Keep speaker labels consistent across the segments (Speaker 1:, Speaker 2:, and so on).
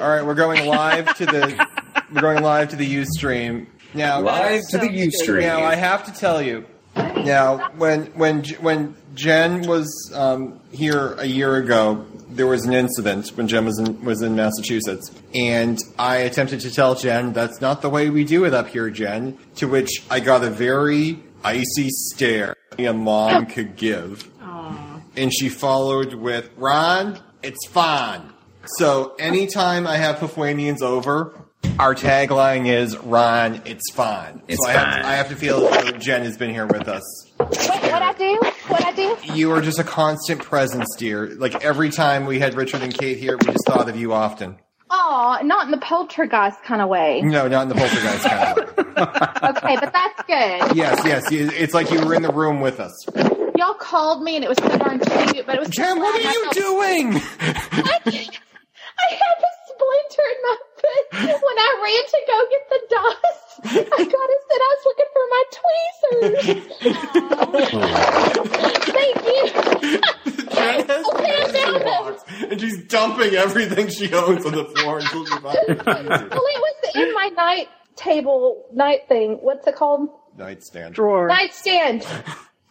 Speaker 1: All right, we're going live to the we're going live to the UStream now.
Speaker 2: Live to the
Speaker 3: Sounds
Speaker 2: Ustream.
Speaker 1: Now I have to tell you. Now when when J- when Jen was um, here a year ago, there was an incident when Jen was in, was in Massachusetts, and I attempted to tell Jen that's not the way we do it up here, Jen. To which I got a very icy stare a mom could give and she followed with Ron, it's fine. So anytime I have Pufwanians over, our tagline is Ron, it's fine.
Speaker 2: It's
Speaker 1: so I have,
Speaker 2: fine.
Speaker 1: I have to feel as though Jen has been here with us.
Speaker 4: What, what I do? What I do?
Speaker 1: You are just a constant presence, dear. Like every time we had Richard and Kate here, we just thought of you often.
Speaker 4: Oh, not in the poltergeist kind of way.
Speaker 1: No, not in the poltergeist kind of way.
Speaker 4: Okay, but that's good.
Speaker 1: Yes, yes. you- It's like you were in the room with us.
Speaker 4: Y'all called me and it was so darn cute, but it was. so
Speaker 1: Jen, what
Speaker 4: loud and I
Speaker 1: are you
Speaker 4: felt-
Speaker 1: doing?
Speaker 4: I had a splinter in my foot when I ran to go get the dust. I got it. Said I was looking for my tweezers. Thank you. Oh,
Speaker 1: Jen has
Speaker 4: Okay, I'm
Speaker 1: a medicine
Speaker 4: down.
Speaker 1: box, and she's dumping everything she owns on the floor until she finds it.
Speaker 4: Well, it was in my night table night thing. What's it called?
Speaker 1: nightstand.
Speaker 3: Drawer.
Speaker 4: Nightstand.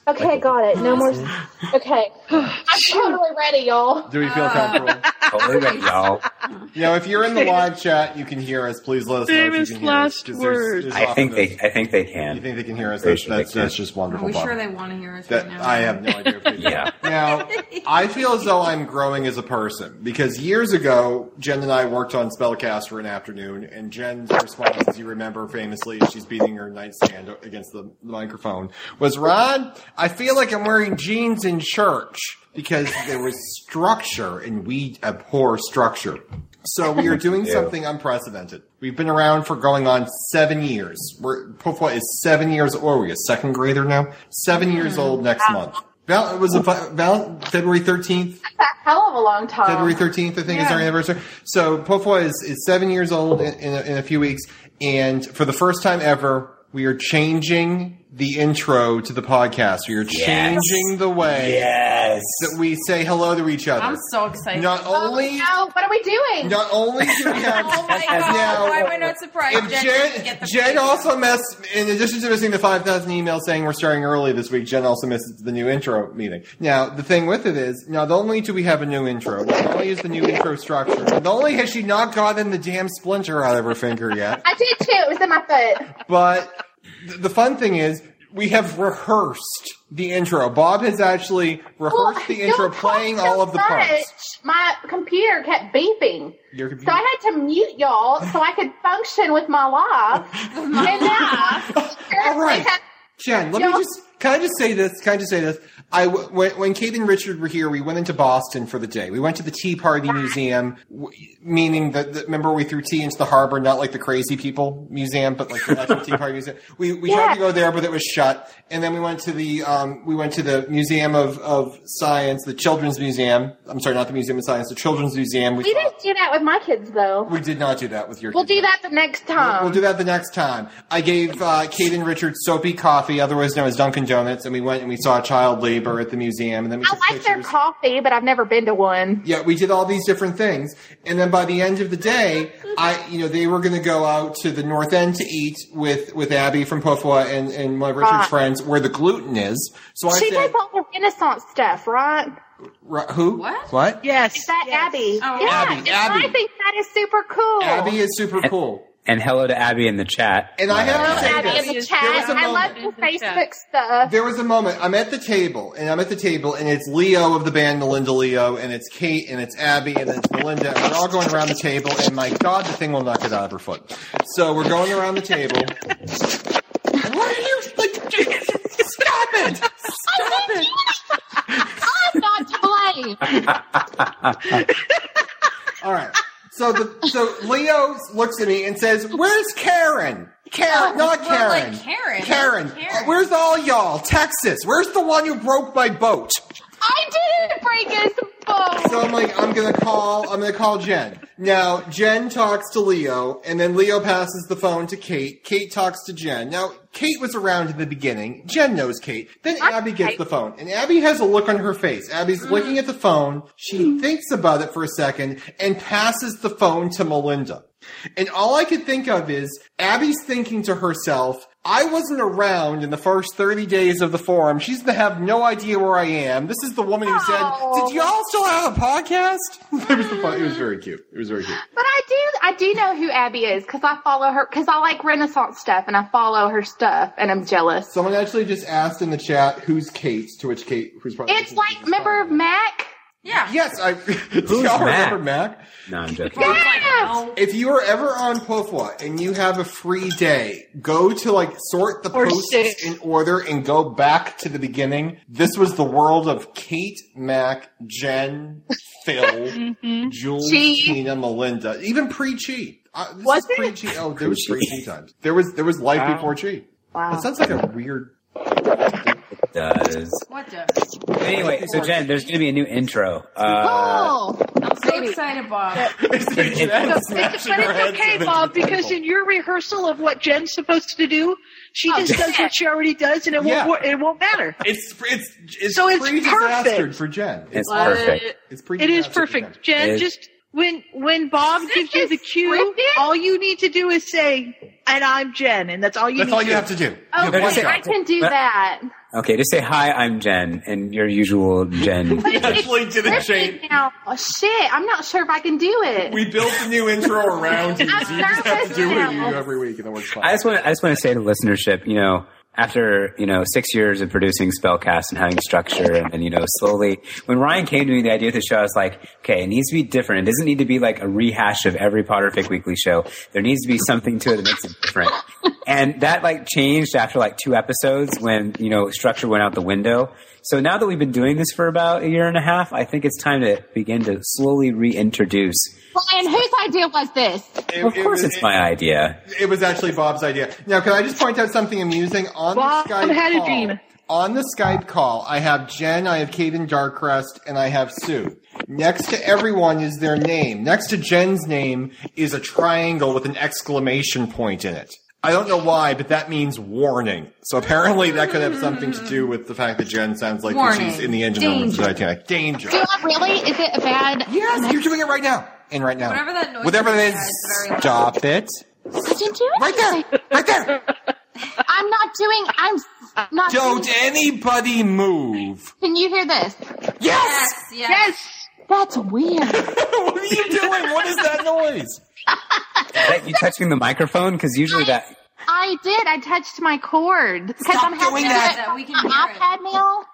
Speaker 4: Okay, got it. No more. Okay, I'm totally ready, y'all.
Speaker 1: Do we feel comfortable?
Speaker 2: Totally right, y'all.
Speaker 1: now, if you're in the live chat, you can hear us. Please let us know if
Speaker 3: Famous
Speaker 1: you can hear us.
Speaker 3: last
Speaker 1: 'cause there's-
Speaker 3: words.
Speaker 1: there's
Speaker 2: I
Speaker 1: often
Speaker 2: think they. I think they
Speaker 1: those- You
Speaker 2: can.
Speaker 1: think they can hear us?
Speaker 2: They
Speaker 1: That's,
Speaker 2: should- they
Speaker 1: that's,
Speaker 2: can.
Speaker 1: that's just
Speaker 5: Are
Speaker 1: wonderful.
Speaker 5: we sure
Speaker 1: Bob.
Speaker 5: they want to hear us
Speaker 1: that
Speaker 5: right now?
Speaker 1: I have no idea. If they do.
Speaker 2: Yeah.
Speaker 1: Now, I feel as though I'm growing as a person because years ago, Jen and I worked on Spellcast for an afternoon, and Jen's response, as you remember famously, as she's beating her nightstand against the microphone, was Ron, I feel like I'm wearing jeans in church because there was structure, and we abhor structure. So we are doing
Speaker 2: Yeah.
Speaker 1: something unprecedented. We've been around for going on seven years. We're Pofwa is seven years old. Are we a second grader now? Seven
Speaker 5: Mm-hmm.
Speaker 1: years old next month. Val, it was a, fi- Val, February 13th.
Speaker 4: That's a hell of a long
Speaker 5: Oh.
Speaker 4: time.
Speaker 1: February 13th, I think, is our anniversary. So Pofwa is, is seven years old in, in, a, in a few weeks. And for the first time ever, we are changing the intro to the podcast. We are
Speaker 2: Yes.
Speaker 1: changing the way
Speaker 2: Yes.
Speaker 1: that we say hello to each other.
Speaker 5: I'm so excited.
Speaker 1: not
Speaker 4: Oh,
Speaker 1: only,
Speaker 4: no, what are we doing?
Speaker 1: not only do we have
Speaker 5: oh my god!
Speaker 1: Now-
Speaker 5: Why am I not surprised?
Speaker 1: If
Speaker 5: didn't
Speaker 1: Jen,
Speaker 5: get the
Speaker 1: Jen
Speaker 5: picture.
Speaker 1: also missed, in addition to missing the 5,000 emails saying we're starting early this week, Jen also missed the new intro meeting. Now, the thing with it is, not only do we have a new intro, not only is the new intro structure, not only has she not gotten the damn splinter out of her finger yet,
Speaker 4: I did too. It was in my foot.
Speaker 1: but th- the fun thing is, we have rehearsed the intro. Bob has actually rehearsed the
Speaker 4: I
Speaker 1: intro,
Speaker 4: don't
Speaker 1: playing
Speaker 4: talk
Speaker 1: all
Speaker 4: so
Speaker 1: of the parts.
Speaker 4: much. My computer kept beeping.
Speaker 1: Your
Speaker 4: So I had to mute y'all so I could function with my life. and now I
Speaker 1: All right.
Speaker 4: have
Speaker 1: Jen, let me
Speaker 4: Y'all-
Speaker 1: just can I just say this? Can I just say this? I w- when, when Kate and Richard were here, we went into Boston for the day. We went to the Tea Party Museum, w- meaning that that- remember we threw tea into the harbor, not like the crazy people museum, but like the actual Tea Party Museum. We we tried
Speaker 4: Yeah.
Speaker 1: to go there, but it was shut. And then we went to the um, we went to the Museum of, of Science, the Children's Museum. I'm sorry, not the Museum of Science, the Children's Museum. We,
Speaker 4: we
Speaker 1: saw-
Speaker 4: didn't do that with my kids though.
Speaker 1: we did not do that with your.
Speaker 4: We'll
Speaker 1: kids.
Speaker 4: do that the next time.
Speaker 1: We'll do that the next time. I gave uh, Kate and Richard soapy coffee, otherwise known as Dunkin' Donuts, and we went and we saw child labor at the museum, and then we took
Speaker 4: I like their
Speaker 1: pictures.
Speaker 4: coffee, but I've never been to one.
Speaker 1: yeah, we did all these different things, and then by the end of the day, I, you know, they were going to go out to the north end to eat with with Abby from Pufwa and and one of Richard's
Speaker 4: Ah.
Speaker 1: friends, where the gluten is. So I
Speaker 4: She
Speaker 1: said,
Speaker 4: does all the Renaissance stuff, right?
Speaker 1: Ru- "Who?
Speaker 5: What?
Speaker 1: What?
Speaker 3: Yes.
Speaker 4: That
Speaker 3: yes.
Speaker 4: Abby.
Speaker 5: Oh,
Speaker 4: yeah,
Speaker 5: Abby,
Speaker 4: and
Speaker 1: Abby.
Speaker 4: I think that is super cool.
Speaker 1: Abby is super cool."
Speaker 2: And hello to Abby in the chat.
Speaker 1: And I have to say
Speaker 4: Abby
Speaker 1: this.
Speaker 4: in the
Speaker 3: Yes,
Speaker 4: chat.
Speaker 1: there was a
Speaker 4: I
Speaker 1: moment-
Speaker 4: love your
Speaker 3: In the chat.
Speaker 4: Facebook stuff.
Speaker 1: There was a moment. I'm at the table, and I'm at the table, and it's Leo of the band Melinda Leo, and it's Kate, and it's Abby, and it's Melinda, and we're all going around the table, and my God, the thing will knock it out of her foot. So we're going around the table. what are you? Like, stop it! Stop it!
Speaker 4: I'm not to blame.
Speaker 1: All right. So the so Leo looks at me and says, "Where's Karen? Karen, not
Speaker 5: Oh, Well,
Speaker 1: Karen.
Speaker 5: like Karen.
Speaker 1: Karen.
Speaker 5: Karen.
Speaker 1: Where's all y'all? Texas. Where's the one who broke my boat?"
Speaker 4: I didn't break his phone.
Speaker 1: So I'm like, I'm gonna call. I'm gonna call Jen. Now, Jen talks to Leo, and then Leo passes the phone to Kate. Kate talks to Jen. Now, Kate was around in the beginning. Jen knows Kate. Then Abby gets the phone, and Abby has a look on her face. Abby's looking at the phone. She thinks about it for a second and passes the phone to Melinda. And all I could think of is Abby's thinking to herself, I wasn't around in the first 30 days of the forum. She's going to have no idea where I am. This is the woman who said, Did y'all still have a podcast? it, was the fun- it was very cute. It was very cute.
Speaker 6: But I do, I do know who Abby is because I follow her because I like Renaissance stuff and I follow her stuff and I'm jealous.
Speaker 1: Someone actually just asked in the chat, Who's Kate? To which Kate, who's probably.
Speaker 6: it's like member of Mac.
Speaker 5: Yeah.
Speaker 1: Yes, I. Do y'all
Speaker 2: Mac?
Speaker 1: remember Mac?
Speaker 2: No, I'm joking.
Speaker 5: Well, it's like,
Speaker 6: Yes!
Speaker 5: no.
Speaker 1: If you are ever on Pofwa and you have a free day, go to like sort the
Speaker 3: Or
Speaker 1: posts
Speaker 3: six.
Speaker 1: in order and go back to the beginning. This was the world of Kate, Mac, Jen, Phil,
Speaker 3: Mm-hmm.
Speaker 1: Jules,
Speaker 6: Chi.
Speaker 1: Tina, Melinda, even pre Chi. Uh, this
Speaker 3: Was
Speaker 1: is pre Chi. Oh, there was pre
Speaker 2: Pre-Chi.
Speaker 1: Chi times. There was there was life
Speaker 2: Wow.
Speaker 1: before Chi.
Speaker 6: Wow.
Speaker 1: That sounds like a weird.
Speaker 2: It does.
Speaker 5: What the?
Speaker 2: Anyway, so Jen, there's going to be a new intro. Uh,
Speaker 6: oh,
Speaker 5: I'm so excited, Bob.
Speaker 1: It's Jen
Speaker 2: it's-
Speaker 1: smashing
Speaker 3: But
Speaker 1: her head
Speaker 3: it's okay,
Speaker 1: into the
Speaker 3: Bob, because
Speaker 1: table.
Speaker 3: in your rehearsal of what Jen's supposed to do, she just does what she already does, and it
Speaker 1: Yeah.
Speaker 3: won't wor- it won't matter.
Speaker 1: it's it's it's
Speaker 3: So it's
Speaker 1: pre-disastered
Speaker 3: perfect.
Speaker 1: for Jen.
Speaker 2: It's
Speaker 5: What?
Speaker 2: perfect.
Speaker 1: It's pre.
Speaker 3: It is perfect, Jen.
Speaker 2: It is-
Speaker 3: Just when when Bob
Speaker 6: Is
Speaker 3: gives you
Speaker 6: this
Speaker 3: the cue,
Speaker 6: scripted?
Speaker 3: all you need to do is say, "And I'm Jen," and that's all you.
Speaker 1: That's
Speaker 3: need
Speaker 1: all
Speaker 3: to
Speaker 1: you
Speaker 3: do.
Speaker 1: have to do. You
Speaker 6: oh,
Speaker 1: have one
Speaker 2: Just say-
Speaker 1: shot.
Speaker 6: I can do
Speaker 2: But-
Speaker 6: that.
Speaker 2: Okay, just say, Hi, I'm Jen, and your usual Jen.
Speaker 6: But it's
Speaker 1: actually didn't change.
Speaker 6: scripted now. Oh, shit, I'm not sure if I can do it.
Speaker 1: We built the new intro around you. So you just have to do what you do every week, and then we're fine.
Speaker 2: I just want to, I just want to say to listenership, you know, after you know six years of producing Spellcast and having structure, and then you know slowly, when Ryan came to me with the idea of the show, I was like, okay, it needs to be different. It doesn't need to be like a rehash of every Potterfic Weekly show. There needs to be something to it that makes it different. And that like changed after like two episodes when you know structure went out the window. So now that we've been doing this for about a year and a half, I think it's time to begin to slowly reintroduce.
Speaker 6: Brian, whose idea was this?
Speaker 1: It-
Speaker 2: Of
Speaker 1: it
Speaker 2: course,
Speaker 1: was-
Speaker 2: it's my idea.
Speaker 1: It, was actually Bob's idea. Now, can I just point out something amusing on
Speaker 3: Bob
Speaker 1: the Skype
Speaker 3: had a
Speaker 1: call?
Speaker 3: dream.
Speaker 1: On the Skype call, I have Jen, I have Caden Darkrest, and I have Sue. Next to everyone is their name. Next to Jen's name is a triangle with an exclamation point in it. I don't know why, but that means warning. So apparently that could have something to do with the fact that Jen sounds like
Speaker 5: Warning.
Speaker 1: she's in the engine room of the Titanic. Danger.
Speaker 6: Do I really? Is it a bad?
Speaker 1: Yes, you're doing it right now. And right now.
Speaker 5: Whatever that noise
Speaker 1: Whatever it is,
Speaker 5: is, yeah, it's very loud.
Speaker 1: stop it.
Speaker 6: I didn't do
Speaker 1: Right there. Right there.
Speaker 6: I'm not doing. I'm s- not.
Speaker 1: Don't
Speaker 6: doing-
Speaker 1: anybody move.
Speaker 6: Can you hear this?
Speaker 1: Yes.
Speaker 5: Yes, yes.
Speaker 3: Yes,
Speaker 6: That's weird.
Speaker 1: what are you doing? What is that noise?
Speaker 2: Is that you touching the microphone? Because usually that
Speaker 6: I did. I touched my cord because
Speaker 1: Stop
Speaker 6: I'm having
Speaker 1: doing
Speaker 6: to
Speaker 1: that.
Speaker 6: do it
Speaker 5: That we can
Speaker 6: on
Speaker 5: hear
Speaker 6: my
Speaker 5: it.
Speaker 6: iPad now.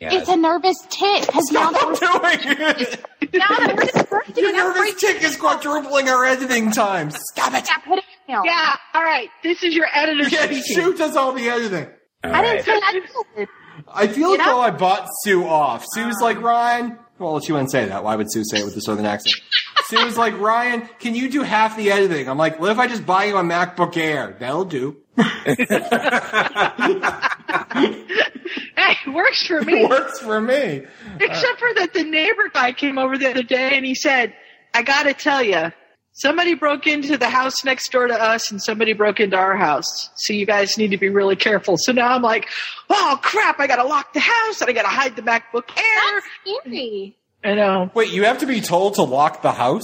Speaker 2: Yeah.
Speaker 6: It's a nervous tick because now that we're
Speaker 1: doing it.
Speaker 6: now that we're scripting,
Speaker 1: Your
Speaker 6: and I'm
Speaker 1: nervous
Speaker 6: freaking
Speaker 1: tick is quadrupling our editing time. Stop it.
Speaker 6: out. Put it down.
Speaker 3: yeah. All right, this is your editor
Speaker 1: Yeah,
Speaker 3: speaking.
Speaker 1: Sue does all the editing.
Speaker 2: All
Speaker 6: I didn't
Speaker 2: right.
Speaker 6: say I did.
Speaker 1: I feel as
Speaker 6: You know-
Speaker 1: though I bought Sue off. Sue's like, Ryan. Well, she wouldn't say that. Why would Sue say it with a southern accent? Sue was like, Ryan, can you do half the editing? I'm like, what if I just buy you a MacBook Air? That'll do.
Speaker 3: Hey, works for me.
Speaker 1: It works for me.
Speaker 3: Except for that, the neighbor guy came over the other day and he said, "I got to tell you, somebody broke into the house next door to us, and somebody broke into our house. So you guys need to be really careful." So now I'm like, "Oh crap! I got to lock the house, and I got to hide the MacBook Air."
Speaker 6: That's scary.
Speaker 3: I know.
Speaker 1: Wait, you have to be told to lock the house?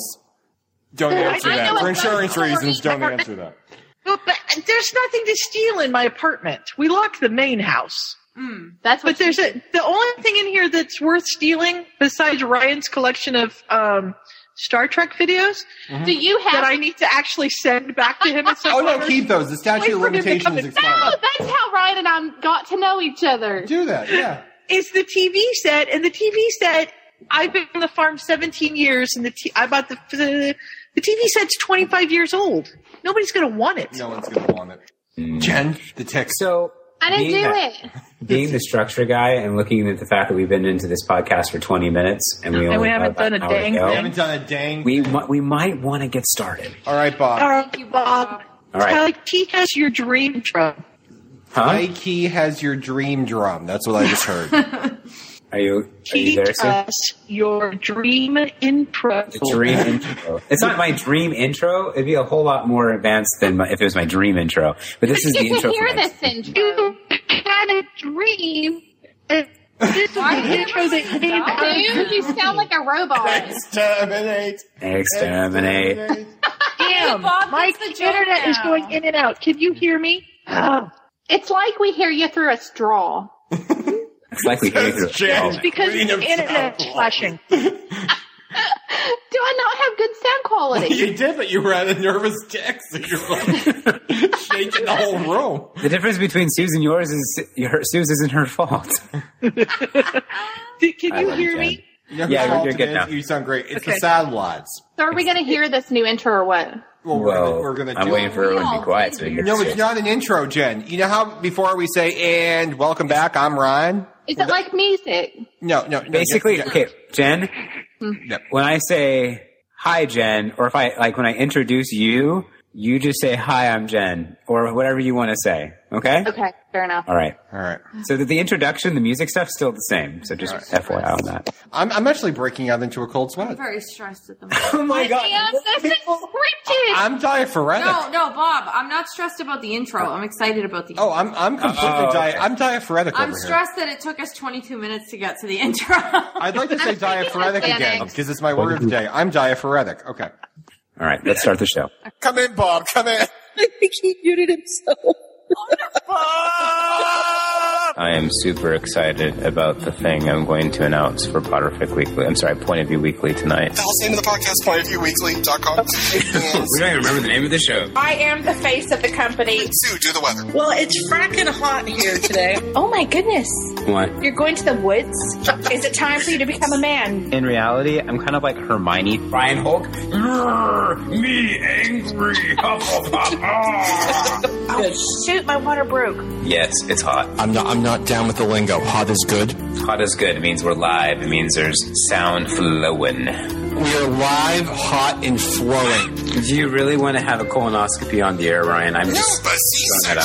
Speaker 1: Don't answer
Speaker 3: I
Speaker 1: that.
Speaker 3: know
Speaker 1: For
Speaker 3: it's
Speaker 1: insurance
Speaker 6: like-
Speaker 1: reasons, don't answer that.
Speaker 3: But, but there's nothing to steal in my apartment. We locked the main house.
Speaker 5: Mm.
Speaker 6: That's
Speaker 3: But
Speaker 6: what.
Speaker 3: there's a the only thing in here that's worth stealing besides Ryan's collection of um, Star Trek videos
Speaker 6: do you
Speaker 3: that
Speaker 6: have?
Speaker 3: I need to actually send back to him at some
Speaker 1: Oh no,
Speaker 3: point.
Speaker 1: keep those. The statute of
Speaker 3: Wait for him
Speaker 1: limitation
Speaker 3: to come
Speaker 1: is
Speaker 3: and-
Speaker 6: oh,
Speaker 1: expired.
Speaker 6: that's how Ryan and I got to know each other.
Speaker 1: Do that, yeah.
Speaker 3: is the TV set, and the TV set. I've been on the farm 17 years, and the t- I bought the the, the TV set's 25 years old. Nobody's going to want it.
Speaker 1: No one's gonna want it. Jen, the text.
Speaker 2: So
Speaker 6: I didn't
Speaker 2: being
Speaker 6: do
Speaker 2: that-
Speaker 6: it.
Speaker 2: being the structure guy and looking at the fact that we've been into this podcast for 20 minutes and we, only
Speaker 3: we haven't
Speaker 2: have about
Speaker 3: done a
Speaker 2: an hour
Speaker 3: dang
Speaker 2: to go,
Speaker 1: We haven't done a dang.
Speaker 2: We, mi- we might want to get started.
Speaker 1: All right, Bob.
Speaker 3: All right,
Speaker 5: Thank you,
Speaker 3: Bob.
Speaker 5: Bob.
Speaker 2: All right.
Speaker 3: Tyler, teach us your dream truck.
Speaker 2: Huh?
Speaker 1: Mikey has your dream drum. That's what I just heard.
Speaker 2: Are you, are you
Speaker 3: Teach
Speaker 2: there, Sue?
Speaker 6: Uh,
Speaker 3: us your dream intro.
Speaker 2: The dream intro. It's not my dream intro. It'd be a whole lot more advanced than my, if it was my dream intro. But this is the
Speaker 6: Get to
Speaker 2: intro. for
Speaker 6: hear
Speaker 2: my-
Speaker 6: this intro.
Speaker 7: You had a dream. This is
Speaker 6: Why
Speaker 7: the intro that you gave us.
Speaker 6: Dude, you sound like a robot.
Speaker 1: Exterminate.
Speaker 2: Exterminate.
Speaker 5: Hey,
Speaker 3: Damn,
Speaker 5: Bob,
Speaker 3: Mike,
Speaker 5: that's the
Speaker 3: the internet
Speaker 5: joke
Speaker 3: is
Speaker 5: now.
Speaker 3: going in and out. Can you hear me? Oh,
Speaker 6: It's like we hear you through a straw.
Speaker 2: It's likely going through.
Speaker 1: That's Jan.
Speaker 2: Oh,
Speaker 3: because
Speaker 1: Queen
Speaker 3: the
Speaker 1: of
Speaker 3: internet's
Speaker 1: South.
Speaker 3: flashing.
Speaker 6: Do I not have good sound quality?
Speaker 1: You did, but you were at a nervous taxi. You're like shaking the whole room.
Speaker 2: the difference between Sue's and yours is her, Sue's isn't her fault.
Speaker 3: Did- Can
Speaker 2: I
Speaker 3: you
Speaker 2: love
Speaker 3: hear
Speaker 2: Jen.
Speaker 3: me?
Speaker 1: You know
Speaker 2: Yeah,
Speaker 1: who's
Speaker 2: we're
Speaker 1: fault
Speaker 2: doing
Speaker 1: it
Speaker 2: good
Speaker 1: is?
Speaker 2: now.
Speaker 1: You sound great. It's the
Speaker 3: Okay.
Speaker 1: satellites.
Speaker 6: So are we going to hear this new intro or what?
Speaker 1: Well, we're
Speaker 2: well,
Speaker 1: gonna, we're gonna
Speaker 2: I'm
Speaker 1: do
Speaker 2: waiting
Speaker 1: it.
Speaker 2: for everyone to
Speaker 5: We
Speaker 2: be quiet
Speaker 5: all
Speaker 2: so we
Speaker 5: did
Speaker 2: can get
Speaker 1: No,
Speaker 2: to
Speaker 1: it's
Speaker 2: it.
Speaker 1: not an intro, Jen. You know how before we say "and welcome back," I'm Ryan.
Speaker 6: Is it like music?
Speaker 1: No, no. no
Speaker 2: Basically,
Speaker 1: yeah, yeah,
Speaker 2: okay, Jen. Hmm.
Speaker 1: yeah.
Speaker 2: When I say hi, Jen, or if I like when I introduce you, you just say hi, I'm Jen, or whatever you want to say. Okay.
Speaker 6: Okay, fair enough.
Speaker 2: All right.
Speaker 1: All right.
Speaker 2: So the, the introduction, the music stuff's still the same. So just FYI on that.
Speaker 1: I'm, I'm actually breaking out into a cold sweat.
Speaker 5: I'm very stressed at the moment.
Speaker 2: Oh my
Speaker 6: Damn, this is scripted.
Speaker 1: I'm diaphoretic.
Speaker 5: No, no, Bob. I'm not stressed about the intro. I'm excited about the.
Speaker 1: Oh, I'm I'm completely
Speaker 2: Oh, okay.
Speaker 1: di- I'm diaphoretic
Speaker 5: I'm
Speaker 1: over here.
Speaker 5: stressed that it took us 22 minutes to get to the intro.
Speaker 1: I'd like to say diaphoretic again
Speaker 6: Hispanic.
Speaker 1: because it's my word of the day. I'm diaphoretic. Okay.
Speaker 2: All right, let's start the show.
Speaker 1: Come in, Bob. Come in.
Speaker 8: I think he muted himself.
Speaker 2: I am super excited about the thing I'm going to announce for Potterfic Weekly. I'm sorry, Point of View Weekly tonight.
Speaker 9: All's into the podcast point of view weekly.com. and
Speaker 2: We don't even remember the name of the show.
Speaker 4: I am the face of the company.
Speaker 9: Sue, do the weather.
Speaker 8: Well, it's fracking hot here today.
Speaker 4: Oh my goodness.
Speaker 2: What?
Speaker 4: You're going to the woods? Is it time for you to become a man?
Speaker 2: In reality, I'm kind of like Hermione. Ryan Hulk. me angry Hufflepuff.
Speaker 4: Shoot, my water broke.
Speaker 2: yes, it's hot.
Speaker 9: I'm not I'm not down with the lingo. Hot is good.
Speaker 2: Hot is good. It means we're live. It means there's sound flowing.
Speaker 9: We are live, hot, and flowing.
Speaker 2: Do you really want to have a colonoscopy on the air, Ryan? I'm just throwing that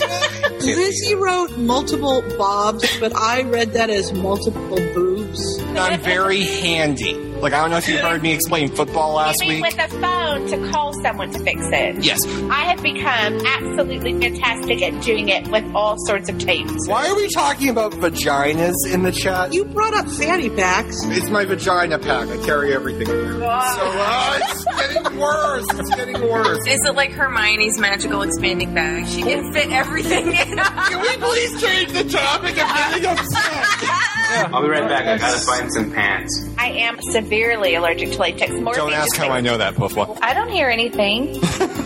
Speaker 2: out there.
Speaker 8: Lizzie wrote multiple bobs, but I read that as multiple boobs.
Speaker 1: I'm very handy. Like I don't know if you heard me explain football last
Speaker 4: Maybe
Speaker 1: week.
Speaker 4: with a phone to call someone to fix it.
Speaker 9: Yes.
Speaker 4: I have become absolutely fantastic at doing it with all sorts of tapes.
Speaker 1: Why are we talking about vaginas in the chat?
Speaker 8: You brought up fanny packs.
Speaker 1: It's my vagina pack. I carry everything in there. So uh, it's getting worse. It's getting worse.
Speaker 5: Is it like Hermione's magical expanding bag? She can fit everything in.
Speaker 1: Can we please change the topic? I'm getting upset.
Speaker 2: I'll be right back. I gotta find some pants.
Speaker 4: I am severely allergic to latex. Morphine
Speaker 9: Don't ask
Speaker 4: just
Speaker 9: how I
Speaker 4: makes-
Speaker 9: know that, Puffwa.
Speaker 4: I don't hear anything.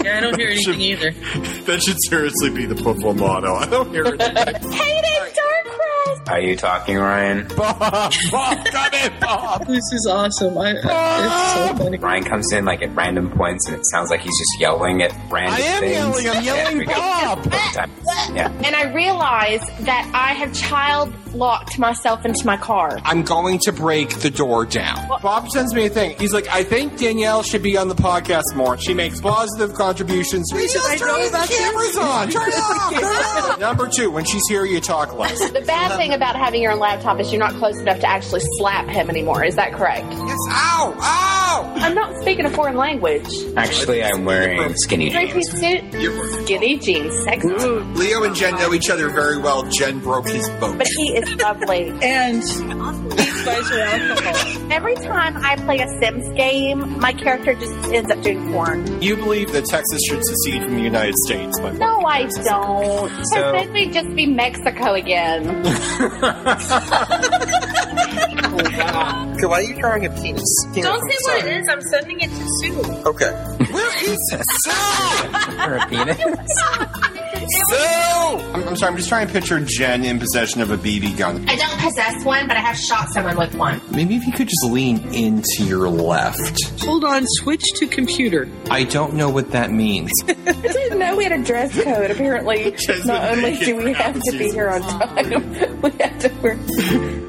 Speaker 8: Yeah, I don't hear anything either.
Speaker 9: That should seriously be the Puffwa motto. I don't hear it.
Speaker 4: hey, it's Darkrai.
Speaker 2: Are you talking, Ryan?
Speaker 9: Bob, Bob, come in, Bob.
Speaker 8: This is awesome. I,
Speaker 3: Oh,
Speaker 8: I, it's so funny.
Speaker 2: Ryan comes in like at random points, and it sounds like he's just yelling at random
Speaker 9: I am
Speaker 2: things.
Speaker 9: yelling. I'm
Speaker 2: Yeah, we
Speaker 9: yelling,
Speaker 2: go
Speaker 9: Bob.
Speaker 2: all the time. Yeah.
Speaker 4: And I realize that I have child locked myself into my car.
Speaker 1: I'm going to break the door down. Bob sends me a thing. He's like, I think Danielle should be on the podcast more. She makes positive contributions. We just turn the cameras on. Turn it off. Turn it off. Number two, when she's here, you talk less.
Speaker 4: The bad thing about having your own laptop is you're not close enough to actually slap him anymore. Is that correct?
Speaker 1: Yes. Ow. Ow.
Speaker 4: I'm not speaking a foreign language.
Speaker 2: Actually, I'm wearing skinny
Speaker 4: Three
Speaker 2: jeans.
Speaker 4: piece suit, skinny jeans, sexy,
Speaker 1: Leo and Jen know each other very well. Jen broke his boat.
Speaker 4: but he is lovely.
Speaker 8: And these guys are alcohol.
Speaker 4: Every time I play a Sims game, my character just ends up doing porn.
Speaker 1: You believe that Texas should secede from the United States, but
Speaker 4: No, I don't. Because
Speaker 2: So-
Speaker 4: then we'd just be Mexico again.
Speaker 9: Why are you drawing a penis?
Speaker 8: Don't say what it is. I'm sending it to Sue.
Speaker 9: Okay.
Speaker 1: where is it?
Speaker 2: Or a penis.
Speaker 1: So I'm, I'm sorry. I'm just trying to picture Jen in possession of a BB gun.
Speaker 4: I don't possess one, but I have shot someone with one.
Speaker 1: Maybe if you could just lean into your left.
Speaker 8: Hold on, switch to computer.
Speaker 1: I don't know what that means.
Speaker 4: I didn't know we had a dress code. Apparently,
Speaker 1: Jasmine not only naked do we have to be here
Speaker 4: on time, we have to wear.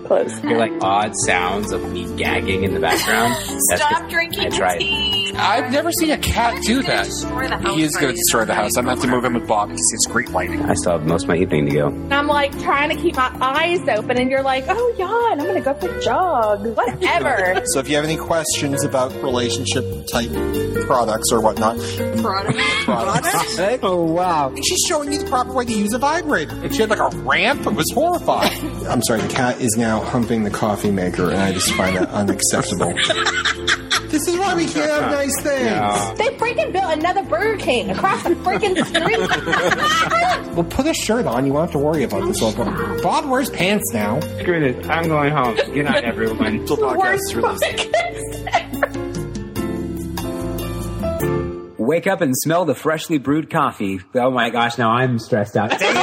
Speaker 4: Close.
Speaker 2: Hear like odd sounds of me gagging in the background. That's 'cause
Speaker 5: Stop drinking
Speaker 2: I tried.
Speaker 5: the tea.
Speaker 10: I've never seen a cat do
Speaker 5: He's gonna
Speaker 10: that.
Speaker 5: destroy the house
Speaker 10: He is
Speaker 5: by
Speaker 10: going
Speaker 5: the
Speaker 10: to destroy
Speaker 5: end
Speaker 10: the
Speaker 5: of
Speaker 10: house. Uh, I'm going to have to move in with Bob because it's great lighting.
Speaker 2: I still have most of my evening to go.
Speaker 4: And I'm like trying to keep my eyes open, and you're like, oh, yawn, I'm going to go for a jog. Whatever.
Speaker 1: So if you have any questions about relationship type products or whatnot,
Speaker 5: Product.
Speaker 1: products,
Speaker 2: Oh wow!
Speaker 1: she's showing you the proper way to use a vibrator. And she had like a ramp. It was horrifying. I'm sorry. The cat is now humping the coffee maker, and I just find that unacceptable. this is why we can't have nice things.
Speaker 4: they freaking built another Burger King across the freaking street.
Speaker 1: Well, put a shirt on. You won't have to worry about this. Old Bob wears pants now.
Speaker 2: Screw this. I'm going home. Good night, everyone.
Speaker 9: The podcast released.
Speaker 2: Wake up and smell the freshly brewed coffee. Oh my gosh! Now I'm stressed out. okay,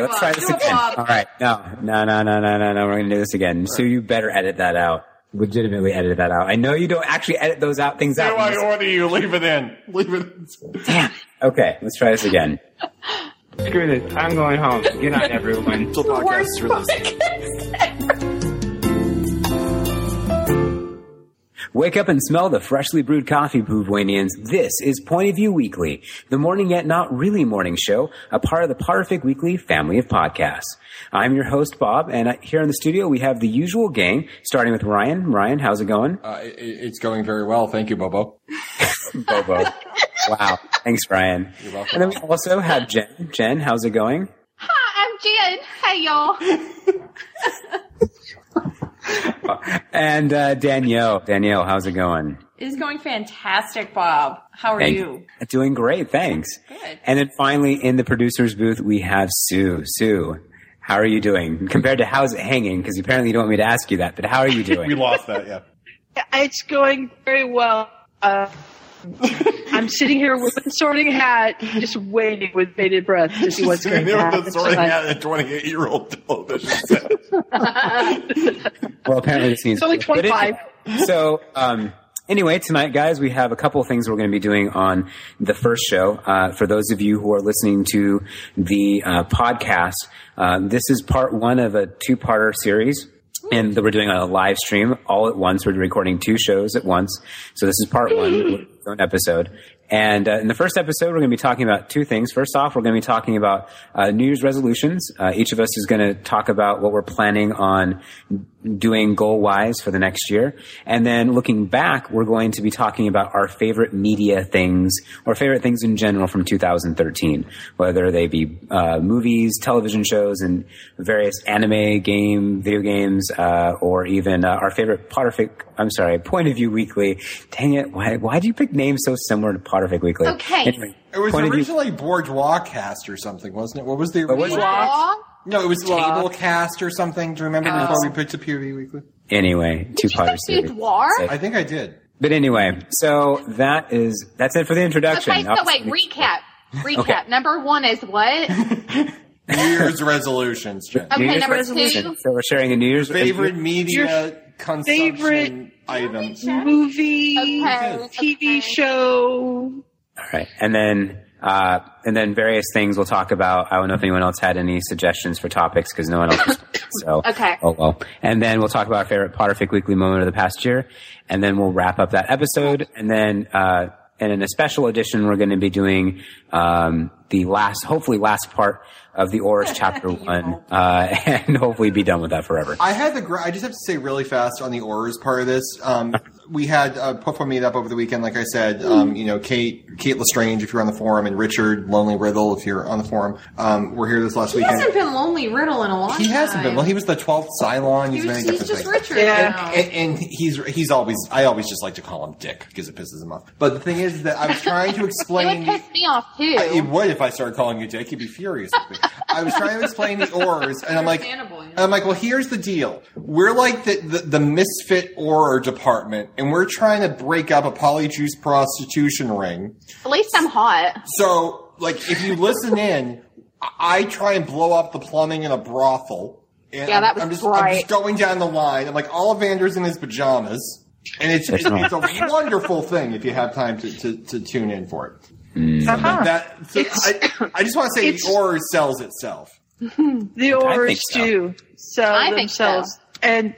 Speaker 2: let's try this again. All right. No, no, no, no, no, no, no. We're gonna do this again. So you better edit that out. Legitimately edit that out. I know you don't actually edit those out things out.
Speaker 9: I order you? Leave it in. Leave it in.
Speaker 2: Okay, let's try this again. Screw this. I'm going home. Good night, everyone.
Speaker 9: The podcast released.
Speaker 2: Wake up and smell the freshly brewed coffee, Bouvanians. This is Point of View Weekly, the morning yet not really morning show, a part of the Parfait Weekly family of podcasts. I'm your host, Bob, and uh, here in the studio we have the usual gang, starting with Ryan. Ryan, how's it going?
Speaker 1: Uh, it, it's going very well. Thank you, Bobo.
Speaker 2: Bobo. wow. Thanks, Ryan.
Speaker 1: You're welcome.
Speaker 2: And then we also have Jen. Jen, how's it going?
Speaker 7: Hi, I'm Jen. Hey, y'all.
Speaker 2: And uh, Danielle. Danielle, how's it going?
Speaker 5: It is going fantastic, Bob. How are
Speaker 2: Thank-
Speaker 5: you?
Speaker 2: Doing great, thanks.
Speaker 5: Good.
Speaker 2: And then finally, in the producer's booth, we have Sue. Sue, how are you doing? Compared to how's it hanging? Because apparently you don't want me to ask you that, but how are you
Speaker 1: We
Speaker 2: doing?
Speaker 1: lost that. Yeah.
Speaker 3: It's going very well. Uh, I'm sitting here with a sorting hat, just waiting with bated breath to see what's going to
Speaker 9: There
Speaker 3: happen.
Speaker 9: was already had a 28 year old television set.
Speaker 2: well, apparently it seems
Speaker 3: It's only 25.
Speaker 2: so um, anyway tonight guys we have a couple things we're going to be doing on the first show uh, for those of you who are listening to the uh, podcast uh, this is part one of a two-parter series and that we're doing on a live stream all at once we're recording two shows at once so this is part one own episode and uh, in the first episode we're going to be talking about two things first off we're going to be talking about uh, new year's resolutions uh, each of us is going to talk about what we're planning on doing goal wise for the next year. And then looking back, we're going to be talking about our favorite media things or favorite things in general from 2013, whether they be uh, movies, television shows, and various anime, game, video games, uh, or even uh, our favorite Potterfic, I'm sorry, Point of View Weekly. Dang it, why, why do you pick names so similar to Potterfic Weekly?
Speaker 7: Okay.
Speaker 2: Anyway,
Speaker 1: It was
Speaker 2: Point of View-
Speaker 1: originally bourgeois cast or something, wasn't it? What was the
Speaker 2: What was
Speaker 1: original? No, it was
Speaker 11: uh,
Speaker 1: table cast or something. Do you remember
Speaker 11: Oh.
Speaker 1: before we picked a POV weekly?
Speaker 2: anyway, two Potter series.
Speaker 7: Boudoir?
Speaker 2: Sick.
Speaker 1: I think I did.
Speaker 2: But anyway, so that is, that's it for the introduction.
Speaker 7: Okay, so oh, wait, recap. Recap. Number one is what?
Speaker 1: New Year's resolutions. Jen.
Speaker 7: Okay,
Speaker 2: Year's
Speaker 7: number
Speaker 2: resolution.
Speaker 7: two.
Speaker 2: So we're sharing a New Year's
Speaker 1: Favorite media consumption
Speaker 3: favorite-
Speaker 1: items.
Speaker 3: Movie,
Speaker 7: Okay,
Speaker 3: TV
Speaker 7: okay.
Speaker 3: show.
Speaker 2: All right, and then uh, and then various things we'll talk about. I don't know if anyone else had any suggestions for topics because no one else. Was, so
Speaker 7: Okay.
Speaker 2: oh well. And then we'll talk about our favorite Potterfic Weekly moment of the past year, and then we'll wrap up that episode. And then uh, and in a special edition, we're going to be doing um, the last, hopefully last part of the Oris Chapter One, uh, and hopefully be done with that forever.
Speaker 1: I had the. Gr- I just have to say really fast on the orders part of this. Um, we had a Puffo meetup over the weekend, like I said. Um, you know, Kate, Kate Lestrange, if you're on the forum, and Richard Lonely Riddle, if you're on the forum. Um, we're here this last
Speaker 11: He
Speaker 1: weekend.
Speaker 11: hasn't been Lonely Riddle in a long time.
Speaker 1: he hasn't been. Well, he was the twelfth Cylon. He's
Speaker 11: He was-
Speaker 1: many
Speaker 11: he's
Speaker 1: different
Speaker 11: just
Speaker 1: things.
Speaker 11: Richard
Speaker 3: Yeah.
Speaker 11: now.
Speaker 1: And, and he's he's always I always just like to call him Dick because it pisses him off. But the thing is that I was trying to
Speaker 7: It would
Speaker 1: explain.
Speaker 7: piss me off too.
Speaker 1: I- it would if I started calling you Dick. You'd be furious with me. I was trying to explain the ores, and I'm like,
Speaker 11: Understandable, yeah.
Speaker 1: and I'm like, well, here's the deal. We're like the, the, the misfit aura department, and we're trying to break up a polyjuice prostitution ring.
Speaker 7: At least I'm hot.
Speaker 1: So, like, if you listen in, I I try and blow up the plumbing in a brothel. And
Speaker 7: Yeah,
Speaker 1: I'm-
Speaker 7: that was
Speaker 1: I'm just, I'm
Speaker 7: right.
Speaker 1: just going down the line. I'm like, Ollivander's in his pajamas. And it's, it's,
Speaker 2: not-
Speaker 1: it's a wonderful thing if you have time to, to, to tune in for it.
Speaker 2: Mm.
Speaker 3: Uh-huh.
Speaker 1: That, so
Speaker 3: It's-
Speaker 1: I, I just want to say
Speaker 3: it's-
Speaker 1: the aura sells itself.
Speaker 3: the
Speaker 2: think
Speaker 3: orcs
Speaker 2: so.
Speaker 3: do sell
Speaker 6: I think so.
Speaker 3: themselves. And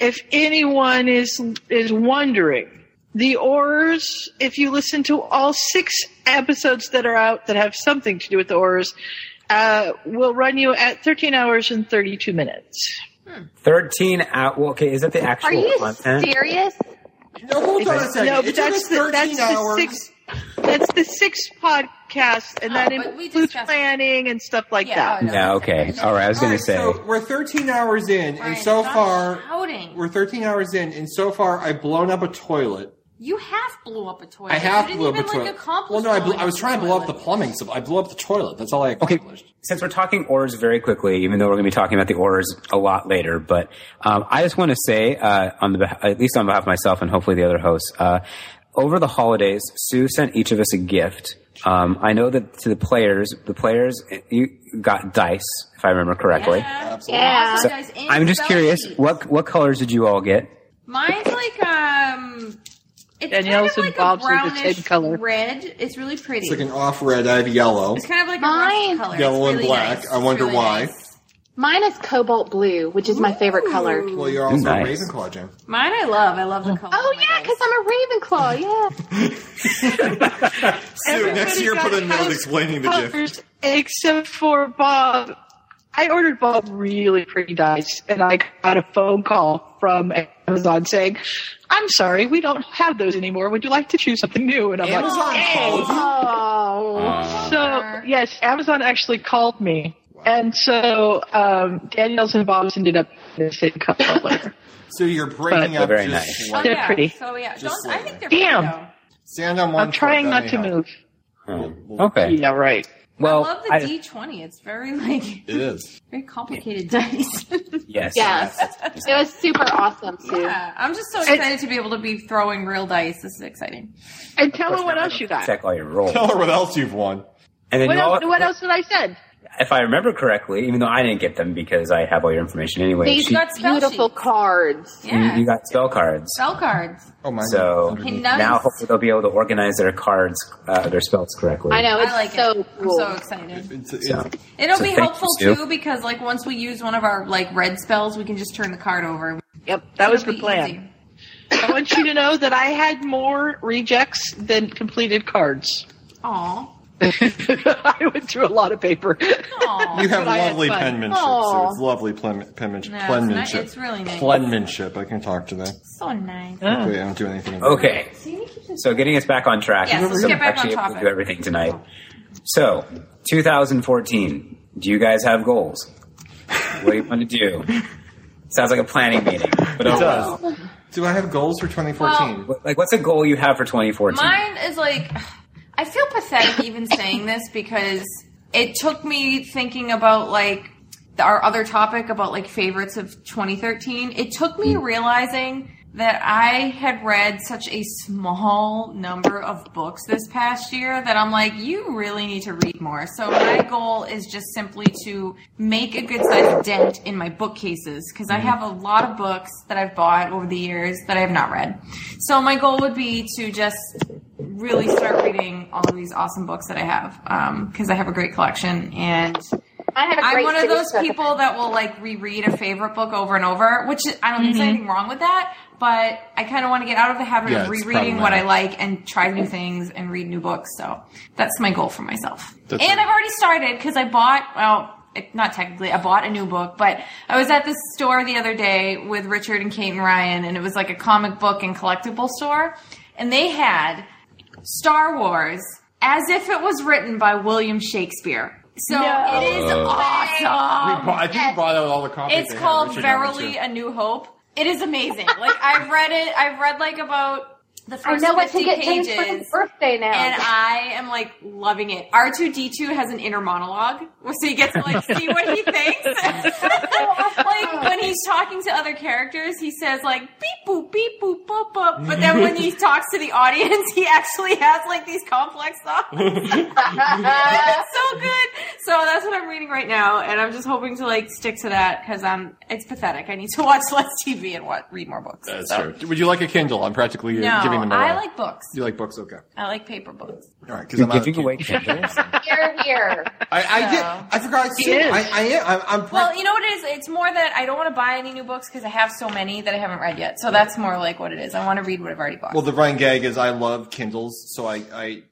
Speaker 3: if anyone is is wondering, the Orrs, if you listen to all six episodes that are out that have something to do with the Orrs, uh, will run you at 13 hours and 32 minutes.
Speaker 2: Thirteen out. Well, okay, is that the actual
Speaker 6: Are you
Speaker 2: content?
Speaker 6: serious?
Speaker 1: No, hold on a second.
Speaker 3: No, but
Speaker 1: It took
Speaker 3: that's
Speaker 1: us
Speaker 3: the,
Speaker 1: 13
Speaker 3: that's the
Speaker 1: hours.
Speaker 3: six. That's the six podcast, and
Speaker 5: Oh,
Speaker 3: that
Speaker 5: but we
Speaker 3: includes
Speaker 5: discussed-
Speaker 3: planning and stuff like
Speaker 5: Yeah,
Speaker 3: that.
Speaker 5: oh,
Speaker 2: Yeah. Okay. All right. I was
Speaker 1: All
Speaker 2: gonna
Speaker 1: right,
Speaker 2: say.
Speaker 1: So we're 13 hours in,
Speaker 5: Brian,
Speaker 1: and so
Speaker 5: stop
Speaker 1: far
Speaker 5: shouting.
Speaker 1: we're 13 hours in, and so far I've blown up a toilet.
Speaker 5: you have blew up a toilet.
Speaker 1: I have
Speaker 5: you didn't
Speaker 1: blown up
Speaker 5: even,
Speaker 1: a toilet.
Speaker 5: Like, accomplish
Speaker 1: well, no, I, blew,
Speaker 5: blowing
Speaker 1: I was
Speaker 5: up
Speaker 1: trying to blow up the
Speaker 5: toilet.
Speaker 1: plumbing, so I blew up the toilet. That's all I accomplished.
Speaker 2: since we're talking orders very quickly, even though we're going to be talking about the orders a lot later, but um, I just want to say, uh, on the beh- at least on behalf of myself and hopefully the other hosts, uh, over the holidays, Sue sent each of us a gift. Um, I know that to the players, the players eh, you got dice, if I remember correctly.
Speaker 5: Yeah.
Speaker 1: Absolutely.
Speaker 6: Yeah.
Speaker 5: Also, guys, and
Speaker 2: I'm just
Speaker 5: spell
Speaker 2: curious,
Speaker 5: sheets.
Speaker 2: what what colors did you all get?
Speaker 5: Mine's like um, it's
Speaker 3: Danielle's
Speaker 5: kind
Speaker 3: and
Speaker 5: of like
Speaker 3: Bob's
Speaker 5: a
Speaker 3: are the same
Speaker 5: brownish
Speaker 3: color.
Speaker 5: red. It's really pretty.
Speaker 1: It's like an off red. I have yellow.
Speaker 5: It's kind of like a
Speaker 6: Mine-
Speaker 5: rough color.
Speaker 1: Yellow
Speaker 5: It's
Speaker 1: and
Speaker 5: really
Speaker 1: black.
Speaker 5: nice.
Speaker 1: I wonder
Speaker 5: It's really
Speaker 1: why.
Speaker 5: nice.
Speaker 6: Mine is cobalt blue, which is my favorite color.
Speaker 5: Ooh.
Speaker 1: Well, you're also
Speaker 2: Nice.
Speaker 1: Ravenclaw, Jim.
Speaker 5: Mine I love. I love the color.
Speaker 6: Oh
Speaker 5: of my
Speaker 6: yeah,
Speaker 5: dice.
Speaker 6: because I'm a Ravenclaw. Yeah.
Speaker 1: Sue, next
Speaker 3: Everybody
Speaker 1: year
Speaker 3: got
Speaker 1: put a note
Speaker 3: house
Speaker 1: explaining the gift.
Speaker 3: colors except for Bob. I ordered Bob really pretty dice, and I got a phone call from Amazon saying, "I'm sorry, we don't have those anymore. Would you like to choose something new?" And I'm
Speaker 1: Amazon called you.
Speaker 6: Oh.
Speaker 2: Uh,
Speaker 3: like, "So yes, Amazon actually called me." And so um, Danielle's and Bob's ended up in the same color.
Speaker 1: So you're breaking
Speaker 2: But-
Speaker 1: up.
Speaker 2: Very
Speaker 1: just
Speaker 2: nice.
Speaker 5: Oh,
Speaker 1: slightly.
Speaker 3: They're
Speaker 5: yeah.
Speaker 3: pretty.
Speaker 5: So yeah,
Speaker 1: Just
Speaker 5: don't, I
Speaker 1: like-
Speaker 5: think they're
Speaker 3: Damn.
Speaker 5: pretty. Though.
Speaker 1: Stand on one.
Speaker 3: I'm trying
Speaker 1: foot,
Speaker 3: not to
Speaker 1: anyhow.
Speaker 3: move.
Speaker 2: oh, okay.
Speaker 3: Yeah, right.
Speaker 2: Well,
Speaker 5: I love the
Speaker 2: I-
Speaker 5: I, D20. It's very like
Speaker 1: It is.
Speaker 5: very complicated dice.
Speaker 2: yes.
Speaker 6: Yes. It was super awesome too.
Speaker 5: yeah, I'm just so excited to be able to be throwing real dice. This is exciting.
Speaker 3: And tell me what else you got.
Speaker 2: Check all your rolls.
Speaker 1: Tell her what else you've won.
Speaker 2: And then
Speaker 3: What
Speaker 2: you all,
Speaker 3: else, what else did I said?
Speaker 2: if I remember correctly, even though I didn't get them because I have all your information anyway,
Speaker 6: These
Speaker 2: she-
Speaker 5: got spell
Speaker 6: beautiful
Speaker 5: sheets.
Speaker 6: cards.
Speaker 5: Yeah,
Speaker 2: you, you got spell cards.
Speaker 5: spell cards.
Speaker 1: Oh my
Speaker 2: So
Speaker 1: God.
Speaker 5: Nice.
Speaker 2: now hopefully they'll be able to organize their cards, uh, their spells correctly.
Speaker 6: I know
Speaker 5: I
Speaker 6: it's
Speaker 5: like
Speaker 6: so
Speaker 5: it.
Speaker 6: cool.
Speaker 5: I'm so excited.
Speaker 1: It's, it's,
Speaker 2: So,
Speaker 5: It'll
Speaker 2: So
Speaker 5: be
Speaker 2: thank you,
Speaker 5: helpful
Speaker 2: Stu.
Speaker 5: too because like once we use one of our like red spells, we can just turn the card over.
Speaker 3: Yep, that was
Speaker 5: It'll
Speaker 3: the
Speaker 5: be
Speaker 3: plan.
Speaker 5: easy.
Speaker 3: I want you to know that I had more rejects than completed cards.
Speaker 5: Aw.
Speaker 3: I went through a lot of paper.
Speaker 5: Aw.
Speaker 1: You have
Speaker 3: But I had
Speaker 1: lovely
Speaker 3: fun.
Speaker 1: penmanship, so
Speaker 6: Aw.
Speaker 1: it's lovely plen- penmanship.
Speaker 5: Oh. No, it's
Speaker 1: plenmanship.
Speaker 5: not- it's really nice.
Speaker 1: Plenmanship. I can talk to that.
Speaker 5: so nice.
Speaker 1: Wait, I don't do anything. about
Speaker 2: Okay. So getting us back on track.
Speaker 5: Yes, let's
Speaker 2: so
Speaker 5: get back
Speaker 2: actually
Speaker 5: on
Speaker 2: able to
Speaker 5: topic.
Speaker 2: do everything tonight. So 2014. Do you guys have goals? what do you want to do? Sounds like a planning meeting.
Speaker 1: It
Speaker 2: But oh, well.
Speaker 1: does. Do I have goals for 2014?
Speaker 2: What- like, what's a goal you have for 2014?
Speaker 5: Mine is like, I feel pathetic even saying this because it took me thinking about like our other topic about like favorites of 2013. It took me realizing that I had read such a small number of books this past year that I'm like, you really need to read more. So my goal is just simply to make a good sized dent in my bookcases because I
Speaker 1: Mm-hmm.
Speaker 5: have a lot of books that I've bought over the years that I have not read. So my goal would be to just really start reading all of these awesome books that I have because I have a great collection and
Speaker 6: I have a great
Speaker 5: I'm one of
Speaker 6: city
Speaker 5: those
Speaker 6: trip.
Speaker 5: people that will like reread a favorite book over and over, which is- I don't think there's anything wrong with that, but I kind of want to get out of the habit
Speaker 1: Mm-hmm. Yeah,
Speaker 5: of
Speaker 1: it's
Speaker 5: rereading what I
Speaker 1: problematic.
Speaker 5: like and try new things and read new books. So that's my goal for myself.
Speaker 1: That's
Speaker 5: and
Speaker 1: it.
Speaker 5: I've already started because I bought, well, it- not technically, I bought a new book, but I was at this store the other day with Richard and Kate and Ryan, and it was like a comic book and collectible store, and they had Star Wars as if it was written by William Shakespeare. So it is awesome.
Speaker 1: I think you brought out all the copies.
Speaker 5: Um, It's called Verily a New Hope. It is amazing. Like I've read it. I've read like about the
Speaker 6: I
Speaker 5: first
Speaker 6: know what to
Speaker 5: 50
Speaker 6: get James for his
Speaker 5: pages.
Speaker 6: birthday now.
Speaker 5: And I am like loving it. R two D two has an inner monologue, so you get to like see what he thinks. like when he's talking to other characters, he says like beep boop beep boop boop boop. But then when he talks to the audience, he actually has like these complex thoughts. it's so good. So So that's what I'm reading right now, and I'm just hoping to like stick to that because I'm. It's pathetic. I need to watch less TV and what, read more books.
Speaker 9: That's true. Would you like a Kindle? I'm practically
Speaker 5: no,
Speaker 9: giving them away.
Speaker 5: I like books.
Speaker 9: You like books? Okay.
Speaker 5: I like paper books.
Speaker 9: All right.
Speaker 2: You're giving away Kindles?
Speaker 6: Here, here.
Speaker 9: I, I did. I forgot.
Speaker 3: He
Speaker 9: too.
Speaker 3: is.
Speaker 9: I, I am. I'm, I'm
Speaker 5: Well, you know what it is? It's more that I don't want to buy any new books because I have so many that I haven't read yet. So that's more like what it is. I want to read what I've already bought.
Speaker 9: Well, the running gag is I love Kindles, so I, I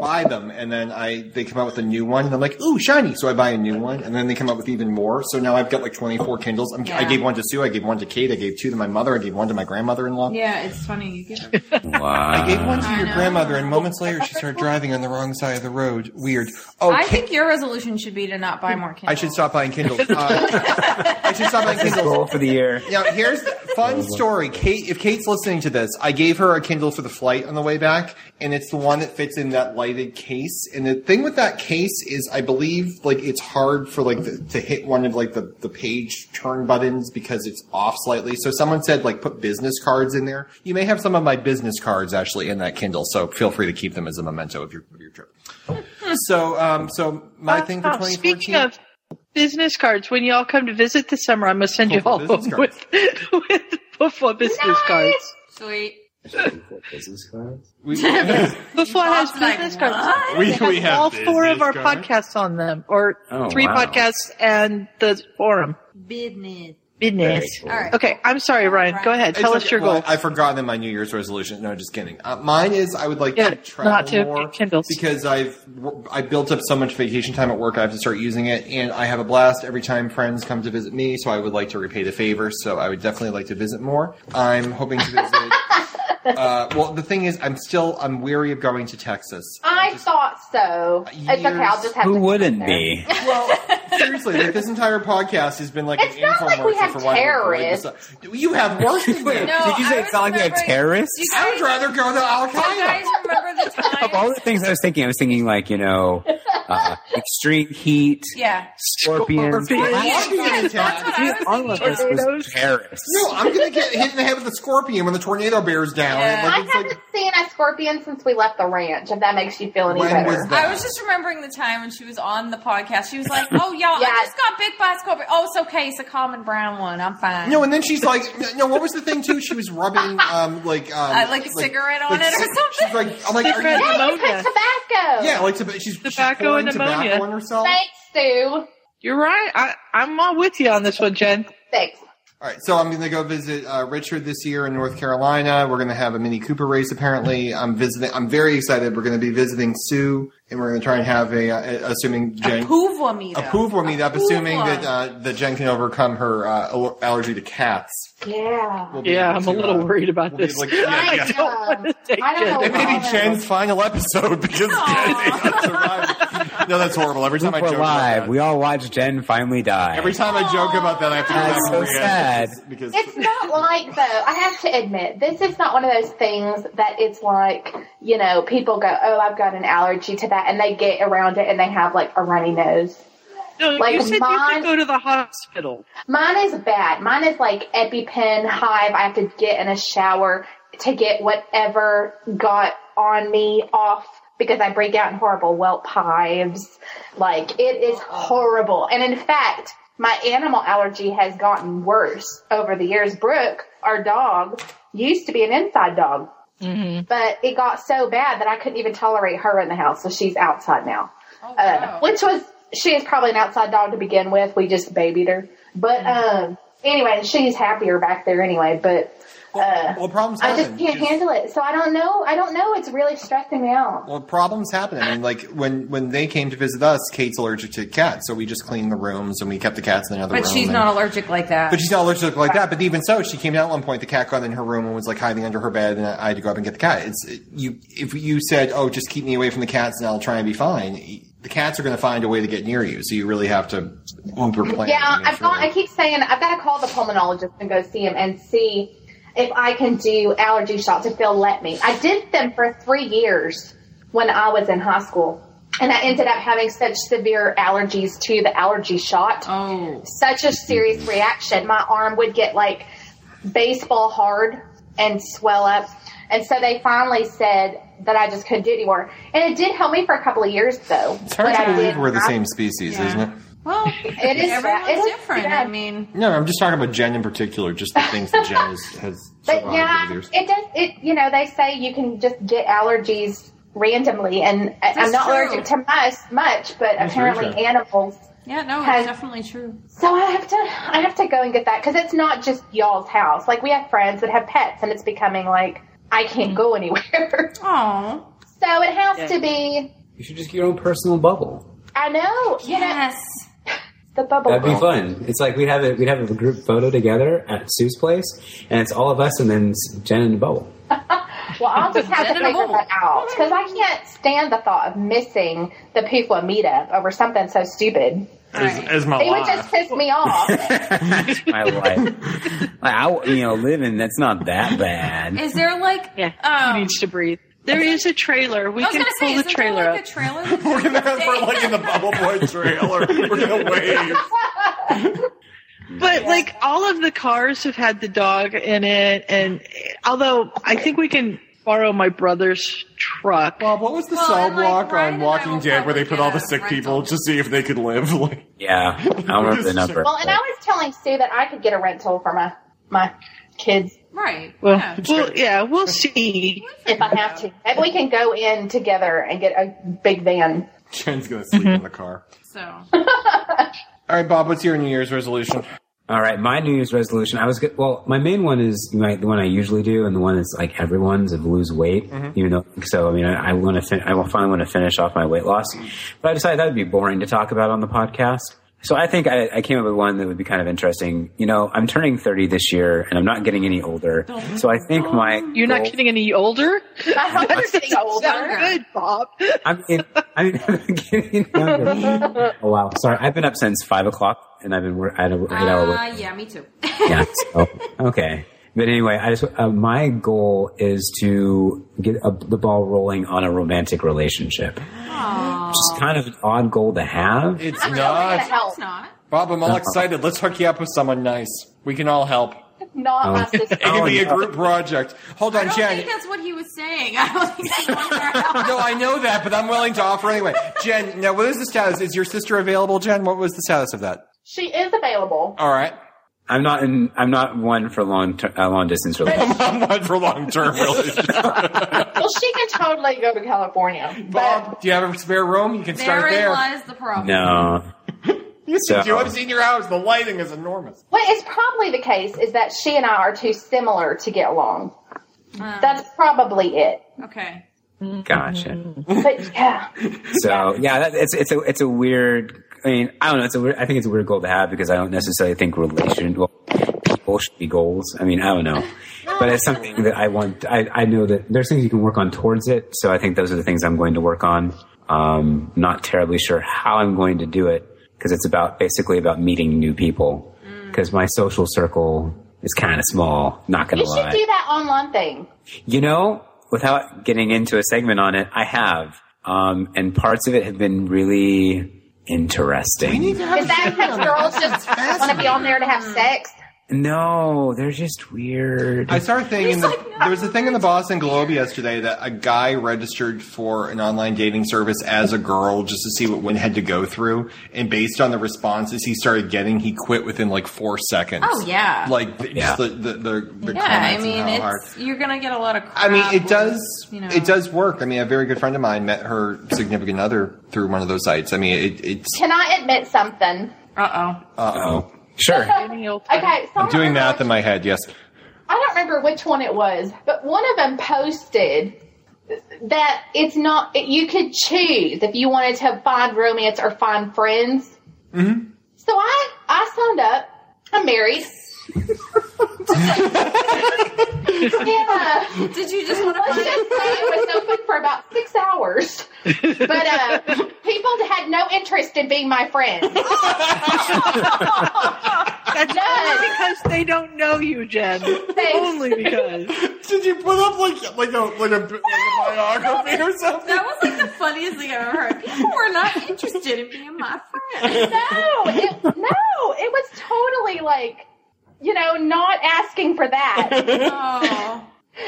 Speaker 9: buy them, and then I they come out with a new one, and I'm like, ooh, shiny! So I buy a new one, and then they come out with even more. So now I've got like 24 Kindles. I'm, I
Speaker 5: Yeah.
Speaker 9: gave one to Sue, I gave one to Kate, I gave two to my mother, I gave one to my grandmother-in-law.
Speaker 5: yeah, it's funny. You get
Speaker 2: Wow.
Speaker 9: I gave one to
Speaker 5: I
Speaker 9: your
Speaker 5: know.
Speaker 9: grandmother, and moments later she started driving on the wrong side of the road. Weird. Oh,
Speaker 5: I
Speaker 9: Ki-
Speaker 5: think your resolution should be to not buy more Kindle.
Speaker 9: I should stop buying Kindles. Uh, I should stop buying
Speaker 2: His
Speaker 9: Kindles.
Speaker 2: goal for the year.
Speaker 9: Now here's the fun story. Kate, if Kate's listening to this, I gave her a Kindle for the flight on the way back, and it's the one that fits in that lighted case. And the thing with that case is, I believe, like it's hard for like the, to hit one of like the the page turn buttons because it's off slightly. So someone said like put business cards in there. You may have some of my business cards actually in that Kindle, so feel free to keep them as a memento of your of your trip. so um, so my thing for
Speaker 3: Oh,
Speaker 9: 2014.
Speaker 3: Speaking of business cards, when you all come to visit this summer, I'm going to send you
Speaker 9: Buffalo
Speaker 3: all
Speaker 9: business
Speaker 3: home with, with Buffalo business cards.
Speaker 5: Sweet.
Speaker 9: we,
Speaker 3: Buffalo has
Speaker 5: Bob's like,
Speaker 3: business cards.
Speaker 5: "What?"
Speaker 12: We, we have
Speaker 3: all four of
Speaker 12: business
Speaker 3: our
Speaker 12: cards.
Speaker 3: podcasts on them, or
Speaker 2: Oh,
Speaker 3: three
Speaker 2: wow.
Speaker 3: podcasts and the forum.
Speaker 5: Business.
Speaker 3: Business.
Speaker 5: All right.
Speaker 3: Okay, I'm sorry, Ryan. Go ahead. Tell
Speaker 9: It's
Speaker 3: us
Speaker 9: okay.
Speaker 3: your
Speaker 9: Well,
Speaker 3: goal.
Speaker 9: I've forgotten my New Year's resolution. No, just kidding. Uh, mine is I would like
Speaker 3: Yeah,
Speaker 9: to travel
Speaker 3: not to
Speaker 9: more
Speaker 3: get Kindles.
Speaker 9: because I've I built up so much vacation time at work. I have to start using it, and I have a blast every time friends come to visit me. So I would like to repay the favor. So I would definitely like to visit more. I'm hoping to visit. uh, well, the thing is, I'm still I'm weary of going to Texas.
Speaker 6: I thought so. It's okay. I'll just have
Speaker 2: Who
Speaker 6: to
Speaker 2: wouldn't
Speaker 6: there.
Speaker 2: be?
Speaker 9: Well, seriously, like this entire podcast has been like
Speaker 6: It's
Speaker 9: an
Speaker 6: not like we
Speaker 9: infomercial
Speaker 6: have
Speaker 9: for why we're going to- You have worse than
Speaker 2: Wait,
Speaker 9: that.
Speaker 5: No,
Speaker 2: did you
Speaker 5: I
Speaker 2: say it's not like we have
Speaker 5: remember-
Speaker 2: terrorists?
Speaker 5: Do you
Speaker 9: I would
Speaker 5: guys,
Speaker 9: rather go to Al
Speaker 5: do you
Speaker 9: Qaeda.
Speaker 5: guys remember the
Speaker 2: Of all
Speaker 5: time?
Speaker 2: the things I was thinking, I was thinking like, you know, uh, extreme heat,
Speaker 5: Yeah.
Speaker 2: scorpions.
Speaker 9: Scorpions.
Speaker 5: Yeah, that's what I
Speaker 2: All
Speaker 5: was
Speaker 2: of us
Speaker 5: thinking.
Speaker 2: was terrorists.
Speaker 9: No, I'm gonna get hit in the head with a scorpion when the tornado bears down.
Speaker 5: Yeah.
Speaker 9: Like,
Speaker 6: I
Speaker 9: it's
Speaker 6: haven't
Speaker 9: like,
Speaker 6: seen a scorpion since we left the ranch. If that makes you feel any
Speaker 9: When
Speaker 6: better.
Speaker 9: was that?
Speaker 5: I was just remembering the time when she was on the podcast. She was like, "Oh, y'all,
Speaker 6: Yeah.
Speaker 5: I just got bit by a scorpion. Oh, it's okay. It's a common brown one. I'm fine."
Speaker 9: no, and then she's like, no, what was the thing too? She was rubbing, um, like, um,
Speaker 5: Uh, like a cigarette on it or
Speaker 9: ci- She's
Speaker 5: something?
Speaker 9: like, I'm like, are
Speaker 3: Cigarette
Speaker 9: you,
Speaker 6: Yeah, you put
Speaker 3: Pneumonia.
Speaker 6: tobacco.
Speaker 9: yeah, like toba- she's she's
Speaker 3: Tobacco
Speaker 9: pouring
Speaker 3: and
Speaker 9: tobacco
Speaker 3: pneumonia.
Speaker 9: on herself.
Speaker 6: Thanks, Sue.
Speaker 3: You're right. I, I'm all with you on this one, Jen.
Speaker 6: Thanks.
Speaker 9: All right, so I'm gonna go visit uh, Richard this year in North Carolina. We're gonna have a Mini Cooper race. Apparently, I'm visiting. I'm very excited. We're gonna be visiting Sue, and we're gonna try and have a, uh,
Speaker 5: a
Speaker 9: assuming Jen.
Speaker 5: poova meetup.
Speaker 9: A poofwa meetup, assuming
Speaker 5: poofwa.
Speaker 9: that uh, that Jen can overcome her uh, al- allergy to cats.
Speaker 6: Yeah.
Speaker 9: We'll be
Speaker 3: Yeah,
Speaker 9: able
Speaker 3: I'm a
Speaker 9: to,
Speaker 3: little
Speaker 9: uh,
Speaker 3: worried about
Speaker 9: we'll be
Speaker 3: this.
Speaker 9: like- yeah,
Speaker 6: I
Speaker 9: yeah.
Speaker 6: know. I don't know
Speaker 9: It may be
Speaker 6: why.
Speaker 9: Jen's final episode because no, that's horrible. Every time I
Speaker 2: We're
Speaker 9: joke about
Speaker 2: live.
Speaker 9: that,
Speaker 2: We all watched Jen finally die.
Speaker 9: every time I joke about that, I have to
Speaker 2: That's
Speaker 9: remember
Speaker 2: so
Speaker 9: we had- because
Speaker 6: It's not like though. I have to admit, this is not one of those things that it's like you know people go, "Oh, I've got an allergy to that," and they get around it and they have like a runny nose.
Speaker 3: No, you
Speaker 6: Like
Speaker 3: said you
Speaker 6: mine-
Speaker 3: could go to the hospital.
Speaker 6: Mine is bad. Mine is like EpiPen hive. I have to get in a shower to get whatever got on me off because I break out in horrible whelp hives. Like it is horrible. And in fact, my animal allergy has gotten worse over the years. Brooke, our dog, used to be an inside dog, but it got so bad that I couldn't even tolerate her in the house. So she's outside now
Speaker 5: Oh,
Speaker 6: uh,
Speaker 5: wow.
Speaker 6: which was she is probably an outside dog to begin with. We just babied her, but um, anyway, she's happier back there anyway. But uh,
Speaker 9: well, problems
Speaker 6: I
Speaker 9: happen.
Speaker 6: just can't
Speaker 9: Just-
Speaker 6: handle it, so I don't know. I don't know. It's really stressing me out.
Speaker 9: Well, problems happen. I mean, like when when they came to visit us, Kate's allergic to cats, so we just cleaned the rooms and we kept the cats in another room.
Speaker 5: But she's
Speaker 9: and-
Speaker 5: not allergic like that.
Speaker 9: But she's not allergic like that. But even so, she came down at one point. The cat got in her room and was like hiding under her bed, and I had to go up and get the cat. It's you. If you said, "Oh, just keep me away from the cats, and I'll try and be fine," the cats are going to find a way to get near you. So you really have to uber plan.
Speaker 6: Yeah,
Speaker 9: and make
Speaker 6: I've
Speaker 9: sure
Speaker 6: got. I
Speaker 9: that-
Speaker 6: keep saying I've got to call the pulmonologist and go see him and see if I can do allergy shots if they'll let me. I did them for three years when I was in high school, and I ended up having such severe allergies to the allergy shot.
Speaker 5: oh,
Speaker 6: such a serious reaction. My arm would get like baseball hard and swell up. And so they finally said that I just couldn't do it anymore. And it did help me for a couple of years, though.
Speaker 1: It's hard
Speaker 6: But I
Speaker 1: to believe
Speaker 6: did-
Speaker 1: we're the
Speaker 6: I-
Speaker 1: same species, isn't it?
Speaker 5: Well,
Speaker 6: It is-
Speaker 5: everyone's
Speaker 6: it is
Speaker 5: different. I
Speaker 6: bad.
Speaker 5: mean,
Speaker 1: No, I'm just talking about Jen in particular, just the things that Jen has, has
Speaker 6: But
Speaker 1: survived
Speaker 6: yeah,
Speaker 1: over the years.
Speaker 6: it does. It you know they say you can just get allergies randomly, and I-
Speaker 5: That's
Speaker 6: I'm not
Speaker 5: true.
Speaker 6: allergic to mice much, but
Speaker 1: That's very
Speaker 6: apparently
Speaker 1: true.
Speaker 6: animals.
Speaker 5: yeah, no,
Speaker 6: Has-
Speaker 5: it's definitely true.
Speaker 6: So I have to I have to go and get that because it's not just y'all's house. Like we have friends that have pets, and it's becoming like I can't go anywhere.
Speaker 5: Oh,
Speaker 6: so it has
Speaker 3: Yeah.
Speaker 6: to be.
Speaker 2: You should just get your own personal bubble.
Speaker 6: I know. You know
Speaker 5: yes.
Speaker 6: the bubble.
Speaker 2: That'd be
Speaker 5: Oh.
Speaker 6: girl.
Speaker 2: fun. It's like we'd have it. We'd have a group photo together at Sue's place, and it's all of us, and then Jen in the bubble.
Speaker 6: Well, I'll just have to
Speaker 5: Then a
Speaker 6: figure
Speaker 5: bubble.
Speaker 6: that out because I can't stand the thought of missing the Piqua meetup over something so stupid.
Speaker 1: As, as my
Speaker 6: It would
Speaker 1: life.
Speaker 6: just piss me off.
Speaker 2: My life. Like, I, you know, living that's not that bad.
Speaker 5: Is there like
Speaker 3: Yeah, who
Speaker 5: um,
Speaker 3: needs to breathe? There is a trailer. We
Speaker 5: I was
Speaker 3: can
Speaker 5: gonna
Speaker 3: pull
Speaker 5: say,
Speaker 3: the
Speaker 5: isn't
Speaker 3: trailer
Speaker 5: there
Speaker 3: up.
Speaker 5: like a trailer? that
Speaker 1: We're gonna have
Speaker 5: Dang.
Speaker 1: her like in the Bubble Boy trailer. We're gonna wave.
Speaker 3: But like all of the cars have had the dog in it, and although I think we can borrow my brother's truck.
Speaker 1: Bob, what was the
Speaker 5: Well,
Speaker 1: cell
Speaker 5: and, like,
Speaker 1: block
Speaker 5: Ryan
Speaker 1: on
Speaker 5: and I
Speaker 1: Walking
Speaker 5: will
Speaker 1: Dead where they
Speaker 5: probably
Speaker 1: put all the
Speaker 5: get a
Speaker 1: sick
Speaker 5: rental.
Speaker 1: people to see if they could live? Like,
Speaker 2: Yeah, I don't remember the number.
Speaker 6: Well, and I was telling Sue that I could get a rental for my my kids
Speaker 5: Right.
Speaker 3: Well,
Speaker 5: yeah.
Speaker 3: well, yeah, we'll see.
Speaker 6: if I have to. Maybe we can go in together and get a big van.
Speaker 1: Jen's gonna
Speaker 3: Mm-hmm.
Speaker 1: sleep in the car.
Speaker 5: So
Speaker 1: All right, Bob, what's your New Year's resolution?
Speaker 2: All right, my New Year's resolution. I was good. Well, my main one is my, the one I usually do, and the one that's like everyone's of lose weight. You know, so I mean, I, I want to. Fin- I will finally want to finish off my weight loss, but I decided that would be boring to talk about on the podcast. So I think I, I came up with one that would be kind of interesting. You know, I'm turning 30 this year, and I'm not getting any older. So I think my
Speaker 3: You're not
Speaker 2: goal-
Speaker 3: getting any older.
Speaker 6: My husband's getting
Speaker 3: Sound
Speaker 6: older.
Speaker 3: good, Bob.
Speaker 2: I'm, in, I'm getting younger. Oh wow! Sorry, I've been up since five o'clock, and I've been wor- I had an eight-hour work.
Speaker 5: uh, yeah, me too.
Speaker 2: yeah. So, okay. But anyway, I just uh, my goal is to get a, the ball rolling on a romantic relationship.
Speaker 5: Aw.
Speaker 2: It's kind of an odd goal to have.
Speaker 1: It's
Speaker 6: Gonna
Speaker 1: not.
Speaker 6: help.
Speaker 5: it's not.
Speaker 1: Bob, I'm all excited. Let's hook you up with someone nice. We can all help. It
Speaker 6: Not my
Speaker 2: Oh.
Speaker 6: sister.
Speaker 1: can be a
Speaker 2: no.
Speaker 1: group project. Hold
Speaker 5: I
Speaker 1: on,
Speaker 5: don't
Speaker 1: Jen.
Speaker 5: think that's what he was saying. I don't think he wants our help.
Speaker 1: No, I know that, but I'm willing to offer anyway. Jen, now what is the status? Is your sister available, Jen? What was the status of that?
Speaker 6: She is available.
Speaker 1: All right.
Speaker 2: I'm not in. I'm not one for long ter- uh, long distance relationship.
Speaker 1: I'm not for long term relationship.
Speaker 6: Well, she can totally go to California. But
Speaker 1: Bob, do you have a spare room? You can start
Speaker 5: Therein
Speaker 1: there.
Speaker 5: lies the problem.
Speaker 2: No.
Speaker 1: Yes, you
Speaker 2: So-
Speaker 1: do. I've seen your house. The lighting is enormous.
Speaker 6: what is probably the case is that she and I are too similar to get along. That's probably it.
Speaker 5: Okay.
Speaker 2: Gotcha.
Speaker 6: But yeah,
Speaker 2: So yeah, that, it's it's a it's a weird. I mean, I don't know. It's a weird. I think it's a weird goal to have because I don't necessarily think relation well, people should be goals. I mean, I don't know, but it's something that I want. I I know that there's things you can work on towards it. So I think those are the things I'm going to work on. Um, not terribly sure how I'm going to do it because it's about basically about meeting new people
Speaker 6: Mm.
Speaker 2: because my social circle is kind of small. Not gonna
Speaker 6: you
Speaker 2: lie.
Speaker 6: should do that online thing.
Speaker 2: You know, without getting into a segment on it, I have. Um, and parts of it have been really interesting.
Speaker 6: Is that because girls just want to be on there to have sex?
Speaker 2: No, they're just weird.
Speaker 1: I saw a thing in the, there was a thing in the Boston Globe yesterday that a guy registered for an online dating service as a girl just to see what women had to go through, and based on the responses he started getting, he quit within like four seconds.
Speaker 5: Oh yeah.
Speaker 1: Like the,
Speaker 2: Yeah.
Speaker 1: just the the the, the
Speaker 5: yeah. I
Speaker 1: comments
Speaker 5: mean,
Speaker 1: and how
Speaker 5: it's
Speaker 1: hard.
Speaker 5: you're gonna get a lot of. Crap
Speaker 1: I mean, it
Speaker 5: with,
Speaker 1: does.
Speaker 5: You know,
Speaker 1: It does work. I mean, a very good friend of mine met her significant other through one of those sites. I mean, it, it's.
Speaker 6: Can I admit something?
Speaker 5: Uh oh.
Speaker 2: oh, sure.
Speaker 6: Okay, so
Speaker 1: I'm doing math
Speaker 6: that.
Speaker 1: in my head. Yes.
Speaker 6: I don't remember which one it was, but one of them posted that it's not you could choose if you wanted to find romance or find friends. Mm-hmm. So I I signed up. I'm married. yeah,
Speaker 5: Did you just want to?
Speaker 6: let's just say it was open for about six hours, but uh, people had no interest in being my friends.
Speaker 3: That's
Speaker 6: Yes.
Speaker 3: only because they don't know you, Jen. Only because.
Speaker 1: Did you put up like like a like a, like a biography or something?
Speaker 5: That was like the funniest thing I've ever heard. People were not interested in being my friend.
Speaker 6: No, it, no, it was totally like you know, not asking for that.
Speaker 5: Oh.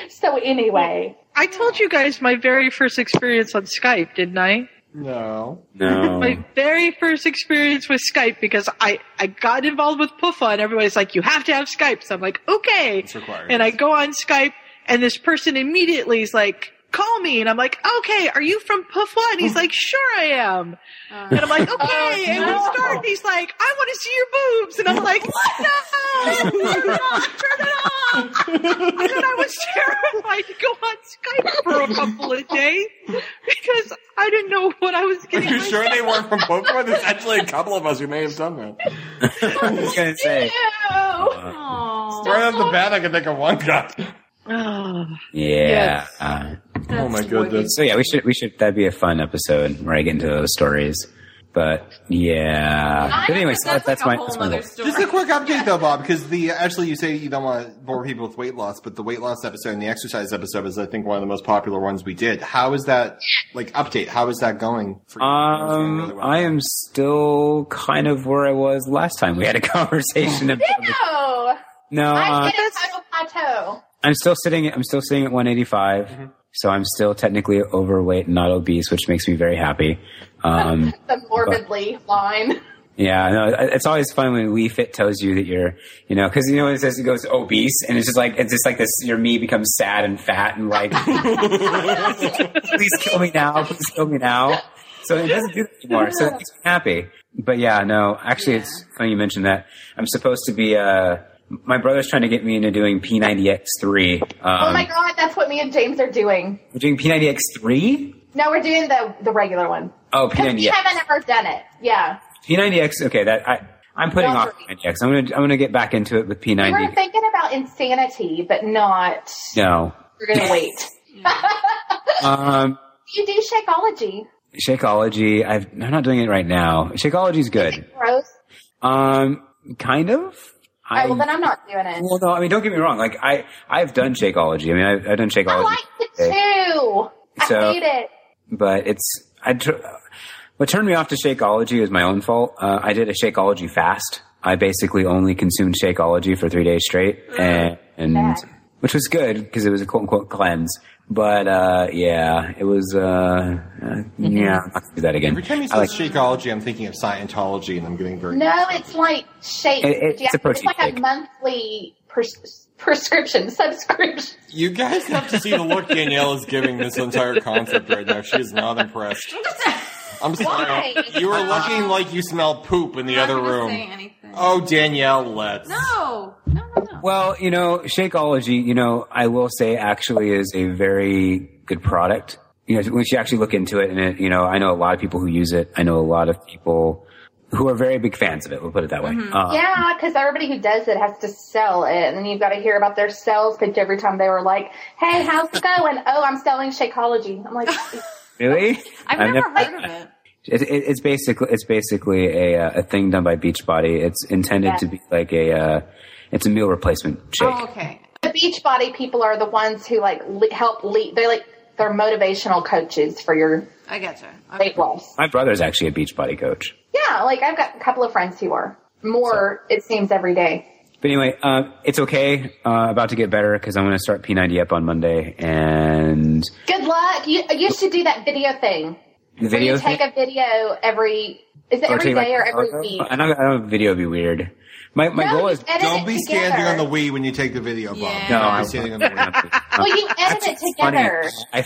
Speaker 6: so anyway,
Speaker 3: I told you guys my very first experience on Skype, didn't I?
Speaker 1: No.
Speaker 2: No.
Speaker 1: Um,
Speaker 3: My very first experience with Skype because I, I got involved with PUFA and everybody's like, you have to have Skype. So I'm like, okay.
Speaker 1: It's required.
Speaker 3: And I go on Skype and this person immediately is like, call me. And I'm like, okay, are you from PUFA? And he's like, sure I am. And I'm like, okay. And we start and he's like, I want to see your boobs. And I'm like, no, turn it off, turn it off. And then I was terrified to go on Skype for a couple of days because I didn't know what I was
Speaker 1: Are
Speaker 3: getting.
Speaker 1: you
Speaker 3: myself
Speaker 1: sure they weren't from Pokemon? There's actually a couple of us who may have done that.
Speaker 2: I was gonna say.
Speaker 1: Right off the bat, I can think of one guy.
Speaker 3: Oh,
Speaker 2: Yeah.
Speaker 3: Yes.
Speaker 2: Uh,
Speaker 1: Oh my goodness.
Speaker 2: so yeah, we should we should that'd be a fun episode where I get into those stories. But yeah. But anyways,
Speaker 5: that's,
Speaker 2: that- that's,
Speaker 5: like
Speaker 2: my
Speaker 5: a
Speaker 2: that's
Speaker 5: whole
Speaker 2: my
Speaker 5: other
Speaker 2: little-
Speaker 5: story.
Speaker 1: Just a quick update though, Bob, because the actually you say you don't want to bore people with weight loss, but the weight loss episode and the exercise episode is I think one of the most popular ones we did. How is that like update? How is that going? For you?
Speaker 2: Um, I am still kind of where I was last time we had a conversation about. the-
Speaker 6: no,
Speaker 2: No,
Speaker 6: I
Speaker 2: uh,
Speaker 6: hit a total plateau.
Speaker 2: I'm still sitting. I'm still sitting at 185.
Speaker 6: Mm-hmm.
Speaker 2: So I'm still technically overweight and not obese, which makes me very happy. Um,
Speaker 6: The morbidly line.
Speaker 2: Yeah, no, it- it's always fun when Wii Fit tells you that you're, you know, because you know when it says it goes obese, and it's just like it's just like this. Your me becomes sad and fat and like, please kill me now, please kill me now. So it doesn't do that anymore. So it makes me happy. But yeah, no, actually, it's funny you mentioned that. I'm supposed to be. Uh, my brother's trying to get me into doing P90X3. Um,
Speaker 6: oh my god, that's what me and James are doing.
Speaker 2: We're doing P90X3.
Speaker 6: No, we're doing the the regular one.
Speaker 2: Oh,
Speaker 6: Because
Speaker 2: P90X.
Speaker 6: we haven't ever done it. Yeah.
Speaker 2: P90X. Okay, that I. I'm putting off
Speaker 6: Boundary.
Speaker 2: P90X. I'm gonna I'm gonna get back into it with P90.
Speaker 6: We were thinking about insanity, but not.
Speaker 2: No.
Speaker 6: We're going to wait.
Speaker 2: Um,
Speaker 6: You do Shakeology.
Speaker 2: Shakeology. I've, I'm not doing it right now. Shakeology's good.
Speaker 6: Gross.
Speaker 2: Um, kind of.
Speaker 6: All
Speaker 2: I,
Speaker 6: right, well, then I'm not doing it.
Speaker 2: well, no, I mean, don't get me wrong. Like, I, I've done Shakeology. I mean, I've, I've done
Speaker 6: I
Speaker 2: Shakeology,
Speaker 6: like it too.
Speaker 2: So-
Speaker 6: I hate it.
Speaker 2: but it's, I, tr- what turned me off to Shakeology is my own fault. Uh, I did a Shakeology fast. I basically only consumed Shakeology for three days straight and, and
Speaker 6: Bad.
Speaker 2: which was good because it was a quote unquote cleanse. But, uh, yeah, it was, uh, uh yeah, I'll do that again.
Speaker 1: Every time you say
Speaker 2: I like-
Speaker 1: Shakeology, I'm thinking of Scientology, and I'm getting very
Speaker 6: No, it's like shake.
Speaker 2: It- it's a protein
Speaker 6: like
Speaker 2: shake.
Speaker 6: a monthly pres- prescription, subscription.
Speaker 1: You guys have to see the look Danielle is giving this entire concept right now. She is not impressed. I'm sorry.
Speaker 6: Why?
Speaker 1: You are looking like you smell poop in the
Speaker 5: I'm not
Speaker 1: other
Speaker 5: gonna
Speaker 1: room.
Speaker 5: Say anything.
Speaker 1: Oh, Danielle, let's.
Speaker 5: No, no, no, no.
Speaker 2: Well, you know, Shakeology, you know, I will say actually is a very good product. You know, once you actually look into it and it, you know, I know a lot of people who use it. I know a lot of people who are very big fans of it. We'll put it that way.
Speaker 5: Mm-hmm.
Speaker 2: Uh,
Speaker 6: Yeah, because everybody who does it has to sell it, and you've got to hear about their sales pitch every time they were like, "Hey, how's it going?" Oh, I'm selling Shakeology. I'm like,
Speaker 2: Really? I've
Speaker 5: I've
Speaker 2: never-
Speaker 5: never, heard of it.
Speaker 2: It, it, it's basically, it's basically a, uh, a thing done by Beachbody. It's intended to be like a, uh, it's a meal replacement shake.
Speaker 5: Oh, okay.
Speaker 6: the Beachbody people are the ones who like le- help lead. They like they're motivational coaches for your
Speaker 5: I gotcha. Okay.
Speaker 6: weight loss.
Speaker 2: My brother's actually a Beachbody coach.
Speaker 6: Yeah, like I've got a couple of friends who are more. It seems every day.
Speaker 2: But anyway, uh, it's okay. Uh, about to get better because I'm going to start P90 up on Monday and
Speaker 6: Good luck. You you should do that video thing.
Speaker 2: the
Speaker 6: Where
Speaker 2: video
Speaker 6: you take
Speaker 2: thing-
Speaker 6: a video every. Is it
Speaker 2: Or
Speaker 6: every
Speaker 2: take, like,
Speaker 6: day or every
Speaker 2: photo?
Speaker 6: week?
Speaker 2: I don't, I don't, video would be weird. My, my
Speaker 6: No,
Speaker 2: goal
Speaker 6: you
Speaker 2: is.
Speaker 6: edit
Speaker 1: Don't
Speaker 6: it
Speaker 1: be
Speaker 6: together.
Speaker 1: standing on the Wii when you take the video, Bob.
Speaker 5: Yeah.
Speaker 2: No,
Speaker 5: No,
Speaker 1: Don't
Speaker 2: I
Speaker 1: be standing on the Wii.
Speaker 6: Well, Oh, you edit it together.
Speaker 2: I,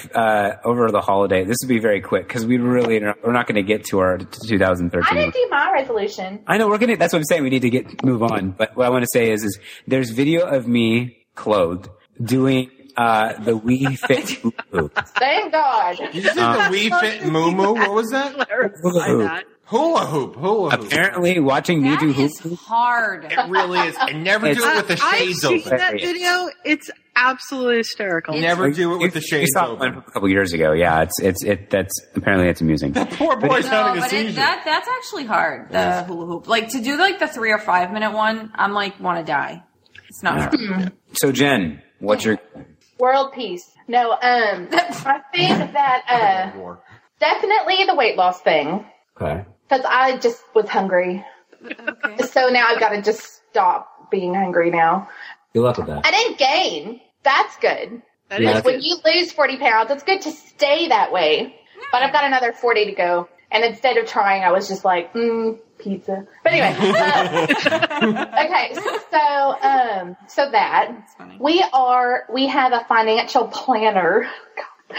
Speaker 2: uh, over the holiday, this would be very quick because we really we're not going to get to our to
Speaker 6: I
Speaker 2: 2013.
Speaker 6: didn't do my resolution.
Speaker 2: I know we're gonna. That's what I'm saying. We need to get move on. But what I want to say is, is there's video of me clothed doing uh, the Wii Fit hula hoop.
Speaker 6: Thank God.
Speaker 1: Did you say the Wii Fit Moo Moo? What was that?
Speaker 2: Hula hoop.
Speaker 3: that.
Speaker 1: Hula hoop, hula hoop.
Speaker 2: Apparently, watching me
Speaker 5: That
Speaker 2: do hula
Speaker 5: is
Speaker 2: hoop.
Speaker 5: hard.
Speaker 1: It really is. And never do it
Speaker 2: It's-
Speaker 1: with the
Speaker 3: I've
Speaker 1: shades
Speaker 3: seen
Speaker 1: open.
Speaker 3: that video. It's absolutely hysterical.
Speaker 1: Never do it with the
Speaker 2: You- you
Speaker 1: shades
Speaker 2: saw one
Speaker 1: open.
Speaker 2: from a couple years ago. Yeah, it's it's it. That's apparently it's amusing.
Speaker 1: Poor boy's
Speaker 5: No,
Speaker 1: having a
Speaker 5: but it,
Speaker 1: seizure.
Speaker 5: that that's actually hard. The hula hoop, like to do like the three or five minute one, I'm like want to die. It's not hard.
Speaker 2: So Jen, what's your
Speaker 6: World peace. No, um, I think that uh,
Speaker 1: War.
Speaker 6: definitely the weight loss thing
Speaker 2: okay?
Speaker 6: because I just was hungry,
Speaker 5: Okay.
Speaker 6: so now I've got to just stop being hungry now.
Speaker 2: Good luck with that.
Speaker 6: I didn't gain. That's good.
Speaker 2: That is Yeah,
Speaker 6: when
Speaker 2: good.
Speaker 6: you lose 40 pounds, it's good to stay that way. But I've got another 40 to go. And instead of trying, I was just like, mm, pizza. But anyway, uh, okay, so um, so that we are we have a financial planner,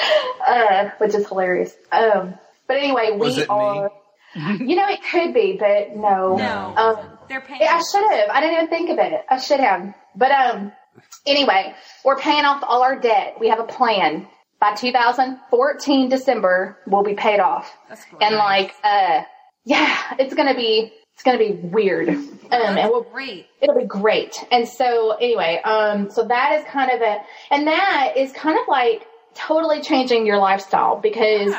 Speaker 6: uh, which is hilarious. Um, but anyway, we
Speaker 11: Was it me?
Speaker 6: are. You know, it could be, but no.
Speaker 5: No.
Speaker 6: Um,
Speaker 5: They're paying.
Speaker 6: yeah, I should have. I didn't even think of it. I should have. But um, anyway, we're paying off all our debt. We have a plan. By 2014 December, we'll be paid off.
Speaker 5: That's
Speaker 6: and like, uh, yeah, it's gonna be it's gonna be weird. Um, and we'll
Speaker 5: great.
Speaker 6: It'll be great. And so anyway, um, so that is kind of a, and that is kind of like totally changing your lifestyle because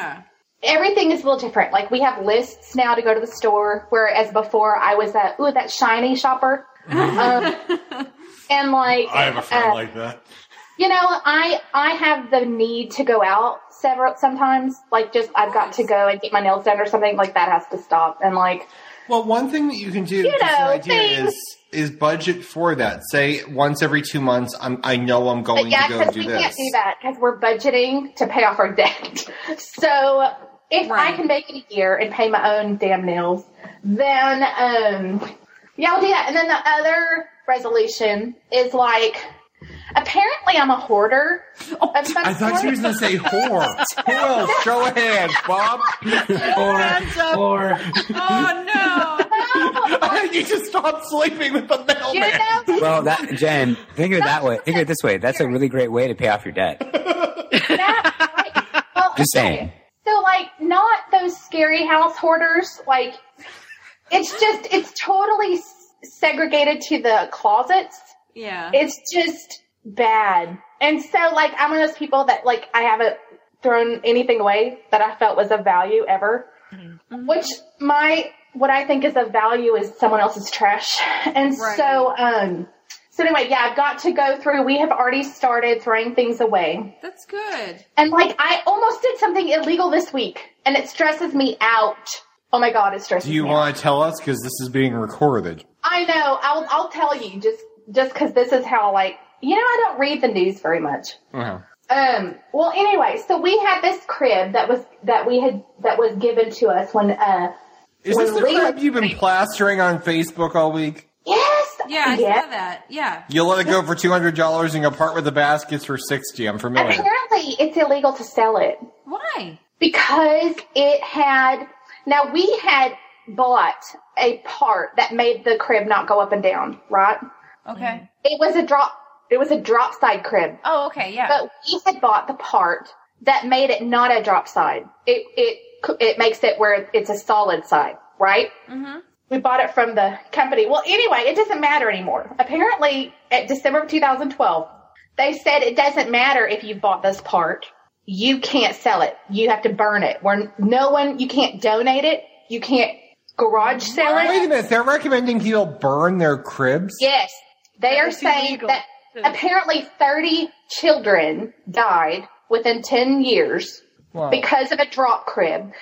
Speaker 6: everything is a little different. Like we have lists now to go to the store, whereas before I was that ooh that shiny shopper, um, and like
Speaker 9: I have a friend
Speaker 6: uh,
Speaker 9: like that.
Speaker 6: you know, I I have the need to go out several sometimes. Like just I've got to go and get my nails done or something like that has to stop. And like,
Speaker 1: well, one thing that you can do,
Speaker 6: you
Speaker 1: Just an
Speaker 6: know,
Speaker 1: idea
Speaker 6: things.
Speaker 1: is is budget for that. Say once every two months, I'm, I know I'm going
Speaker 6: But yeah,
Speaker 1: to go
Speaker 6: because
Speaker 1: do
Speaker 6: we
Speaker 1: this.
Speaker 6: can't do that because we're budgeting to pay off our debt. So if I can make it a year and pay my own damn nails, then um, yeah, I'll do that. And then the other resolution is like, apparently I'm a hoarder. I
Speaker 1: I thought she was going to say whore. Who else? Show of hands, Bob.
Speaker 6: up.
Speaker 1: Or,
Speaker 6: Oh no!
Speaker 1: you just stopped sleeping with the
Speaker 6: You know,
Speaker 2: Well, that Jen, think of it that way. Think of it this way. That's a really great way to pay off your debt.
Speaker 6: well,
Speaker 2: Just saying.
Speaker 6: So like not those scary house hoarders. Like it's just it's totally s- segregated to the closets.
Speaker 5: Yeah.
Speaker 6: It's just bad. And so like I'm one of those people that like I haven't thrown anything away that I felt was of value ever. Which my what I think is of value is someone else's trash. And
Speaker 11: Right.
Speaker 6: so um so anyway, yeah, I've got to go through. We have already started throwing things away.
Speaker 5: That's good.
Speaker 6: And like, I almost did something illegal this week, and it stresses me out. Oh my god, it stresses
Speaker 1: Do you
Speaker 6: me. out.
Speaker 1: want to tell us because this is being recorded?
Speaker 6: I know. I'll I'll tell you just just because this is how like you know I don't read the news very much.
Speaker 1: Uh-huh.
Speaker 6: Um. Well, anyway, so we had this crib that was that we had that was given to us when uh
Speaker 1: Is
Speaker 6: when
Speaker 1: this the
Speaker 6: Leah-
Speaker 1: crap you've been plastering on Facebook all week?
Speaker 6: Yes.
Speaker 5: Yeah, I
Speaker 6: yes.
Speaker 5: saw that. Yeah.
Speaker 1: You let it go for two hundred dollars and you part with the baskets for sixty. I'm familiar.
Speaker 6: Apparently, it's illegal to sell it.
Speaker 5: Why?
Speaker 6: Because it had. Now, we had bought a part that made the crib not go up and down, right?
Speaker 5: Okay.
Speaker 6: It was a drop. It was a drop side crib.
Speaker 5: Oh, okay. Yeah.
Speaker 6: But we had bought the part that made it not a drop side. It it it makes it where it's a solid side, right?
Speaker 5: mm-hmm.
Speaker 6: We bought it from the company. Well, anyway, it doesn't matter anymore. Apparently, at December of 2012, they said it doesn't matter if you bought this part. You can't sell it. You have to burn it. Where no one, you can't donate it. You can't garage sell it.
Speaker 1: Wait a minute, they're recommending people burn their cribs?
Speaker 6: Yes. They are saying that apparently 30 children died within 10 years
Speaker 1: Wow.
Speaker 6: because of a drop crib,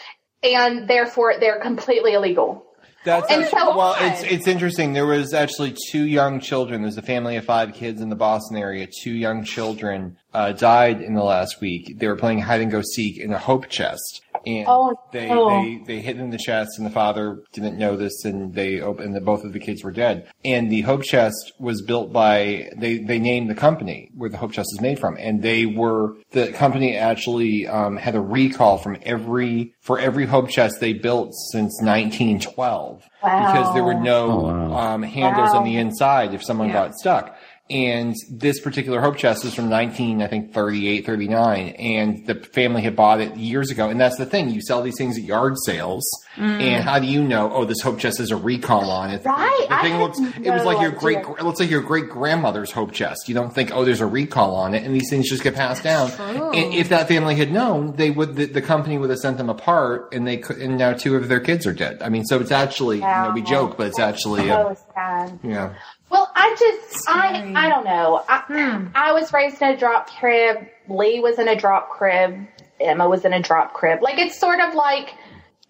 Speaker 6: and therefore they're completely illegal.
Speaker 1: That's
Speaker 6: And
Speaker 1: actually-
Speaker 6: so
Speaker 1: well,
Speaker 6: on.
Speaker 1: it's it's interesting. There was actually two young children. There's a family of five kids in the Boston area. Two young children uh, died in the last week. They were playing hide and go seek in a hope chest, and
Speaker 11: Oh,
Speaker 1: they,
Speaker 11: no.
Speaker 1: they they hit in the chest, and the father didn't know this, and they opened. And both of the kids were dead. And the hope chest was built by they they named the company where the hope chest is made from, and they were the company actually um, had a recall from every for every hope chest they built since 1912
Speaker 11: Wow.
Speaker 1: because there were no um, handles
Speaker 11: Wow.
Speaker 1: on the inside if someone
Speaker 11: Yeah.
Speaker 1: got stuck. And this particular hope chest is from 19, I think 38, 39, and the family had bought it years ago. And that's the thing. You sell these things at yard sales.
Speaker 11: Mm.
Speaker 1: And how do you know, oh, this hope chest has a recall on it?
Speaker 11: Right,
Speaker 1: The
Speaker 11: I
Speaker 1: thing
Speaker 11: had
Speaker 1: looks, it was
Speaker 11: no
Speaker 1: like your
Speaker 11: idea.
Speaker 1: great, it looks like your great grandmother's hope chest. You don't think, oh, there's a recall on it. And these things just get passed down.
Speaker 11: True.
Speaker 1: And if that family had known, they would, the, the company would have sent them apart and they could, and now two of their kids are dead. I mean, so it's actually, you know, we
Speaker 6: Wow.
Speaker 1: joke, but it's actually, uh,
Speaker 6: So sad.
Speaker 1: yeah.
Speaker 6: Well, I just, I, I don't know. I,
Speaker 5: Hmm.
Speaker 6: I was raised in a drop crib. Lee was in a drop crib. Emma was in a drop crib. Like, it's sort of like,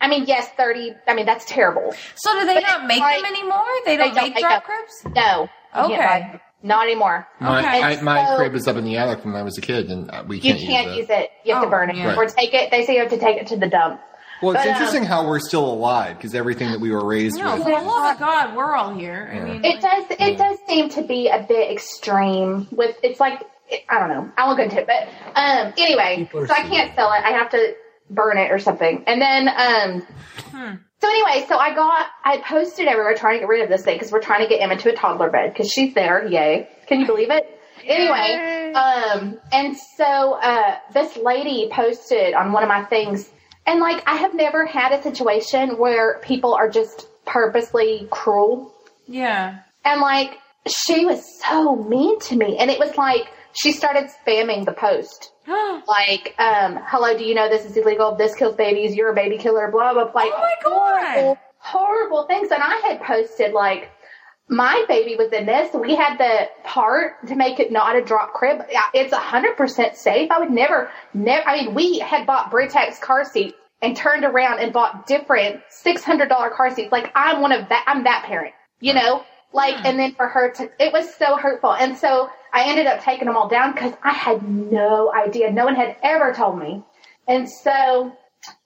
Speaker 6: I mean, yes, 30, I mean, that's terrible.
Speaker 5: So do they not make them anymore? They don't make drop
Speaker 6: cribs? No. You can't
Speaker 5: Okay.
Speaker 6: buy it. Not anymore.
Speaker 9: My
Speaker 6: Okay.
Speaker 9: I, my
Speaker 6: So-
Speaker 9: crib is up in the attic when I was a kid, and uh, we
Speaker 6: You
Speaker 9: can't,
Speaker 6: can't
Speaker 9: use
Speaker 6: use
Speaker 9: it.
Speaker 6: it. You have
Speaker 5: Oh,
Speaker 6: to burn it
Speaker 5: yeah.
Speaker 6: or take it. They say you have to take it to the dump.
Speaker 9: Well, it's
Speaker 6: But, um,
Speaker 9: interesting how we're still alive because everything that we were raised
Speaker 5: uh, No,
Speaker 9: with.
Speaker 5: for the love of God, we're all here. I mean,
Speaker 6: It does. It does seem to be a bit extreme. With it's like I don't know. I won't go into it, but um. Anyway,
Speaker 2: People
Speaker 6: so
Speaker 2: are
Speaker 6: I
Speaker 2: silly.
Speaker 6: can't sell it. I have to burn it or something. And then um. So anyway, so I got I posted everywhere trying to get rid of this thing because we're trying to get Emma to a toddler bed because she's there. Yay! Can you believe it? Anyway, um, and so uh, this lady posted on one of my things, and like I have never had a situation where people are just purposely cruel
Speaker 5: yeah.
Speaker 6: and like, she was so mean to me. And it was like, she started spamming the post.
Speaker 5: oh
Speaker 6: Like, um, hello, do you know this is illegal? This kills babies. You're a baby killer, blah, blah, blah. Like,
Speaker 5: Oh my God.
Speaker 6: horrible, horrible things. And I had posted, like, my baby was in this. We had the part to make it not a drop crib. Yeah, It's 100% safe. I would never, never, I mean, we had bought Britax car seats and turned around and bought different $600 car seats. Like, I'm one of that, I'm that parent, you know? Like, and then for her to, it was so hurtful. And so I ended up taking them all down because I had no idea. No one had ever told me. And so,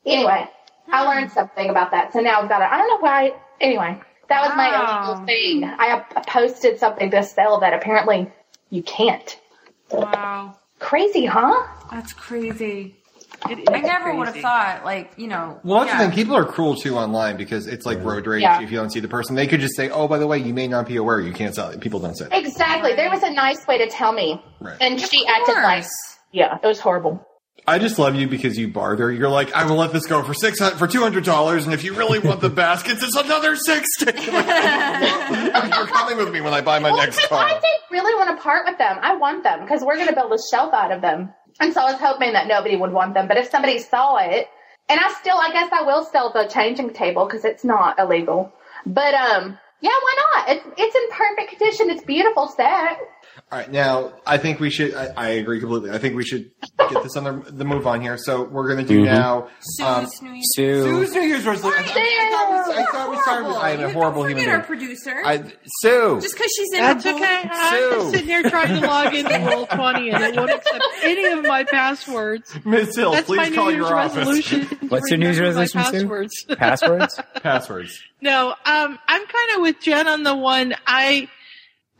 Speaker 6: anyway, I learned something about that. So now I've got it. I don't know why. Anyway, that was my
Speaker 5: Wow.
Speaker 6: illegal thing. I uh, posted something to sell that apparently you can't.
Speaker 5: wow,
Speaker 6: Crazy, huh?
Speaker 5: that's crazy.
Speaker 3: It is
Speaker 5: I never would have
Speaker 3: crazy.
Speaker 5: thought, like you know.
Speaker 9: Well, that's
Speaker 5: yeah.
Speaker 9: the thing. People are cruel too online because it's like road rage.
Speaker 6: Yeah.
Speaker 9: If you don't see the person, they could just say, "Oh, by the way, you may not be aware. You can't sell it." People don't say that.
Speaker 6: Exactly. There was a nice way to tell me.
Speaker 9: Right.
Speaker 6: And she
Speaker 5: Of
Speaker 6: acted like,
Speaker 5: course.
Speaker 6: yeah, it was horrible.
Speaker 9: I just love you because you barter. You're like, I will let this go for six hundred for two hundred dollars, and if you really want the baskets, it's another sixty. like, you're coming with me when I buy my
Speaker 6: Well,
Speaker 9: next
Speaker 6: because I
Speaker 9: car.
Speaker 6: didn't really want to part with them. I want them because we're going to build a shelf out of them. And so I was hoping that nobody would want them. But if somebody saw it, and I still, I guess I will sell the changing table because it's not illegal. But um, yeah, why not? It's it's in perfect condition. It's beautiful set.
Speaker 9: All right, now I think we should. I, I agree completely. I think we should get this on the, the move on here. So we're gonna do
Speaker 2: Mhm.
Speaker 9: now.
Speaker 5: Sue's
Speaker 9: um,
Speaker 5: new-
Speaker 2: Sue.
Speaker 9: Sue's New Year's resolution. I, I, thought we- I thought we started with I am a
Speaker 5: You
Speaker 9: horrible
Speaker 5: don't
Speaker 9: human
Speaker 5: forget our
Speaker 9: being.
Speaker 5: producer.
Speaker 9: I, Sue.
Speaker 5: just because she's in
Speaker 3: That's
Speaker 5: her
Speaker 3: okay.
Speaker 5: bowl-
Speaker 3: I'm
Speaker 9: Sue.
Speaker 3: just sitting here trying to log in to roll twenty, and it won't accept any of my passwords.
Speaker 9: Miss Hill,
Speaker 3: That's my
Speaker 9: please call
Speaker 3: New Year's
Speaker 9: your office.
Speaker 3: resolution. to
Speaker 2: What's your New Year's
Speaker 3: remember my
Speaker 2: resolution, Sue?
Speaker 3: Passwords.
Speaker 2: Passwords?
Speaker 9: Passwords.
Speaker 3: No, um, I'm kind of with Jen on the one. I,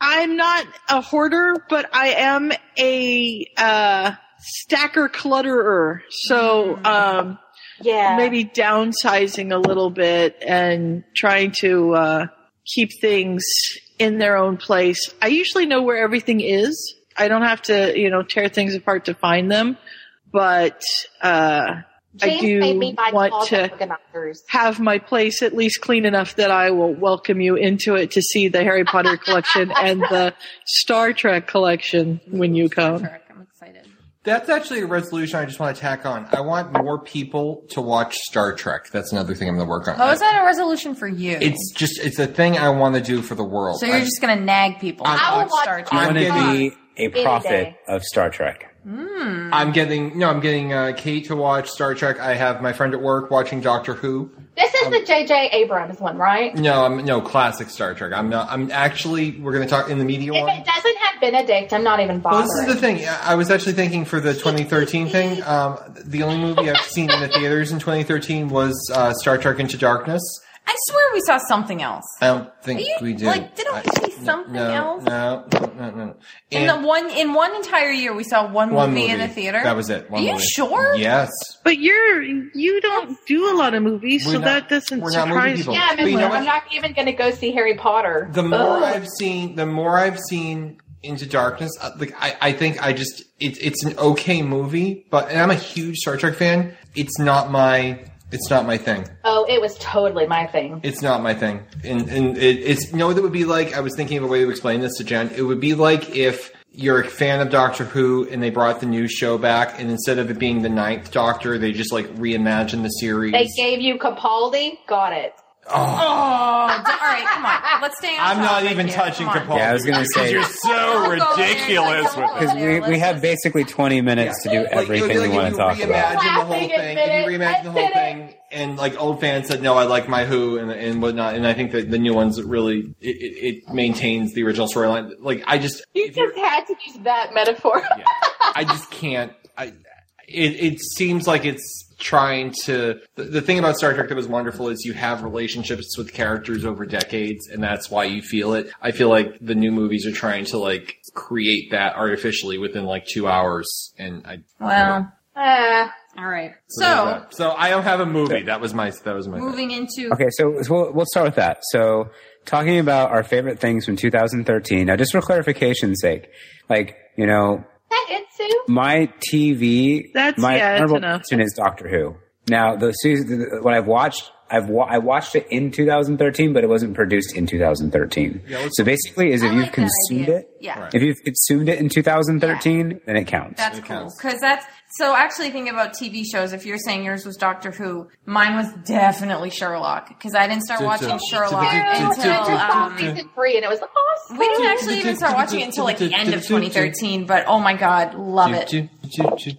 Speaker 3: I'm not a hoarder, but I am a uh, stacker clutterer. So um,
Speaker 6: Mm. Yeah,
Speaker 3: maybe downsizing a little bit and trying to uh, keep things in their own place. I usually know where everything is. I don't have to, you know, tear things apart to find them, but uh,
Speaker 6: James
Speaker 3: I do
Speaker 6: made me buy
Speaker 3: want
Speaker 6: closet
Speaker 3: to-
Speaker 6: organizers.
Speaker 3: have my place at least clean enough that I will welcome you into it to see the Harry Potter collection and the Star Trek collection when you come.
Speaker 5: I'm excited.
Speaker 9: That's actually a resolution I just want to tack on. I want more people to watch Star Trek. That's another thing I'm going to work on.
Speaker 5: Oh, is that a resolution for you?
Speaker 9: It's just it's a thing I want to do for the world.
Speaker 5: so you're
Speaker 9: I-
Speaker 5: just gonna nag people.
Speaker 9: I'm-
Speaker 5: about
Speaker 6: I will watch
Speaker 5: Star
Speaker 2: You
Speaker 5: Trek.
Speaker 9: I'm
Speaker 2: want to
Speaker 9: getting-
Speaker 2: be a
Speaker 6: day.
Speaker 2: prophet of Star Trek.
Speaker 9: I'm getting no, I'm getting uh, Kate to watch Star Trek. I have my friend at work watching Doctor Who.
Speaker 6: This
Speaker 9: um,
Speaker 6: is the J.J. Abrams one, right?
Speaker 9: No, I'm no classic Star Trek. I'm not. I'm actually we're going to talk in the media
Speaker 6: If
Speaker 9: one.
Speaker 6: it doesn't have Benedict, I'm not even
Speaker 9: Well,
Speaker 6: bothering.
Speaker 9: this is the thing. I I was actually thinking for the 2013 thing. Um, the only movie I've seen in the theaters in 2013 was uh, Star Trek Into Darkness.
Speaker 5: I swear we saw something else.
Speaker 9: I don't think
Speaker 5: Are you-
Speaker 9: we did.
Speaker 5: like, didn't we
Speaker 9: I-
Speaker 5: see something
Speaker 9: no,
Speaker 5: else?
Speaker 9: No, no, no, no.
Speaker 5: In
Speaker 9: And
Speaker 5: the one in one entire year, we saw one,
Speaker 9: one
Speaker 5: movie,
Speaker 9: movie
Speaker 5: in a theater.
Speaker 9: That was it. One
Speaker 5: Are you
Speaker 9: movie.
Speaker 5: sure?
Speaker 9: Yes.
Speaker 3: But you're you don't do a lot of movies,
Speaker 9: We're
Speaker 3: so
Speaker 9: not-
Speaker 3: that doesn't
Speaker 9: we're not
Speaker 3: surprise
Speaker 9: movie people.
Speaker 3: me.
Speaker 6: yeah, I
Speaker 9: But you know what?
Speaker 6: am not even going to go see Harry Potter.
Speaker 9: The more
Speaker 6: Ugh.
Speaker 9: I've seen, the more I've seen Into Darkness. uh, Like I, I think I just it, it's an okay movie, but and I'm a huge Star Trek fan. It's not my it's not my thing.
Speaker 6: Oh, it was totally my thing.
Speaker 9: It's not my thing. And and it, it's you know what it would be like. I was thinking of a way to explain this to Jen. It would be like if you're a fan of Doctor Who and they brought the new show back, and instead of it being the Ninth Doctor, they just like reimagined the series.
Speaker 6: They gave you Capaldi. Got it.
Speaker 5: Oh, d- all right, come on. Let's stay on
Speaker 1: I'm not
Speaker 5: topic
Speaker 1: even
Speaker 5: here.
Speaker 1: touching
Speaker 5: Come on.
Speaker 1: Capaldi.
Speaker 2: Yeah, I was gonna
Speaker 1: because
Speaker 2: say-
Speaker 1: you're
Speaker 5: Don't
Speaker 1: so
Speaker 5: go there, it's
Speaker 9: ridiculous
Speaker 5: like,
Speaker 9: with
Speaker 5: don't
Speaker 2: Because
Speaker 5: go
Speaker 2: we,
Speaker 5: there.
Speaker 2: we have basically 20 minutes to do everything
Speaker 1: like
Speaker 2: we want
Speaker 1: if
Speaker 2: to talk
Speaker 1: you
Speaker 2: about.
Speaker 1: reimagine the whole
Speaker 6: Laughing
Speaker 1: thing, if
Speaker 6: at it,
Speaker 1: you reimagine the whole
Speaker 6: at it.
Speaker 1: thing, and like old fans said, no, I like my Who and, and whatnot, and I think that the new ones really it, it, it maintains the original storyline. Like I just,
Speaker 6: You
Speaker 1: if you're-
Speaker 6: just had to use that metaphor.
Speaker 1: yeah, I just can't. I it, it seems like it's trying to. The, the thing about Star Trek that was wonderful is you have relationships with characters over decades, and that's why you feel it. I feel like the new movies are trying to like create that artificially within like two hours, and I
Speaker 5: Well,
Speaker 6: Uh,
Speaker 5: all right.
Speaker 1: so,
Speaker 5: So,
Speaker 1: so I don't have a movie. That was my that was my
Speaker 5: moving into
Speaker 2: Okay, so, so we'll, we'll start with that. So, talking about our favorite things from 2013. Now, just for clarification's sake, like, you know,
Speaker 6: that it, Sue?
Speaker 2: my TV,
Speaker 3: That's-
Speaker 2: my
Speaker 3: yeah, that's
Speaker 2: honorable
Speaker 3: enough.
Speaker 2: mention is Doctor Who. Now, the season, what I've watched, I've wa- I watched it in 2013, but it wasn't produced in 2013. so basically, is if
Speaker 5: I
Speaker 2: you've
Speaker 5: like that
Speaker 2: consumed
Speaker 5: idea.
Speaker 2: it,
Speaker 5: Yeah.
Speaker 2: if you've consumed it in 2013, then it counts.
Speaker 5: That's
Speaker 1: It
Speaker 5: cool.
Speaker 1: counts.
Speaker 5: Because that's so. Actually, thinking about TV shows, if you're saying yours was Doctor Who, mine was definitely Sherlock. Because I didn't start
Speaker 1: Dun, dun,
Speaker 5: watching
Speaker 1: dun,
Speaker 5: Sherlock
Speaker 1: dun, dun,
Speaker 5: until
Speaker 1: dun, dun,
Speaker 5: um,
Speaker 1: dun.
Speaker 6: season three, and it was awesome.
Speaker 5: we didn't actually even start watching it until like the end of 2013. But oh my god, love it.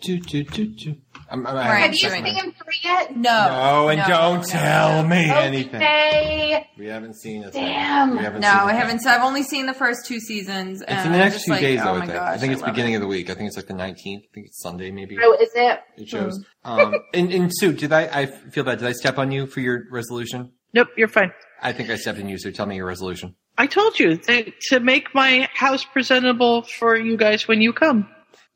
Speaker 1: I'm, I'm,
Speaker 5: Right.
Speaker 6: Have you seen him three yet?
Speaker 5: Oh, No,
Speaker 1: No, and don't tell me anything.
Speaker 6: Okay.
Speaker 1: We haven't seen it.
Speaker 6: Damn.
Speaker 1: We haven't
Speaker 5: No,
Speaker 1: seen it.
Speaker 5: I haven't. So I've only seen the first two seasons.
Speaker 1: It's
Speaker 5: and
Speaker 1: in the
Speaker 5: I'm
Speaker 1: next
Speaker 5: just
Speaker 1: few
Speaker 5: like,
Speaker 1: days,
Speaker 5: oh
Speaker 1: though. I
Speaker 5: my
Speaker 1: think.
Speaker 5: gosh,
Speaker 1: I think it's
Speaker 5: love
Speaker 1: beginning of the week. I think it's like the 19th. I think it's Sunday, maybe.
Speaker 6: Oh, is it?
Speaker 1: It shows. Um, and, and Sue, did I? I feel bad. Did I step on you for your resolution?
Speaker 3: Nope, you're fine.
Speaker 1: I think I stepped on you. So tell me your resolution.
Speaker 3: I told you that to make my house presentable for you guys when you come.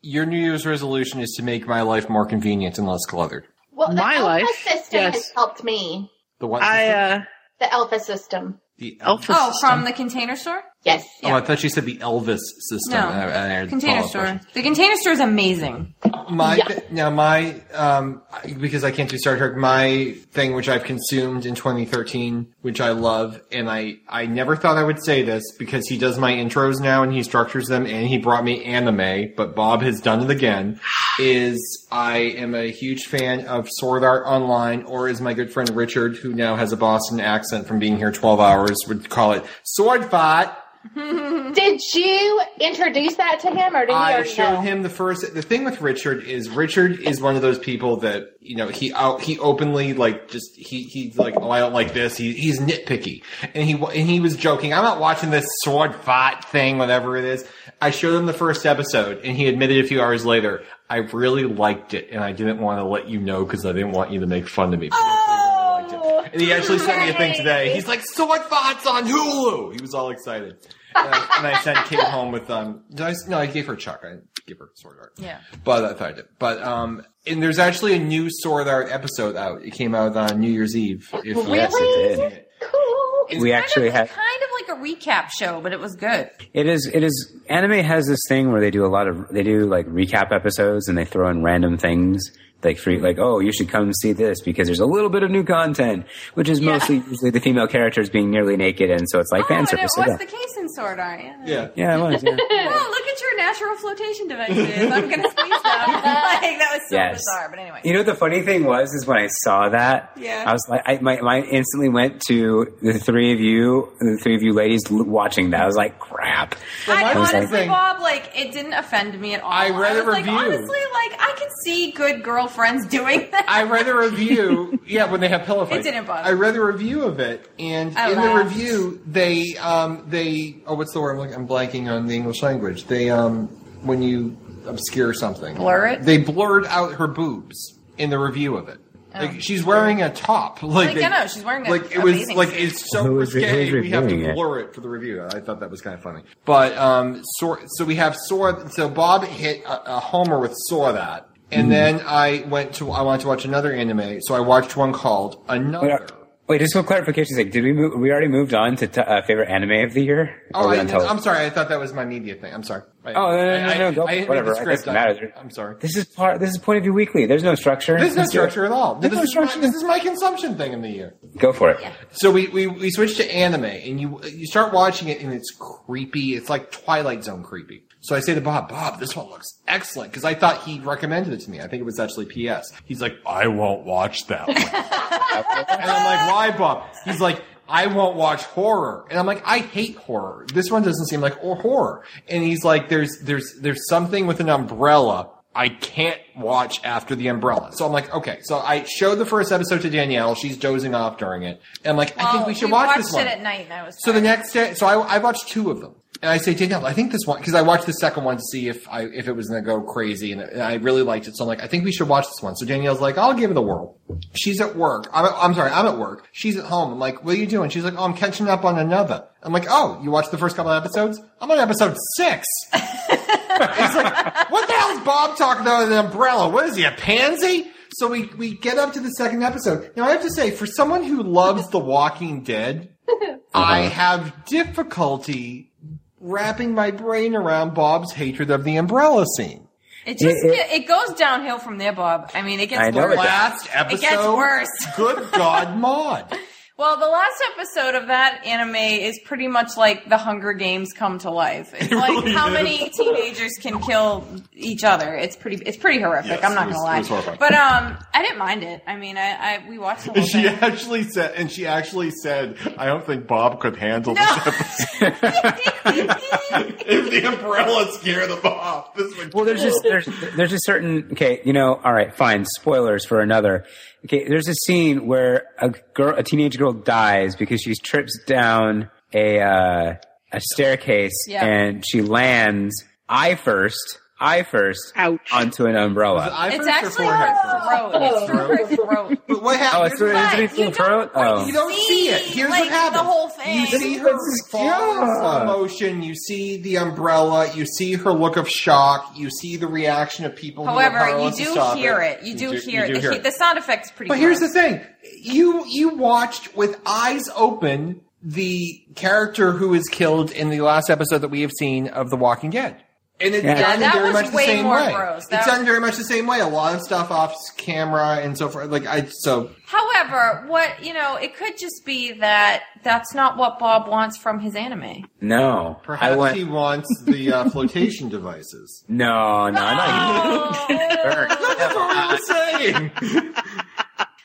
Speaker 1: Your New Year's resolution is to make my life more convenient and less cluttered.
Speaker 6: Well, the
Speaker 3: My
Speaker 6: Alpha
Speaker 3: life,
Speaker 6: system has
Speaker 3: yes.
Speaker 6: helped me.
Speaker 1: The one.
Speaker 3: I uh
Speaker 6: The Alpha system.
Speaker 1: the
Speaker 3: Alpha
Speaker 5: Oh,
Speaker 3: system.
Speaker 5: from the container store?
Speaker 6: Yes.
Speaker 1: Oh, I thought you said the Elvis system.
Speaker 5: No.
Speaker 1: I- I had a
Speaker 5: Container
Speaker 1: follow-up
Speaker 5: store.
Speaker 1: question.
Speaker 5: The container store is amazing.
Speaker 1: My now my um I- because I can't do Star Trek. My thing, which I've consumed in 2013, which I love, and I I never thought I would say this because he does my intros now and he structures them, and he brought me anime, but Bob has done it again. Is I am a huge fan of Sword Art Online, or is my good friend Richard, who now has a Boston accent from being here 12 hours, would call it Sword Fight.
Speaker 6: Did you introduce that to him, or did
Speaker 1: Mm-hmm.
Speaker 6: he
Speaker 1: I
Speaker 6: already
Speaker 1: showed
Speaker 6: know?
Speaker 1: him the first. The thing with Richard is Richard is one of those people that you know he out he openly like just he he's like oh I don't like this. He he's nitpicky and he wa- and he was joking. I'm not watching this sword fight thing, whatever it is. I showed him the first episode and he admitted a few hours later I really liked it and I didn't want to let you know because I didn't want you to make fun of me. But I really liked it. And he actually sent me a thing today. He's like, Sword Fight's on Hulu! He was all excited. And I, and I sent Kate home with, um, did I, s- no, I gave her Chuck. I didn't give her Sword Art.
Speaker 5: Yeah.
Speaker 1: But I thought I did. But, um, and there's actually a new Sword Art episode out. It came out on New Year's Eve. If you guys
Speaker 6: Really?
Speaker 1: haven't seen it.
Speaker 6: Cool.
Speaker 5: It's
Speaker 2: We
Speaker 5: kind
Speaker 2: actually
Speaker 5: of,
Speaker 2: had-
Speaker 5: kind of like a recap show, but it was good.
Speaker 2: It is. It is. Anime has this thing where they do a lot of. They do like recap episodes and they throw in random things like free. Like, oh, you should come see this because there's a little bit of new content, which is mostly usually the female characters being nearly naked, and so it's like
Speaker 5: oh,
Speaker 2: fan
Speaker 5: and it
Speaker 2: service.
Speaker 5: was
Speaker 2: so yeah.
Speaker 5: the case in Sword Art. Yeah.
Speaker 1: Yeah.
Speaker 2: yeah, it was. Yeah.
Speaker 5: Oh, look at your natural flotation devices. I'm gonna squeeze them. like that was so
Speaker 2: Yes.
Speaker 5: bizarre. But anyway,
Speaker 2: You know what the funny thing was is when I saw that,
Speaker 5: Yeah.
Speaker 2: I was like, I my, my instantly went to the three of you, the three of you ladies l- watching that. I was like, crap.
Speaker 1: my
Speaker 5: I honestly,
Speaker 1: thing-
Speaker 5: Bob, like it didn't offend me at all.
Speaker 1: I read a
Speaker 5: was
Speaker 1: review.
Speaker 5: Like, honestly, like I can see good girlfriends doing that.
Speaker 1: I read a review. Yeah, when they have pillow fights.
Speaker 5: didn't bother
Speaker 1: I read a review of it, and
Speaker 5: I
Speaker 1: in
Speaker 5: laughed.
Speaker 1: the review, they um they oh what's the word I'm looking, I'm blanking on the English language. They um when you obscure something,
Speaker 5: Blur it?
Speaker 1: They blurred out her boobs in the review of it. Like she's wearing a top. Like,
Speaker 5: Like,
Speaker 1: they-
Speaker 5: I know, she's wearing a-
Speaker 1: like it
Speaker 5: a
Speaker 1: was
Speaker 5: bathing
Speaker 1: like
Speaker 5: suit.
Speaker 1: it's so
Speaker 2: Who is it-
Speaker 1: risque.
Speaker 2: who's
Speaker 1: we have to
Speaker 2: reviewing it?
Speaker 1: blur it for the review. I thought that was kind of funny. But um, so, so we have saw. So Bob hit a, a homer with saw that,
Speaker 2: Hmm.
Speaker 1: and then I went to I wanted to watch another anime, so I watched one called
Speaker 2: Wait,
Speaker 1: Another.
Speaker 2: uh, wait, just for clarification's sake, did we move? We already moved on to t- uh, favorite anime of the year.
Speaker 1: Oh,
Speaker 2: Or we
Speaker 1: I,
Speaker 2: on tele-
Speaker 1: I'm sorry. I thought that was my media thing. I'm sorry. I,
Speaker 2: Oh, no, no,
Speaker 1: I-
Speaker 2: no, no,
Speaker 1: I-
Speaker 2: go-
Speaker 1: I didn't read the
Speaker 2: whatever. It
Speaker 1: script.
Speaker 2: doesn't matter.
Speaker 1: I, am sorry.
Speaker 2: This is part. This is point of view weekly. There's no structure.
Speaker 1: There's no
Speaker 2: Let's do it.
Speaker 1: structure at all. This,
Speaker 2: There's no
Speaker 1: is, my,
Speaker 2: structure.
Speaker 1: this is my consumption thing in the year.
Speaker 2: Go for it.
Speaker 1: So we, we, we switch to anime, and you you start watching it, and it's creepy. It's like Twilight Zone creepy. So I say to Bob, Bob, this one looks excellent because I thought he recommended it to me. I think it was actually PS. He's like, I won't watch that one. and I'm like, why, Bob? He's like, I won't watch horror. And I'm like, I hate horror. This one doesn't seem like or horror. And he's like, there's there's there's something with an umbrella I can't watch after the umbrella. So I'm like, okay. So I showed the first episode to Danielle. She's dozing off during it. And I'm like, I think
Speaker 5: Oh,
Speaker 1: we should
Speaker 5: we
Speaker 1: watch
Speaker 5: watched
Speaker 1: this one.
Speaker 5: it at night, and I was
Speaker 1: So the next day, so I, I watched two of them, and I say Danielle, I think this one because I watched the second one to see if I if it was going to go crazy, and, and I really liked it. So I'm like, I think we should watch this one. So Danielle's like, I'll give it a whirl. She's at work. I'm, I'm sorry, I'm at work. She's at home. I'm like, what are you doing? She's like, oh, I'm catching up on another. I'm like, oh, you watched the first couple of episodes? I'm on episode six. what the hell's Bob talking about an umbrella? What is he, a pansy? So we, we get up to the second episode. Now I have to say, for someone who loves The Walking Dead, I
Speaker 2: Uh-huh.
Speaker 1: have difficulty wrapping my brain around Bob's hatred of the umbrella scene.
Speaker 5: It just
Speaker 1: It-
Speaker 5: it, it goes downhill from there, Bob. I mean, it gets
Speaker 1: I know
Speaker 5: worse.
Speaker 1: it does. Last
Speaker 5: It gets
Speaker 1: episode.
Speaker 5: worse.
Speaker 1: Good God, Maud.
Speaker 5: Well, the last episode of that anime is pretty much like the Hunger Games come to life. It's like
Speaker 11: really
Speaker 5: how
Speaker 11: is.
Speaker 5: many teenagers can kill each other. It's pretty. It's pretty horrific.
Speaker 1: Yes,
Speaker 5: I'm not
Speaker 1: it was-
Speaker 5: gonna
Speaker 1: it was
Speaker 5: lie.
Speaker 1: horrifying.
Speaker 5: But um, I didn't mind it. I mean, I, I we watched the whole
Speaker 1: And she
Speaker 5: thing.
Speaker 1: actually said, and she actually said, I don't think Bob could handle this episode. if the umbrella scared him off, this would
Speaker 2: Well, there's just there's there's just certain okay, you know, all right, fine. Spoilers for another. Okay, there's a scene where a girl, a teenage girl, dies because she trips down a uh, a staircase
Speaker 11: Yeah.
Speaker 2: and she lands eye first, eye first, onto an umbrella.
Speaker 5: It's actually her throat. It's through her throat.
Speaker 1: But what
Speaker 2: Oh, it's through, it's through the throat. Oh.
Speaker 1: You don't see it. Here's
Speaker 5: like,
Speaker 1: what happens.
Speaker 5: The whole thing.
Speaker 1: You see her fall in slow
Speaker 2: Yeah.
Speaker 1: motion. You see the umbrella. You see her look of shock. You see the reaction of people. who are
Speaker 5: However, you
Speaker 1: powerless to
Speaker 5: do
Speaker 1: stop
Speaker 5: hear it. You do hear
Speaker 1: you
Speaker 5: it. The- The sound effect's pretty.
Speaker 1: But
Speaker 5: gross.
Speaker 1: here's the thing: you you watched with eyes open the character who is killed in the last episode that we have seen of The Walking Dead. And it's
Speaker 2: Yeah.
Speaker 1: done
Speaker 2: Yeah, that
Speaker 1: very
Speaker 2: was
Speaker 1: much the
Speaker 2: way
Speaker 1: same
Speaker 2: more
Speaker 1: way.
Speaker 2: gross.
Speaker 5: That
Speaker 1: it's
Speaker 5: was-
Speaker 1: done very much the same way. A lot of stuff off camera and so forth. Like I so
Speaker 5: However, what you know, it could just be that that's not what Bob wants from his anime.
Speaker 2: No,
Speaker 1: perhaps
Speaker 2: I want-
Speaker 1: he wants the uh, flotation devices.
Speaker 2: No, no, no.
Speaker 5: Oh.
Speaker 1: That's what I'm saying.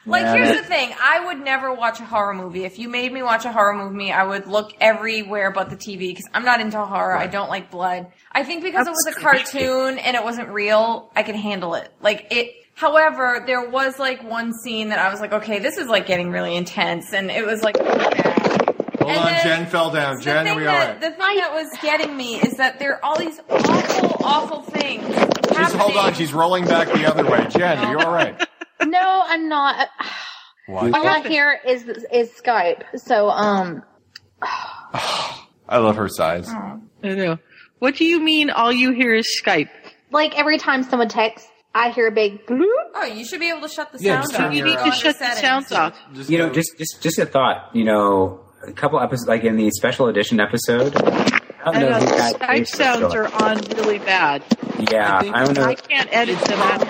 Speaker 5: Like,
Speaker 2: Yeah,
Speaker 5: here's
Speaker 2: that-
Speaker 5: the thing: I would never watch a horror movie. If you made me watch a horror movie, I would look everywhere but the TV because I'm not into horror. I don't like blood. I think because it was a
Speaker 11: That's creepy.
Speaker 5: cartoon and it wasn't real, I could handle it. Like it. However, there was like one scene that I was like, okay, this is like getting really intense, and it was like.
Speaker 1: Hold
Speaker 5: And
Speaker 1: on,
Speaker 5: then-
Speaker 1: Jen fell down. Jen, are we all right?
Speaker 5: that- the thing that was getting me is that there are all these awful, awful things.
Speaker 1: Just hold on. She's rolling back the other way. Jen, are you all right?
Speaker 13: No, I'm not.
Speaker 1: What?
Speaker 13: All I hear is is Skype. So um,
Speaker 1: I love her size.
Speaker 3: I know. What do you mean all you hear is Skype?
Speaker 13: like every time someone texts, I hear a big bloop.
Speaker 5: Oh, you should be able to shut the
Speaker 2: Yeah,
Speaker 5: sound
Speaker 2: just turn
Speaker 5: off.
Speaker 2: You your- need to
Speaker 5: Go on
Speaker 3: shut the
Speaker 5: settings.
Speaker 3: sounds off.
Speaker 2: you know, just just just a thought. You know, a couple episodes, like in the special edition episode. I
Speaker 3: I
Speaker 2: don't know.
Speaker 3: know
Speaker 2: who
Speaker 3: the
Speaker 2: got
Speaker 3: Uh, Skype
Speaker 2: Ace for
Speaker 3: sounds
Speaker 2: sure.
Speaker 3: are on really bad.
Speaker 2: Yeah, I, don't know.
Speaker 3: I can't edit them out.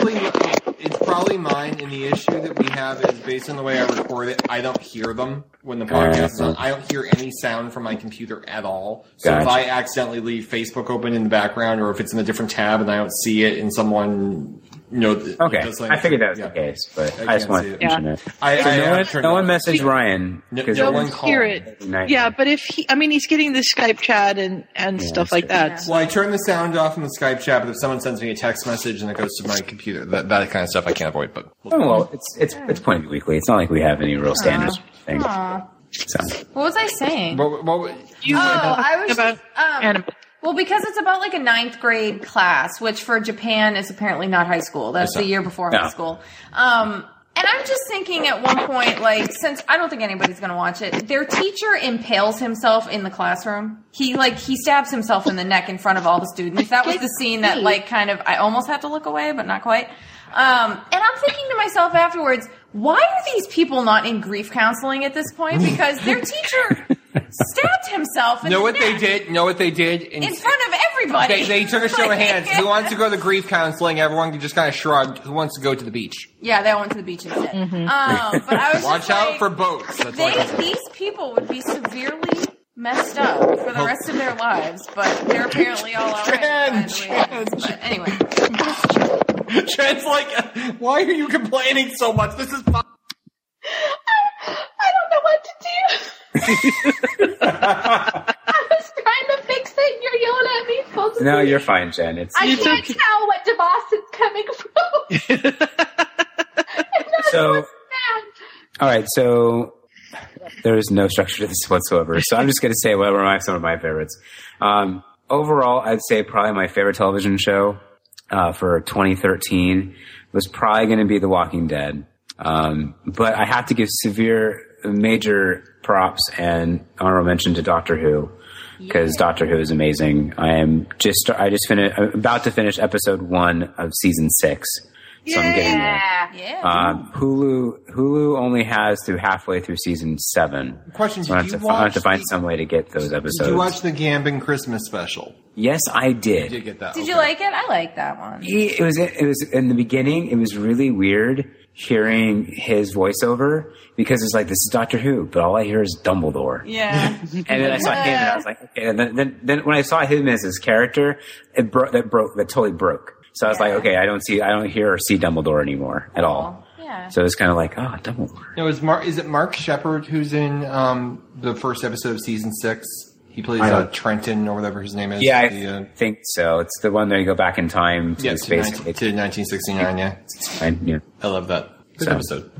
Speaker 1: It's probably mine, and the issue that we have is based on the way I record it, I don't hear them when the podcast is on. I don't hear any sound from my computer at all. So if
Speaker 2: Gotcha.
Speaker 1: I accidentally leave Facebook open in the background, or if it's in a different tab and I don't see it, and someone, you know, th-
Speaker 2: Uh, Okay,
Speaker 1: does something-
Speaker 2: I figured that was
Speaker 1: yeah.
Speaker 2: the case, but
Speaker 1: I
Speaker 2: I, just
Speaker 1: can't
Speaker 2: wanted
Speaker 1: see
Speaker 2: to
Speaker 1: it.
Speaker 2: mention
Speaker 1: Yeah.
Speaker 2: it.
Speaker 1: I-
Speaker 2: So
Speaker 1: I-
Speaker 2: no,
Speaker 1: I
Speaker 2: one,
Speaker 1: turned
Speaker 2: no
Speaker 1: it
Speaker 2: one
Speaker 1: off.
Speaker 2: messaged Ryan because
Speaker 1: no
Speaker 2: it
Speaker 1: one
Speaker 2: was
Speaker 1: called.
Speaker 3: Hear it.
Speaker 2: Nice.
Speaker 3: Yeah, but if he, I mean, he's getting the Skype chat and, and stuff like that.
Speaker 1: Well, I turn the sound off in the Skype chat, but if someone sends me a text message and it goes to my computer, that, that kind of stuff I can't avoid. But
Speaker 2: Oh, well, it's it's it's Point Weekly. It's not like we have any real standards. or anything.
Speaker 5: Aw.
Speaker 2: So.
Speaker 5: What was I saying?
Speaker 1: What, what,
Speaker 5: You oh, I was
Speaker 3: about
Speaker 5: um, well because it's about like a ninth grade class, which for Japan is apparently not high school. That's
Speaker 11: It's
Speaker 5: the
Speaker 11: not.
Speaker 5: year before
Speaker 11: No.
Speaker 5: high school. Um, and I'm just thinking at one point, like since I don't think anybody's going to watch it, their teacher impales himself in the classroom. He like he stabs himself in the neck in front of all the students. That was the scene that like kind of I almost had to look away, but not quite. Um, and I'm thinking to myself afterwards, why are these people not in grief counseling at this point? Because their teacher stabbed himself in
Speaker 1: know
Speaker 5: the
Speaker 1: what they
Speaker 5: neck
Speaker 1: did? Know what they did? In-
Speaker 5: in front of everybody.
Speaker 1: They, they took a show of hands. Who wants to go to grief counseling? Everyone just kind of shrugged. Who wants to go to the beach?
Speaker 5: Yeah, they went to the beach instead. Um, but I was
Speaker 1: Watch
Speaker 5: just
Speaker 1: out
Speaker 5: like,
Speaker 1: for boats. That's all I
Speaker 5: they,
Speaker 1: can say.
Speaker 5: these people would be severely messed up
Speaker 1: Oh.
Speaker 5: for the rest of their lives, but they're apparently all alright. by the way it is. But anyway,
Speaker 1: Trent's like, why are you complaining so much? This is fine.
Speaker 6: I don't know what to do. I was trying to fix it. and You're yelling at me, folks.
Speaker 2: No, you're fine, Jen. It's
Speaker 6: I can't tell what DeVos is coming from.
Speaker 2: so. All right, so there is no structure to this whatsoever. So I'm just going to say what were my, some of my favorites. Um, overall, I'd say probably my favorite television show uh, for 2013 was probably going to be The Walking Dead. Um, but I have to give severe, major props and honorable mention to Doctor Who because Doctor Who is amazing. I am just I just finished I'm about to finish episode one of season six, so I'm getting there.
Speaker 1: Uh,
Speaker 5: yeah.
Speaker 2: Um, Hulu Hulu only has through halfway through season seven.
Speaker 1: Question,
Speaker 2: So I have
Speaker 1: did
Speaker 2: to,
Speaker 1: you
Speaker 2: I have to
Speaker 1: watch
Speaker 2: find some way to get those episodes.
Speaker 1: Did you watch the Gambin Christmas special?
Speaker 2: yes, I
Speaker 1: You
Speaker 2: did.
Speaker 1: did get that.
Speaker 5: Did you like it? I like that one.
Speaker 2: He- It was it was in the beginning. It was really weird hearing his voiceover because it's like this is Doctor Who, but all I hear is Dumbledore.
Speaker 5: Yeah.
Speaker 2: And then I saw him, and I was like, okay. And then, then, then when I saw him as his character, it broke. That broke. That totally broke. So I was like, okay, I don't see, I don't hear or see Dumbledore anymore at
Speaker 1: Oh.
Speaker 2: all.
Speaker 5: Yeah.
Speaker 2: So it's kind of like, oh, Dumbledore.
Speaker 1: No, is Mark? Is it Mark Shepard who's in um, the first episode of season six? He plays
Speaker 2: I
Speaker 1: uh,
Speaker 2: don't-
Speaker 1: Trenton or whatever his name is.
Speaker 2: Yeah, I
Speaker 1: The, uh,
Speaker 2: think so. It's the one that you go back in time to
Speaker 1: yeah,
Speaker 2: the
Speaker 1: to, 19-
Speaker 2: space.
Speaker 1: 1969. Yeah,
Speaker 2: and, yeah.
Speaker 1: I love that. Good
Speaker 2: So-
Speaker 1: episode.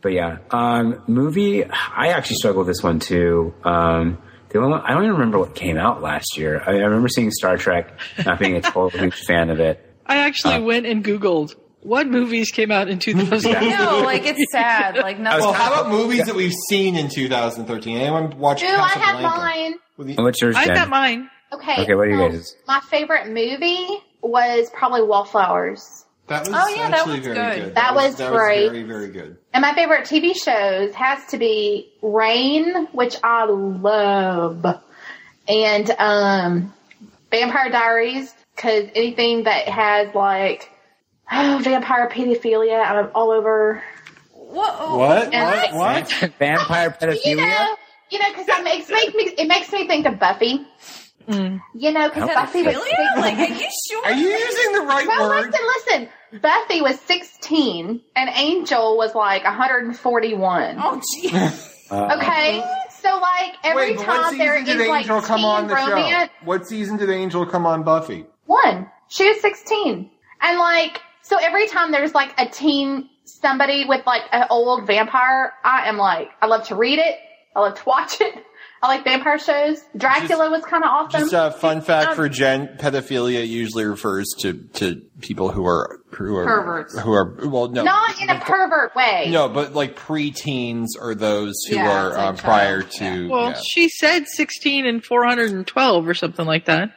Speaker 2: But yeah, um, movie. I actually struggled with this one too. Um, the only one, I don't even remember what came out last year. I, I remember seeing Star Trek, not being a total huge fan of it.
Speaker 3: I
Speaker 2: Uh.
Speaker 3: actually went and Googled what movies came out in 2000.
Speaker 5: No, like it's sad. Like nothing.
Speaker 1: Well, how about movies that we've seen in 2013? Anyone watch
Speaker 6: Ooh, I have
Speaker 1: Casablanca?
Speaker 6: mine.
Speaker 1: With the-
Speaker 2: What's yours,
Speaker 3: I
Speaker 2: Jen?
Speaker 3: got mine.
Speaker 6: Okay.
Speaker 2: Okay, what do you
Speaker 6: so
Speaker 2: guys-
Speaker 6: My favorite movie was probably Wallflowers.
Speaker 1: That was
Speaker 5: Oh, yeah, that
Speaker 1: actually
Speaker 5: one's
Speaker 1: very
Speaker 5: good.
Speaker 1: good.
Speaker 6: That was great.
Speaker 1: very, very good.
Speaker 6: And my favorite TV shows has to be Rain, which I love, and um, Vampire Diaries, because anything that has like oh, vampire pedophilia I'm all over.
Speaker 5: Whoa.
Speaker 1: What?
Speaker 6: What?
Speaker 1: What? What?
Speaker 2: Vampire pedophilia.
Speaker 6: You know, you know, because it makes, makes me it makes me think of Buffy. You know, because Buffy was
Speaker 5: Pedophilia? Like, are you sure?
Speaker 1: Are you using the right
Speaker 6: Well,
Speaker 1: word?
Speaker 6: listen, listen. Buffy was 16 and Angel was like 141.
Speaker 5: Oh, jeez.
Speaker 2: Uh,
Speaker 6: Okay? So, like, every
Speaker 1: Mm-hmm. Wait, but what
Speaker 6: time there
Speaker 1: season
Speaker 6: is
Speaker 1: did
Speaker 6: like
Speaker 1: Angel
Speaker 6: teen
Speaker 1: come on the
Speaker 6: romance,
Speaker 1: show? What season did Angel come on Buffy?
Speaker 6: one. She was 16. And, like, so every time there's like a teen, somebody with like an old vampire, I am like, I love to read it. I love to watch it. I like vampire shows. Dracula was kind of awesome.
Speaker 1: Just a Uh, fun fact for Jen: pedophilia usually refers to to people who are who are
Speaker 5: Perverts.
Speaker 1: Who are well, no,
Speaker 6: Not in a pervert way.
Speaker 1: no, but like preteens are those who
Speaker 5: Yeah,
Speaker 1: are
Speaker 5: it's
Speaker 1: uh,
Speaker 5: like
Speaker 1: prior
Speaker 5: child,
Speaker 1: to.
Speaker 3: Well,
Speaker 1: yeah.
Speaker 3: she said 16 and 412 or something like that.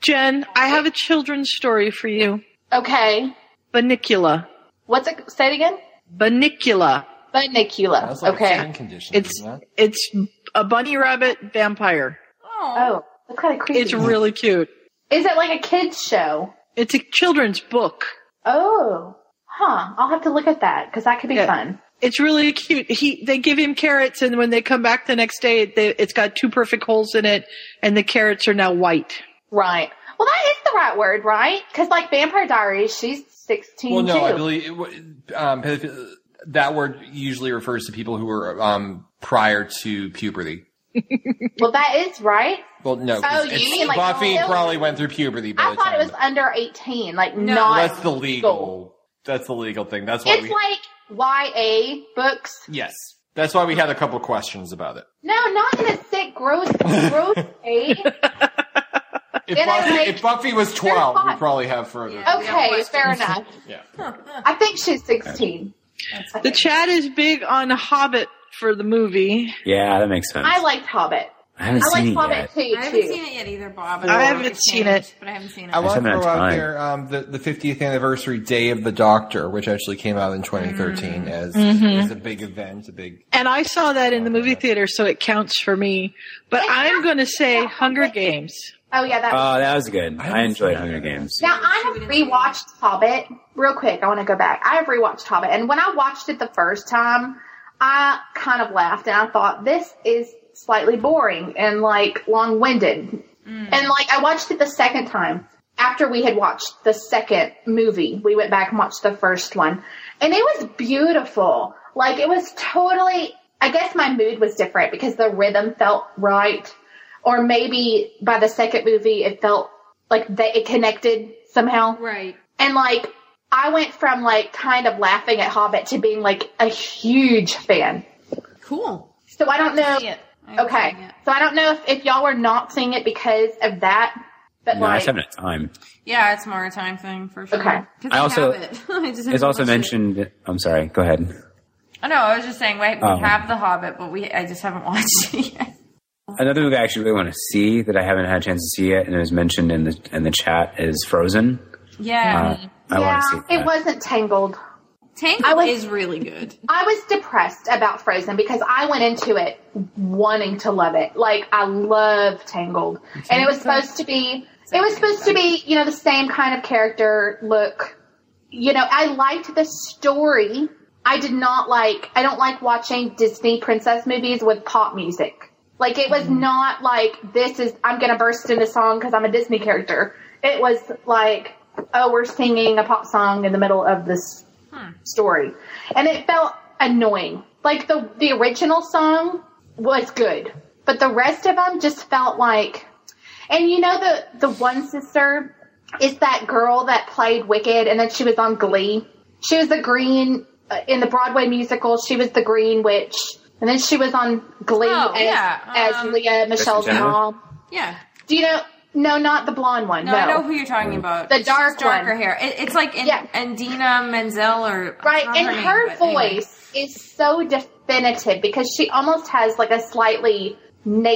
Speaker 3: Jen, I have a children's story for you.
Speaker 6: Okay.
Speaker 3: Banicula.
Speaker 6: What's it? Say it again.
Speaker 3: Banicula.
Speaker 6: Bunnicula.
Speaker 1: That's like
Speaker 6: okay.
Speaker 1: a skin condition.
Speaker 3: It's
Speaker 1: isn't it?
Speaker 3: it's a bunny rabbit vampire.
Speaker 5: Oh.
Speaker 6: Oh, that's kind of creepy.
Speaker 3: It's really cute.
Speaker 6: Is it like a kids show?
Speaker 3: It's a children's book.
Speaker 6: Oh, huh. I'll have to look at that because that could be
Speaker 3: Yeah.
Speaker 6: fun.
Speaker 3: It's really cute. He they give him carrots, and when they come back the next day, they, it's got two perfect holes in it, and the carrots are now white.
Speaker 6: Right. Well, that is the right word, right? Because like Vampire Diaries, she's sixteen
Speaker 1: Well, no,
Speaker 6: too.
Speaker 1: I believe it, w- um, pedoph- that word usually refers to people who were um, prior to puberty.
Speaker 6: well, that is right.
Speaker 1: Well, no, 'cause
Speaker 6: Oh, you
Speaker 1: it's-
Speaker 6: mean like
Speaker 1: Buffy
Speaker 6: all-
Speaker 1: probably went through puberty. By
Speaker 6: I
Speaker 1: the
Speaker 6: thought
Speaker 1: time
Speaker 6: it was under eighteen, like
Speaker 5: No.
Speaker 6: not.
Speaker 1: that's the legal. That's the legal thing. That's why
Speaker 6: It's
Speaker 1: we.
Speaker 6: like YA books.
Speaker 1: yes, that's why we had a couple questions about it.
Speaker 6: No, not in a sick, gross, gross way.
Speaker 1: If,
Speaker 6: And I
Speaker 1: Buffy,
Speaker 6: like-
Speaker 1: if Buffy was twelve,
Speaker 6: They're
Speaker 1: we
Speaker 6: fine.
Speaker 1: probably have further.
Speaker 5: Yeah.
Speaker 6: Okay, fair enough.
Speaker 1: Yeah.
Speaker 6: I think she's sixteen.
Speaker 3: The chat is big on Hobbit for the movie.
Speaker 2: yeah, that makes sense.
Speaker 6: I liked Hobbit.
Speaker 2: I haven't
Speaker 6: I
Speaker 2: seen
Speaker 6: liked
Speaker 2: it
Speaker 6: Hobbit
Speaker 2: yet.
Speaker 6: too.
Speaker 5: I
Speaker 6: too.
Speaker 5: haven't seen it yet either, Bob.
Speaker 3: I
Speaker 5: know
Speaker 3: haven't
Speaker 5: it's
Speaker 3: seen
Speaker 5: changed,
Speaker 3: it.
Speaker 5: but I haven't seen it.
Speaker 1: I want to
Speaker 2: haven't
Speaker 1: throw out
Speaker 2: had time.
Speaker 1: there um, the the 50th anniversary Day of the Doctor, which actually came out in
Speaker 6: Mm-hmm.
Speaker 1: 2013 as as a big event, a big
Speaker 3: And I saw that in the movie theater, so it counts for me. But I'm going to say Hunger Games.
Speaker 6: Oh yeah, that.
Speaker 2: Oh, that was good.
Speaker 1: haven't
Speaker 2: I, enjoyed
Speaker 1: seen
Speaker 2: Hunger
Speaker 1: it.
Speaker 2: Games.
Speaker 6: Now I
Speaker 5: we
Speaker 6: have
Speaker 5: didn't see it.
Speaker 6: rewatched Hobbit real quick. I want to go back. I have rewatched Hobbit, and when I watched it the first time, I kind of laughed and I thought, "This is
Speaker 4: slightly boring and like long winded.
Speaker 5: Mm.
Speaker 4: And like I watched it the second time after we had watched the second movie. We went back and watched the first one. And it was beautiful. Like it was totally I guess my mood was different because the rhythm felt right. Or maybe by the second movie it felt like they it connected somehow.
Speaker 5: Right.
Speaker 4: And like I went from like kind of laughing at Hobbit to being like a huge fan.
Speaker 5: Cool.
Speaker 4: So I don't know. okay. So I don't know if, if y'all were not seeing it because of that, but
Speaker 2: No, I
Speaker 4: like
Speaker 2: just haven't had time.
Speaker 5: Yeah, it's more a time thing for sure.
Speaker 4: Okay.
Speaker 5: 'Cause
Speaker 2: I also-
Speaker 5: have it. I just
Speaker 2: It's also
Speaker 5: haven't watched
Speaker 2: mentioned. I'm sorry. Go ahead.
Speaker 5: it. I know. I was just saying. Wait, we
Speaker 2: Oh.
Speaker 5: have The Hobbit, but we I just haven't watched it yet.
Speaker 2: Another movie I actually really want to see that I haven't had a chance to see yet, and it was mentioned in the in the chat is Frozen.
Speaker 5: Yeah.
Speaker 2: Uh, I want to see.
Speaker 4: it wasn't Tangled.
Speaker 5: Tangled
Speaker 4: I was,
Speaker 5: is really good.
Speaker 4: I was depressed about Frozen because I went into it wanting to love it. Like I love Tangled, and it was supposed to be. It was supposed to be, you know, the same kind of character look. You know, I liked the story. I did not like. I don't like watching Disney princess movies with pop music. Like it was not like this is. I'm gonna burst into song because I'm a Disney character. It was like, oh, we're singing a pop song in the middle of this
Speaker 3: Hmm.
Speaker 4: story. And it felt annoying. Like the the original song was good, but the rest of them just felt like and you know the the one sister is that girl that played Wicked and then she was on Glee. She was the green uh, in the Broadway musical, she was the green witch. And then she was on Glee
Speaker 5: Oh,
Speaker 4: as,
Speaker 5: yeah,
Speaker 4: as
Speaker 5: um,
Speaker 4: Leah Michelle's
Speaker 2: Kristen Chenoweth?
Speaker 4: mom.
Speaker 5: Yeah.
Speaker 4: Do you know no, not the blonde one.
Speaker 5: No,
Speaker 4: No,
Speaker 5: I know who you're talking about.
Speaker 4: The
Speaker 5: It's
Speaker 4: dark
Speaker 5: just darker
Speaker 4: one.
Speaker 5: hair. It, it's like in,
Speaker 4: Yeah.
Speaker 5: Andina Menzel or
Speaker 4: Right,
Speaker 5: not
Speaker 4: and
Speaker 5: name,
Speaker 4: her
Speaker 5: but anyway.
Speaker 4: voice is so definitive because she almost has like a slightly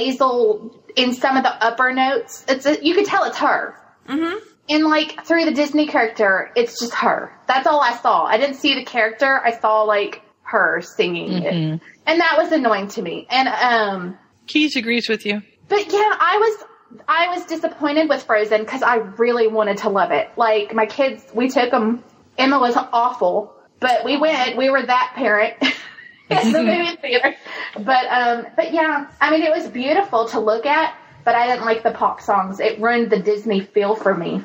Speaker 4: nasal in some of the upper notes. It's a, you can tell it's her.
Speaker 5: Mhm.
Speaker 4: And like through the Disney character, it's just her. That's all I saw. I didn't see the character. I saw like her singing it,
Speaker 5: Mm-hmm.
Speaker 4: and that was annoying to me. And um,
Speaker 3: Keys agrees with you.
Speaker 4: but yeah, I was I was disappointed with Frozen because I really wanted to love it. Like my kids, we took them. Emma was awful, but we went. We were that parent at the movie theater. But um, but yeah, I mean, it was beautiful to look at, but I didn't like the pop songs. It ruined the Disney feel for me.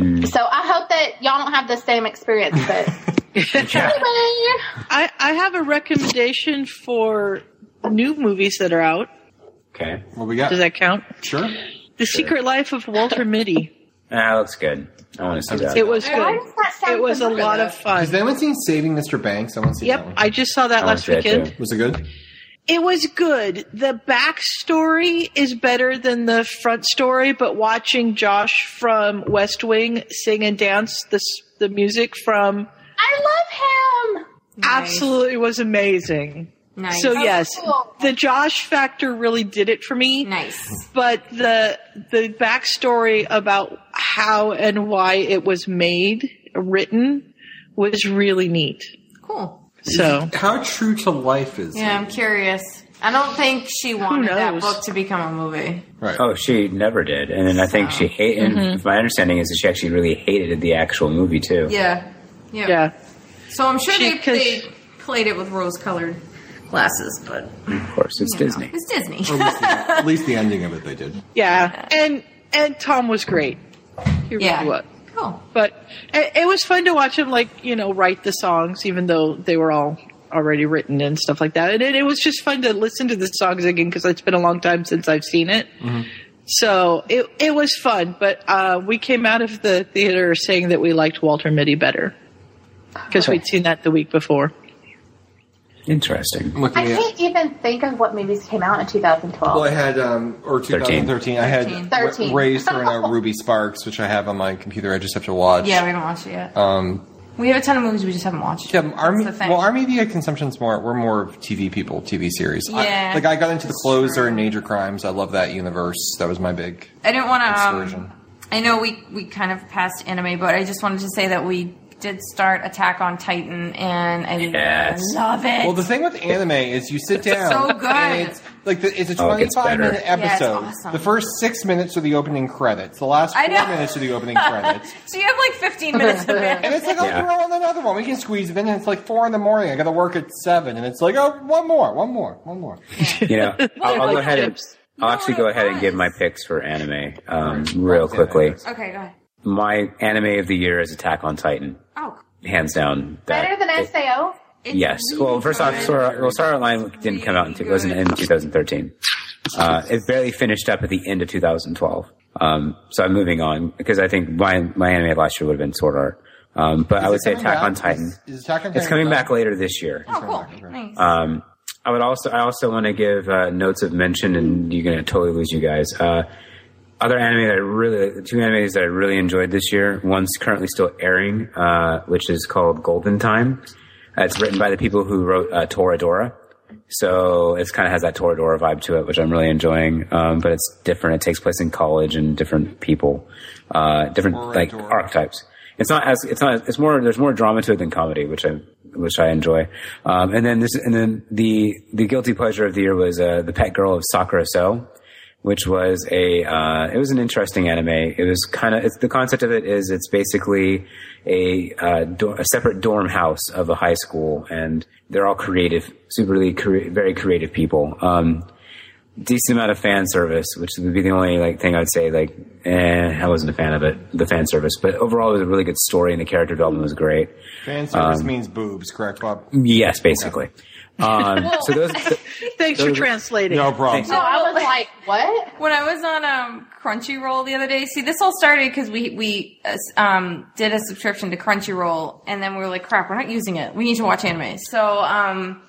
Speaker 4: So I hope that y'all don't have the same experience. But anyway,
Speaker 3: I, I have a recommendation for new movies that are out.
Speaker 2: Okay.
Speaker 9: What we got?
Speaker 3: Does that count?
Speaker 9: Sure.
Speaker 3: The Secret Life of Walter Mitty.
Speaker 2: That looks good. I want to see that.
Speaker 3: It was good.
Speaker 4: that sound
Speaker 3: It was a
Speaker 4: familiar?
Speaker 3: lot of
Speaker 9: Has
Speaker 3: fun.
Speaker 9: anyone seen Saving Mr. Banks? I want to see that
Speaker 3: Yep,
Speaker 9: one.
Speaker 3: I just saw that
Speaker 2: I
Speaker 3: last
Speaker 2: wanna see that
Speaker 3: weekend.
Speaker 2: too.
Speaker 9: Was it good?
Speaker 3: It was good. The backstory is better than the front story, but watching Josh from West Wing sing and dance the s- the music from
Speaker 4: I love him.
Speaker 3: absolutely was amazing.
Speaker 5: Nice.
Speaker 3: So yes,
Speaker 4: cool.
Speaker 3: the Josh factor really did it for me.
Speaker 5: Nice.
Speaker 3: But the the backstory about how and why it was made, written, was really neat.
Speaker 5: Cool.
Speaker 3: So
Speaker 9: How true to life is
Speaker 5: Yeah, I'm curious. I don't think she wanted that
Speaker 3: knows?
Speaker 5: book to become a movie.
Speaker 9: Right.
Speaker 2: Oh, she never did, and then I think she hated. and My understanding is that she actually really hated the actual movie too.
Speaker 5: Yeah. Yeah.
Speaker 3: yeah,
Speaker 5: So I'm sure
Speaker 3: She-
Speaker 5: they,
Speaker 3: 'cause-
Speaker 5: they played it with rose colored glasses, but you
Speaker 2: Of course, it's
Speaker 5: know,
Speaker 2: Disney.
Speaker 5: It's Disney.
Speaker 9: Or at, least the, at least the ending of it they did.
Speaker 3: yeah, and and Tom was great. He really
Speaker 5: Yeah.
Speaker 3: was.
Speaker 5: cool.
Speaker 3: But it, it was fun to watch him, like you know, write the songs, even though they were all already written and stuff like that. And it, it was just fun to listen to the songs again because it's been a long time since I've seen it. So it it was fun. But uh, we came out of the theater saying that we liked Walter Mitty better because we'd seen that the week before.
Speaker 2: Interesting.
Speaker 4: I
Speaker 9: Looking at
Speaker 4: can't even think of what movies came out in 2012.
Speaker 9: well, I had um or 2013. I had
Speaker 4: Thirteen.
Speaker 9: Raised Serena Ruby Sparks, which I have on my computer. I just have to watch.
Speaker 5: Yeah, we haven't watched it yet.
Speaker 9: Um,
Speaker 5: we have a ton of movies we just haven't watched.
Speaker 9: Yeah, our,
Speaker 5: That's
Speaker 9: me-
Speaker 5: the thing.
Speaker 9: well, our media consumption's more. We're more of TV people, TV series.
Speaker 5: Yeah,
Speaker 9: I, like I got into the
Speaker 5: that's
Speaker 9: closer
Speaker 5: true.
Speaker 9: and major crimes. I love that universe. That was my big
Speaker 5: I didn't want to.
Speaker 9: excursion.
Speaker 5: Um, I know we we kind of passed anime, but I just wanted to say that we did start Attack on Titan, and I
Speaker 2: Yes.
Speaker 5: love it.
Speaker 9: well, the thing with anime is you sit down.
Speaker 5: so good.
Speaker 9: and it's- Like the, it's a
Speaker 2: Oh, it gets
Speaker 9: 25 minute
Speaker 2: better.
Speaker 9: episode.
Speaker 5: Yeah, it's awesome.
Speaker 9: The first six minutes are the opening credits. The last
Speaker 5: I
Speaker 9: four
Speaker 5: know.
Speaker 9: minutes are the opening credits.
Speaker 5: so you have like 15 minutes to manage.
Speaker 9: And it's like, oh, throw on another one. We can squeeze it in. And it's like four in the morning. I got to work at seven, and it's like, oh, one more, one more, one more.
Speaker 2: you know, I'll, I'll go
Speaker 9: Like
Speaker 2: ahead and I'll actually go ahead and give my picks for anime um, real quickly.
Speaker 5: Okay, go ahead.
Speaker 2: My anime of the year is Attack on Titan,
Speaker 5: Oh,
Speaker 2: hands down. That
Speaker 6: Better than SAO.
Speaker 2: yes. well, first off, Sora, well, Sora Online didn't come out until it wasn't in 2013. Uh, it barely finished up at the end of 2012. Um, so I'm moving on because I think my my anime of last year would have been Sword Art. Um, but I would say
Speaker 9: coming
Speaker 2: Attack
Speaker 9: back?
Speaker 2: on Titan.
Speaker 9: Is Attack on
Speaker 2: It's
Speaker 9: Titan
Speaker 2: coming
Speaker 9: back?
Speaker 2: back later this year.
Speaker 5: Oh, cool. Nice.
Speaker 2: Um, I would also I also want to give uh, notes of mention, and you're going to totally lose you guys. Uh, other anime that I really two animes that I really enjoyed this year. One's currently still airing, uh, which is called Golden Time. Uh, it's written by the people who wrote uh, Toradora. So it's kind of has that Toradora vibe to it, which I'm really enjoying. Um, but it's different. It takes place in college and different people, uh, different like archetypes. It's not as it's not it's more there's more drama to it than comedy, which I which I enjoy. Um, and then this and then the the guilty pleasure of the year was uh, the pet girl of Sakura So, which was a uh, it was an interesting anime. It was kind of it's the concept of it is it's basically a uh, do- a separate dorm house of a high school, and they're all creative, superly cre- very creative people. Um, decent amount of fan service, which would be the only like thing I'd say. Like, eh, I wasn't a fan of it, the fan service, but overall it was a really good story, and the character development was great.
Speaker 9: Fan service
Speaker 2: Um,
Speaker 9: means boobs, correct, Bob?
Speaker 2: Yes, basically. Um, so those
Speaker 3: Thanks for
Speaker 2: Those-
Speaker 3: translating.
Speaker 2: No problem.
Speaker 5: No, I was like,
Speaker 6: what?
Speaker 5: When I was on um, Crunchyroll the other day, see, this all started because we we uh, um, did a subscription to Crunchyroll, and then we were like, crap, we're not using it. We need to watch anime. So um,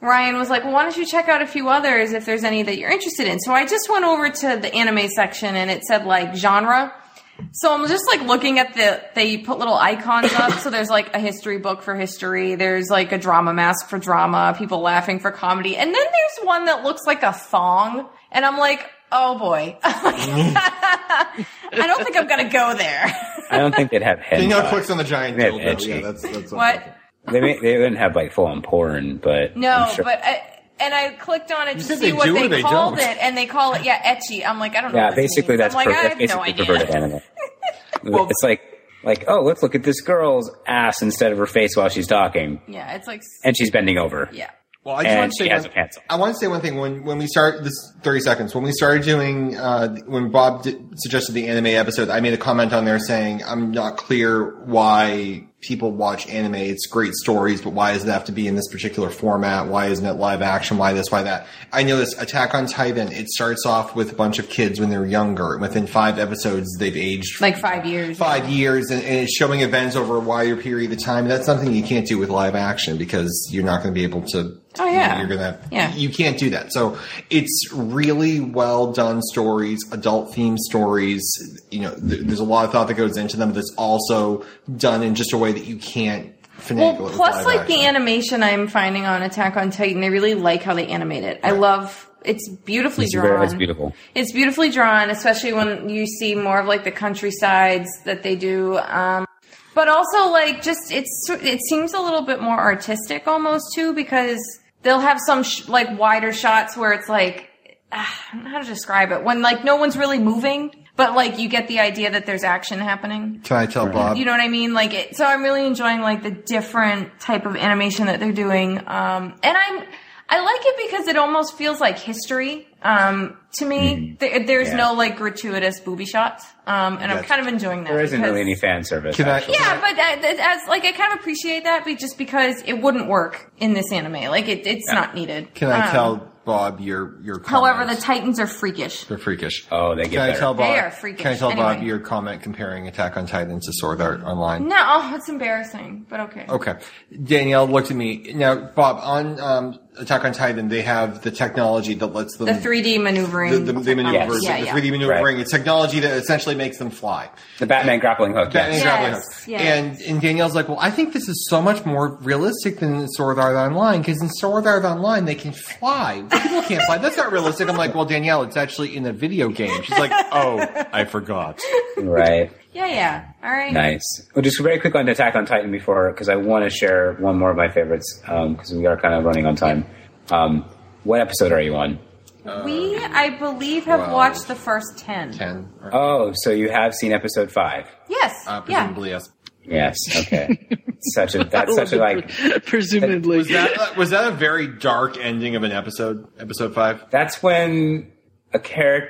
Speaker 5: Ryan was like, well, why don't you check out a few others if there's any that you're interested in? So I just went over to the anime section, and it said like genre. So I'm just like looking at the they put little icons up. So there's like a history book for history. There's like a drama mask for drama. People laughing for comedy. And then there's one that looks like a thong. And I'm like, oh boy, I don't think I'm gonna go there.
Speaker 2: I don't think they'd have head.
Speaker 9: You know,
Speaker 2: shots.
Speaker 9: clicks on the giant
Speaker 2: They have
Speaker 9: dildo.
Speaker 2: edgy.
Speaker 9: Yeah, that's that's
Speaker 5: What?
Speaker 2: They may, they wouldn't have like full on porn, but
Speaker 5: No,
Speaker 2: I'm sure-
Speaker 5: but I, and I clicked on it to
Speaker 2: said
Speaker 5: see
Speaker 2: they
Speaker 5: what
Speaker 2: do or
Speaker 5: they,
Speaker 2: they
Speaker 5: called
Speaker 2: don't?
Speaker 5: it, and they call it yeah etchy. I'm like, I don't know.
Speaker 2: yeah,
Speaker 5: what this
Speaker 2: basically
Speaker 5: means.
Speaker 2: that's,
Speaker 5: Oh, I'm
Speaker 2: per-
Speaker 5: like, I
Speaker 2: that's
Speaker 5: have
Speaker 2: basically
Speaker 5: no idea.
Speaker 2: perverted anime. it's like like oh, let's look at this girl's ass instead of her face while she's talking,
Speaker 5: Yeah, it's like
Speaker 2: and she's bending over.
Speaker 5: yeah.
Speaker 9: Well, I just
Speaker 2: and
Speaker 9: want to
Speaker 2: she
Speaker 9: say
Speaker 2: has
Speaker 9: one-
Speaker 2: a pants.
Speaker 9: I want to say one thing. When when we start this thirty seconds, when we started doing, uh, when Bob d- suggested the anime episode, I made a comment on there saying, "I'm not clear why people watch anime. It's great stories, but why does it have to be in this particular format? Why isn't it live action? Why this? Why that?" I noticed Attack on Titan. It starts off with a bunch of kids when they're younger. Within five episodes, they've aged
Speaker 5: Like five years.
Speaker 9: five years and, and it's showing events over a wider period of time. That's something you can't do with live action because you're not going to be able to.
Speaker 5: Oh, yeah.
Speaker 9: you're gonna.
Speaker 5: Yeah.
Speaker 9: You can't do that. So it's really well done stories, adult themed stories. You know, th- there's a lot of thought that goes into them. That's also done in just a way that you can't finagle it.
Speaker 5: Well,
Speaker 9: With
Speaker 5: plus
Speaker 9: live
Speaker 5: like
Speaker 9: action.
Speaker 5: the animation I'm finding on Attack on Titan, I really like how they animate it. I love it's beautifully
Speaker 2: It's,
Speaker 5: drawn.
Speaker 2: very, it's beautiful.
Speaker 5: It's beautifully drawn, especially when you see more of like the countrysides that they do. Um, but also like just it's it seems a little bit more artistic almost too because they'll have some sh- like wider shots where it's like ah, I don't know how to describe it when like no one's really moving, but like you get the idea that there's action happening.
Speaker 9: Can I tell Bob?
Speaker 5: You know what I mean? Like, it, so I'm really enjoying like the different type of animation that they're doing. Um, and I'm, I like it because it almost feels like history. Um, to me, there, there's
Speaker 2: Mm-hmm. Yeah.
Speaker 5: no like gratuitous booby shots. Um, and I'm
Speaker 2: That's-
Speaker 5: kind of enjoying that.
Speaker 2: There isn't
Speaker 5: because-
Speaker 2: really any fan service.
Speaker 9: Can I-
Speaker 2: actually.
Speaker 5: yeah, but I, th- as like I kind of appreciate that, but just because it wouldn't work in this anime, like it, it's not needed.
Speaker 9: Can I
Speaker 5: Um,
Speaker 9: tell Bob your your?
Speaker 5: However,
Speaker 9: comment?
Speaker 5: the Titans are freakish.
Speaker 9: They're freakish.
Speaker 2: Oh, they
Speaker 9: Can I tell Bob?
Speaker 5: They are freakish.
Speaker 9: Can I tell Bob
Speaker 5: Anyway.
Speaker 9: your comment comparing Attack on Titan to Sword Art Online?
Speaker 5: No, oh, it's embarrassing, but okay.
Speaker 9: Okay. Danielle looked at me. Now, Bob, on um, Attack on Titan, they have the technology that lets them
Speaker 5: The 3D maneuvering.
Speaker 9: the, the, the maneuvers,
Speaker 5: Yeah,
Speaker 9: the
Speaker 5: yeah.
Speaker 9: 3D maneuvering. It's technology that essentially makes them fly.
Speaker 2: The Batman grappling hook.
Speaker 9: Batman
Speaker 2: yes.
Speaker 9: grappling
Speaker 5: Yes,
Speaker 9: hook.
Speaker 5: yes.
Speaker 9: And and Danielle's like, well, I think this is so much more realistic than Sword Art Online because in Sword Art Online they can fly. People can't fly. That's not realistic. I'm like, well, Danielle, it's actually in a video game. She's like, oh, I forgot.
Speaker 2: Right.
Speaker 5: Yeah, yeah. All right.
Speaker 2: Nice. Well, just very quick on Attack on Titan before, because I want to share one more of my favorites, because we are kind of running on time. Um, what Um, episode are you on?
Speaker 5: we, I believe, have
Speaker 2: Wow.
Speaker 5: watched the first ten.
Speaker 1: Ten. uh,
Speaker 2: Oh, so you have seen episode five?
Speaker 5: Yes. yeah.
Speaker 1: yes.
Speaker 2: Yes. Okay. such a that's such a like
Speaker 3: presumably
Speaker 1: was that was that a very dark ending of an episode? Episode five.
Speaker 2: That's when a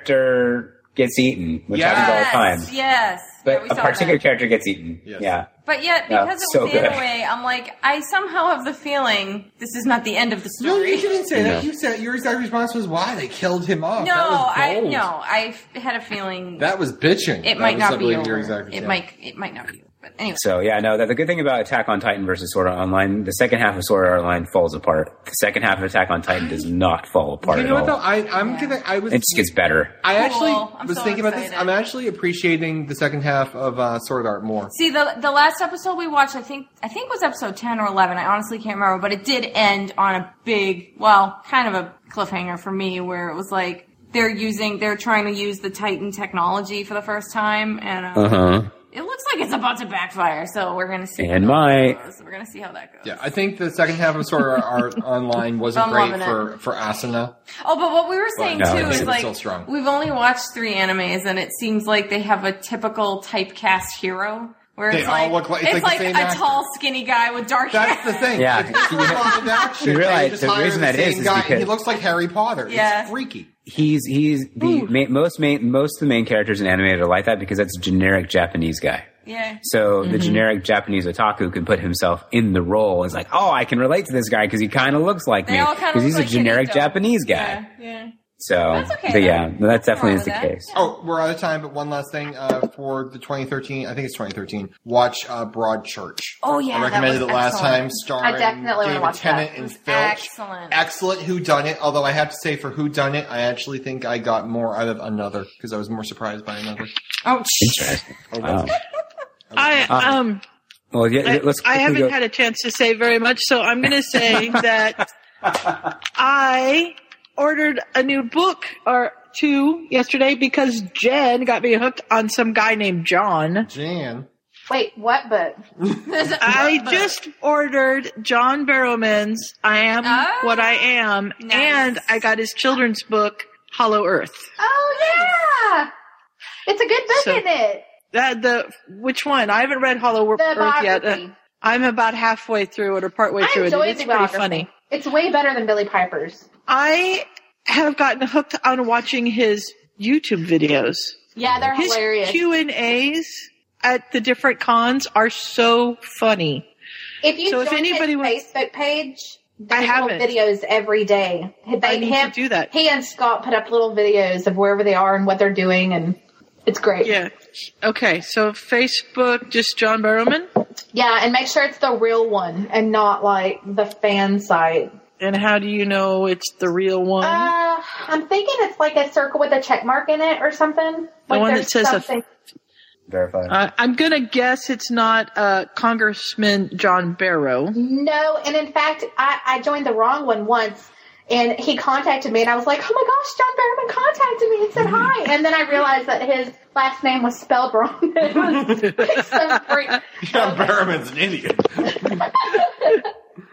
Speaker 2: character gets eaten, which happens all the
Speaker 5: Yes.
Speaker 2: time.
Speaker 5: Yes. yeah,
Speaker 2: But
Speaker 5: we
Speaker 2: a
Speaker 5: saw
Speaker 2: particular
Speaker 5: that.
Speaker 2: character gets eaten. Yeah.
Speaker 5: But yet,
Speaker 2: Yeah,
Speaker 5: because it was
Speaker 2: so
Speaker 5: the
Speaker 2: good.
Speaker 5: other way, I'm like, I somehow have the feeling this is not the end of the story.
Speaker 1: No, you didn't say
Speaker 2: that.
Speaker 1: that. You said your exact response was why they killed him off.
Speaker 5: no,
Speaker 1: that was
Speaker 5: I
Speaker 1: bold.
Speaker 5: no, I f- had a feeling
Speaker 1: That was bitching.
Speaker 5: it might
Speaker 1: That was, I
Speaker 5: not be
Speaker 1: believe, your
Speaker 5: over.
Speaker 1: exact
Speaker 5: it
Speaker 1: response.
Speaker 5: might it might not be. over. But anyway,
Speaker 2: So yeah, no. The, the good thing about Attack on Titan versus Sword Art Online, the second half of Sword Art Online falls apart. The second half of Attack on Titan does not fall apart
Speaker 1: You know what
Speaker 2: at
Speaker 1: though?
Speaker 2: all.
Speaker 1: I I'm gonna. I was.
Speaker 2: it just gets better.
Speaker 1: I actually
Speaker 5: Cool. I'm
Speaker 1: was
Speaker 5: so
Speaker 1: thinking about this.
Speaker 5: excited.
Speaker 1: I'm actually appreciating the second half of uh, Sword Art more.
Speaker 5: see the the last episode we watched, I think I think was episode ten or eleven. I honestly can't remember, but it did end on a big, well, kind of a cliffhanger for me, where it was like they're using they're trying to use the Titan technology for the first time, and uh,
Speaker 2: Uh huh.
Speaker 5: it looks like it's about to backfire. So we're gonna see.
Speaker 2: And
Speaker 5: how
Speaker 2: my-
Speaker 5: that goes. we're gonna see how that goes.
Speaker 1: Yeah, I think the second half of Sword Art Online wasn't
Speaker 5: I'm
Speaker 1: great
Speaker 5: loving it.
Speaker 1: for for Asuna.
Speaker 5: Oh, but what we were saying
Speaker 1: no,
Speaker 5: too
Speaker 1: it's-
Speaker 5: is
Speaker 1: it's
Speaker 5: like
Speaker 1: still strong.
Speaker 5: we've only watched three animes, and it seems like they have a typical typecast hero. Where
Speaker 1: They
Speaker 5: it's
Speaker 1: all
Speaker 5: like,
Speaker 1: look like- it's
Speaker 5: it's
Speaker 1: like the
Speaker 5: like,
Speaker 1: same
Speaker 5: a
Speaker 1: actor.
Speaker 5: tall, skinny guy with dark
Speaker 1: That's
Speaker 5: hair.
Speaker 1: the thing.
Speaker 2: Yeah.
Speaker 1: If you do a lot of action,
Speaker 2: You realize
Speaker 1: they just
Speaker 2: the
Speaker 1: hire
Speaker 2: reason that
Speaker 1: same
Speaker 2: is is
Speaker 1: guy, and he
Speaker 2: because-
Speaker 1: looks like Harry Potter.
Speaker 5: Yeah.
Speaker 1: It's freaky.
Speaker 2: He's he's the ma- most main most of the main characters in anime are like that because that's a generic Japanese guy.
Speaker 5: yeah.
Speaker 2: So
Speaker 5: Mm-hmm.
Speaker 2: the generic Japanese otaku can put himself in the role as like, oh, I can relate to this guy because he kind of looks like
Speaker 5: They
Speaker 2: me
Speaker 5: all kinda
Speaker 2: because he's
Speaker 5: look
Speaker 2: a
Speaker 5: like
Speaker 2: generic
Speaker 5: Kirito.
Speaker 2: Japanese guy.
Speaker 5: Yeah, yeah.
Speaker 2: So,
Speaker 5: That's okay,
Speaker 2: but
Speaker 5: though.
Speaker 2: yeah, that definitely is the
Speaker 5: wrong with that.
Speaker 2: case.
Speaker 1: Oh, we're out of time, but one last thing uh, for the 2013. I think it's 2013. Watch uh, Broadchurch.
Speaker 5: Oh, yeah,
Speaker 1: I
Speaker 5: that
Speaker 1: recommended
Speaker 5: was
Speaker 1: it last
Speaker 5: excellent.
Speaker 1: time. Starring
Speaker 6: I definitely wanna
Speaker 1: David
Speaker 6: watch
Speaker 1: Tennant
Speaker 6: that.
Speaker 1: and
Speaker 6: It
Speaker 1: Filch.
Speaker 5: Excellent.
Speaker 1: Excellent Who Done It. Although I have to say, for Who Done It, I actually think I got more out of another because I was more surprised by another.
Speaker 5: Oh,
Speaker 2: Interesting. Wow.
Speaker 3: I um
Speaker 2: Um, Well, yeah,
Speaker 3: I,
Speaker 2: let's.
Speaker 3: I
Speaker 2: quickly
Speaker 3: haven't
Speaker 2: go-
Speaker 3: had a chance to say very much, so I'm going to say that I ordered a new book or two yesterday because Jen got me hooked on some guy named John.
Speaker 1: Jan.
Speaker 6: Wait, what book?
Speaker 3: I just ordered John Barrowman's I Am
Speaker 5: Oh,
Speaker 3: What I Am,
Speaker 5: nice.
Speaker 3: and I got his children's book, Hollow Earth.
Speaker 6: Oh yeah, it's a good book,
Speaker 3: So-
Speaker 6: isn't it?
Speaker 3: That the which one? I haven't read Hollow Earth
Speaker 6: The
Speaker 3: yet. Uh,
Speaker 6: biography.
Speaker 3: I'm about halfway through it or partway
Speaker 6: I
Speaker 3: through it. and
Speaker 6: enjoyed
Speaker 3: It's
Speaker 6: the
Speaker 3: pretty
Speaker 6: biography.
Speaker 3: funny.
Speaker 6: It's way better than Billy Piper's.
Speaker 3: I have gotten hooked on watching his YouTube videos.
Speaker 6: Yeah, they're
Speaker 3: His
Speaker 6: hilarious.
Speaker 3: Q and A's at the different cons are so funny.
Speaker 6: If you
Speaker 3: So if
Speaker 6: join
Speaker 3: anybody
Speaker 6: his
Speaker 3: wants-
Speaker 6: Facebook page,
Speaker 3: I
Speaker 6: there's little
Speaker 3: haven't.
Speaker 6: videos every day. They,
Speaker 3: I need to
Speaker 6: him,
Speaker 3: do that.
Speaker 6: He and Scott put up little videos of wherever they are and what they're doing, and it's great.
Speaker 3: Yeah. Okay. So Facebook, just John Barrowman,
Speaker 6: Yeah, and make sure it's the real one and not like the fan site.
Speaker 3: and how do you know it's the real one?
Speaker 6: Uh, I'm thinking it's like a circle with a check mark in it or something. Like
Speaker 3: one that
Speaker 6: there's
Speaker 3: says a-
Speaker 6: something-
Speaker 2: Verified.
Speaker 3: Uh, I'm gonna guess it's not uh, Congressman John Barrow.
Speaker 6: No, and in fact, I, I joined the wrong one once, and he contacted me, and I was like, "Oh my gosh, John Barrowman contacted me and said
Speaker 3: Mm-hmm.
Speaker 6: hi," and then I realized that his last name was spelled wrong. it was some freak.
Speaker 1: John Barrowman's an idiot.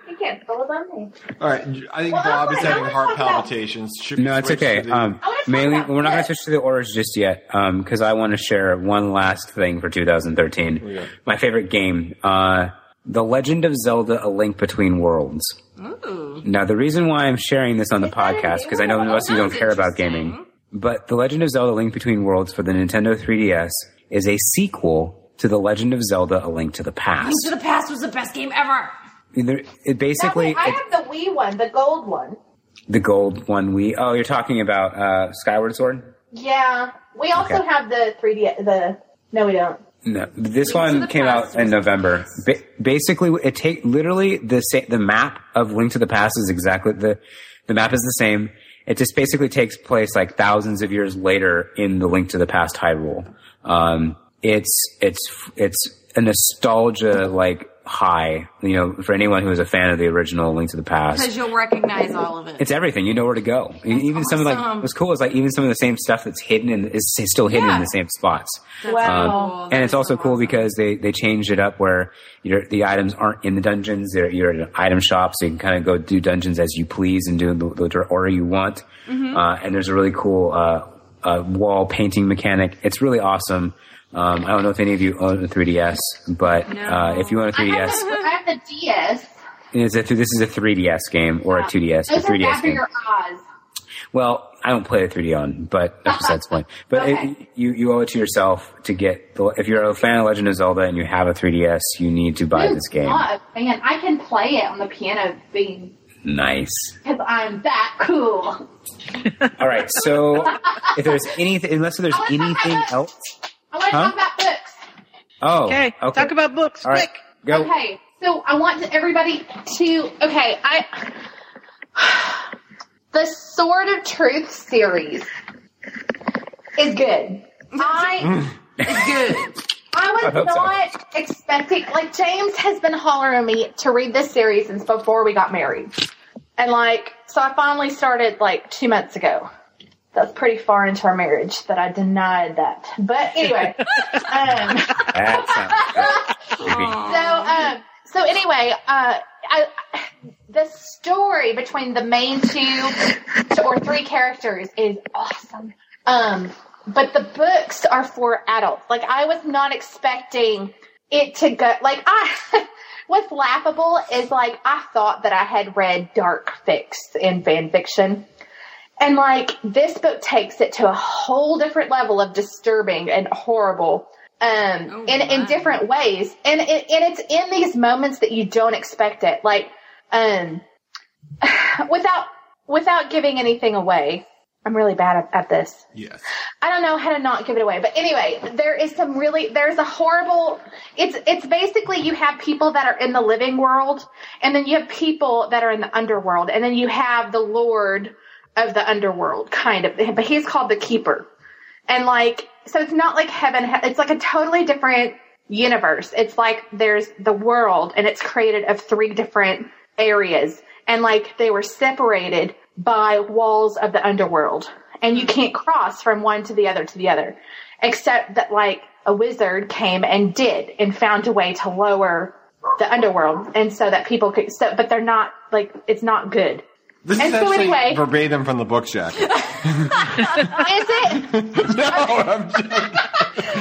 Speaker 6: He can't spell his own name.
Speaker 1: All right, I think
Speaker 6: Well, I
Speaker 1: Bob
Speaker 6: wanna-
Speaker 1: is
Speaker 6: I
Speaker 1: having
Speaker 6: wanna
Speaker 1: heart
Speaker 6: talk about-
Speaker 1: palpitations. Should we
Speaker 2: No, it's
Speaker 1: switch to
Speaker 2: okay.
Speaker 1: the-
Speaker 2: Um,
Speaker 6: I wanna talk
Speaker 2: mainly,
Speaker 6: about
Speaker 2: we're not going to
Speaker 6: this.
Speaker 2: switch to the orders just yet because I want to share one last thing for 2013.
Speaker 1: Yeah.
Speaker 2: My favorite game, uh, The Legend of Zelda: A Link Between Worlds.
Speaker 5: Ooh.
Speaker 2: Now, the reason why I'm sharing this on the
Speaker 6: Is that a
Speaker 2: podcast
Speaker 6: new
Speaker 2: because I know
Speaker 6: one?
Speaker 2: most of you don't
Speaker 5: Sounds
Speaker 2: care about
Speaker 5: interesting.
Speaker 2: gaming, but The Legend of Zelda: A Link Between Worlds for the Nintendo 3DS is a sequel to The Legend of Zelda: A Link to the Past.
Speaker 5: Into the Past was the best game ever.
Speaker 2: There- It
Speaker 6: Now,
Speaker 2: basically
Speaker 6: wait, I
Speaker 2: it-
Speaker 6: have the Wii one, the gold one.
Speaker 2: the gold one. We oh, you're talking about uh, Skyward Sword.
Speaker 6: Yeah, we also
Speaker 2: Okay.
Speaker 6: have the 3D. The no, we don't.
Speaker 2: No, this
Speaker 5: to
Speaker 2: one
Speaker 5: the
Speaker 2: came out
Speaker 5: Past
Speaker 2: in
Speaker 5: was
Speaker 2: November. Ba- basically, it take literally the sa- the map of Link to the Past is exactly the the map is the same. It just basically takes place like thousands of years later in the Link to the Past Hyrule. Um, it's it's it's a nostalgia like high. You know, for anyone who is a fan of the original Link to the Past,
Speaker 5: because you'll recognize all of it.
Speaker 2: it's everything. You know where to go. E- even some of like
Speaker 5: awesome.
Speaker 2: what's cool is like even some of the same stuff that's hidden and is s- still hidden
Speaker 5: Yeah.
Speaker 2: in the same spots.
Speaker 5: That's Wow. cool.
Speaker 2: and it's also cool because they they changed it up where your the items aren't in the dungeons. They're, you're at an item shop, so you can kind of go do dungeons as you please and do the, the order you want.
Speaker 11: Mhm.
Speaker 2: Uh, and there's a really cool uh, uh, wall painting mechanic. It's really awesome. Um, I don't know if any of you own a 3DS, but uh, if you own a 3DS,
Speaker 6: I have the DS.
Speaker 2: is it, this is a 3DS game or a 2DS. A
Speaker 6: Those are
Speaker 2: 3DS
Speaker 6: after
Speaker 2: game.
Speaker 6: your Oz.
Speaker 2: Well, I don't play the 3D on, but that's besides the point. But it, you you owe it to yourself to get the. If you're a fan of Legend of Zelda and you have a 3DS, you need to buy this game.
Speaker 6: God, man, I can play it on the piano because
Speaker 2: Nice.
Speaker 6: I'm that cool.
Speaker 2: All right. So if there's anything, unless there's anything else,
Speaker 6: I
Speaker 2: Huh?
Speaker 6: want to talk about books.
Speaker 2: oh, okay.
Speaker 3: Talk about books.
Speaker 2: All right. Go.
Speaker 6: Okay, so I want to- everybody to okay. I the Sword of Truth series is good. I
Speaker 5: it's good.
Speaker 6: I
Speaker 5: I
Speaker 6: was
Speaker 5: hope so.
Speaker 6: not expecting like James has been hollering me to read this series since before we got married, and like so I finally started like two months ago. That was pretty far into our marriage that I denied that. But anyway, um,
Speaker 2: That sounds good.
Speaker 6: so, um, so anyway, uh, I, the story between the main two or three characters is awesome. Um, but the books are for adults. Like I was not expecting it to go. Like I, what's laughable is like I thought that I had read dark fics in fan fiction. And like this book takes it to a whole different level of disturbing and horrible. Um, in, in different ways. And, it, and it's in these moments that you don't expect it. Like, um, without, without giving anything away. I'm really bad at, at this.
Speaker 1: Yes.
Speaker 6: I don't know how to not give it away, but anyway, there is some really there's a horrible. It's it's basically you have people that are in the living world, and then you have people that are in the underworld, and then you have the Lord of the underworld, kind of, but he's called the Keeper, and like so it's not like heaven. It's like a totally different universe. It's like there's the world, and it's created of three different areas, and like they were separated by walls of the underworld and you can't cross from one to the other to the other except that like a wizard came and did and found a way to lower the underworld and so that people could so but they're not like it's not good
Speaker 1: This
Speaker 6: and
Speaker 1: is
Speaker 6: so
Speaker 1: actually
Speaker 6: anyway
Speaker 1: verbatim from the book, Jack.
Speaker 6: is it
Speaker 1: no,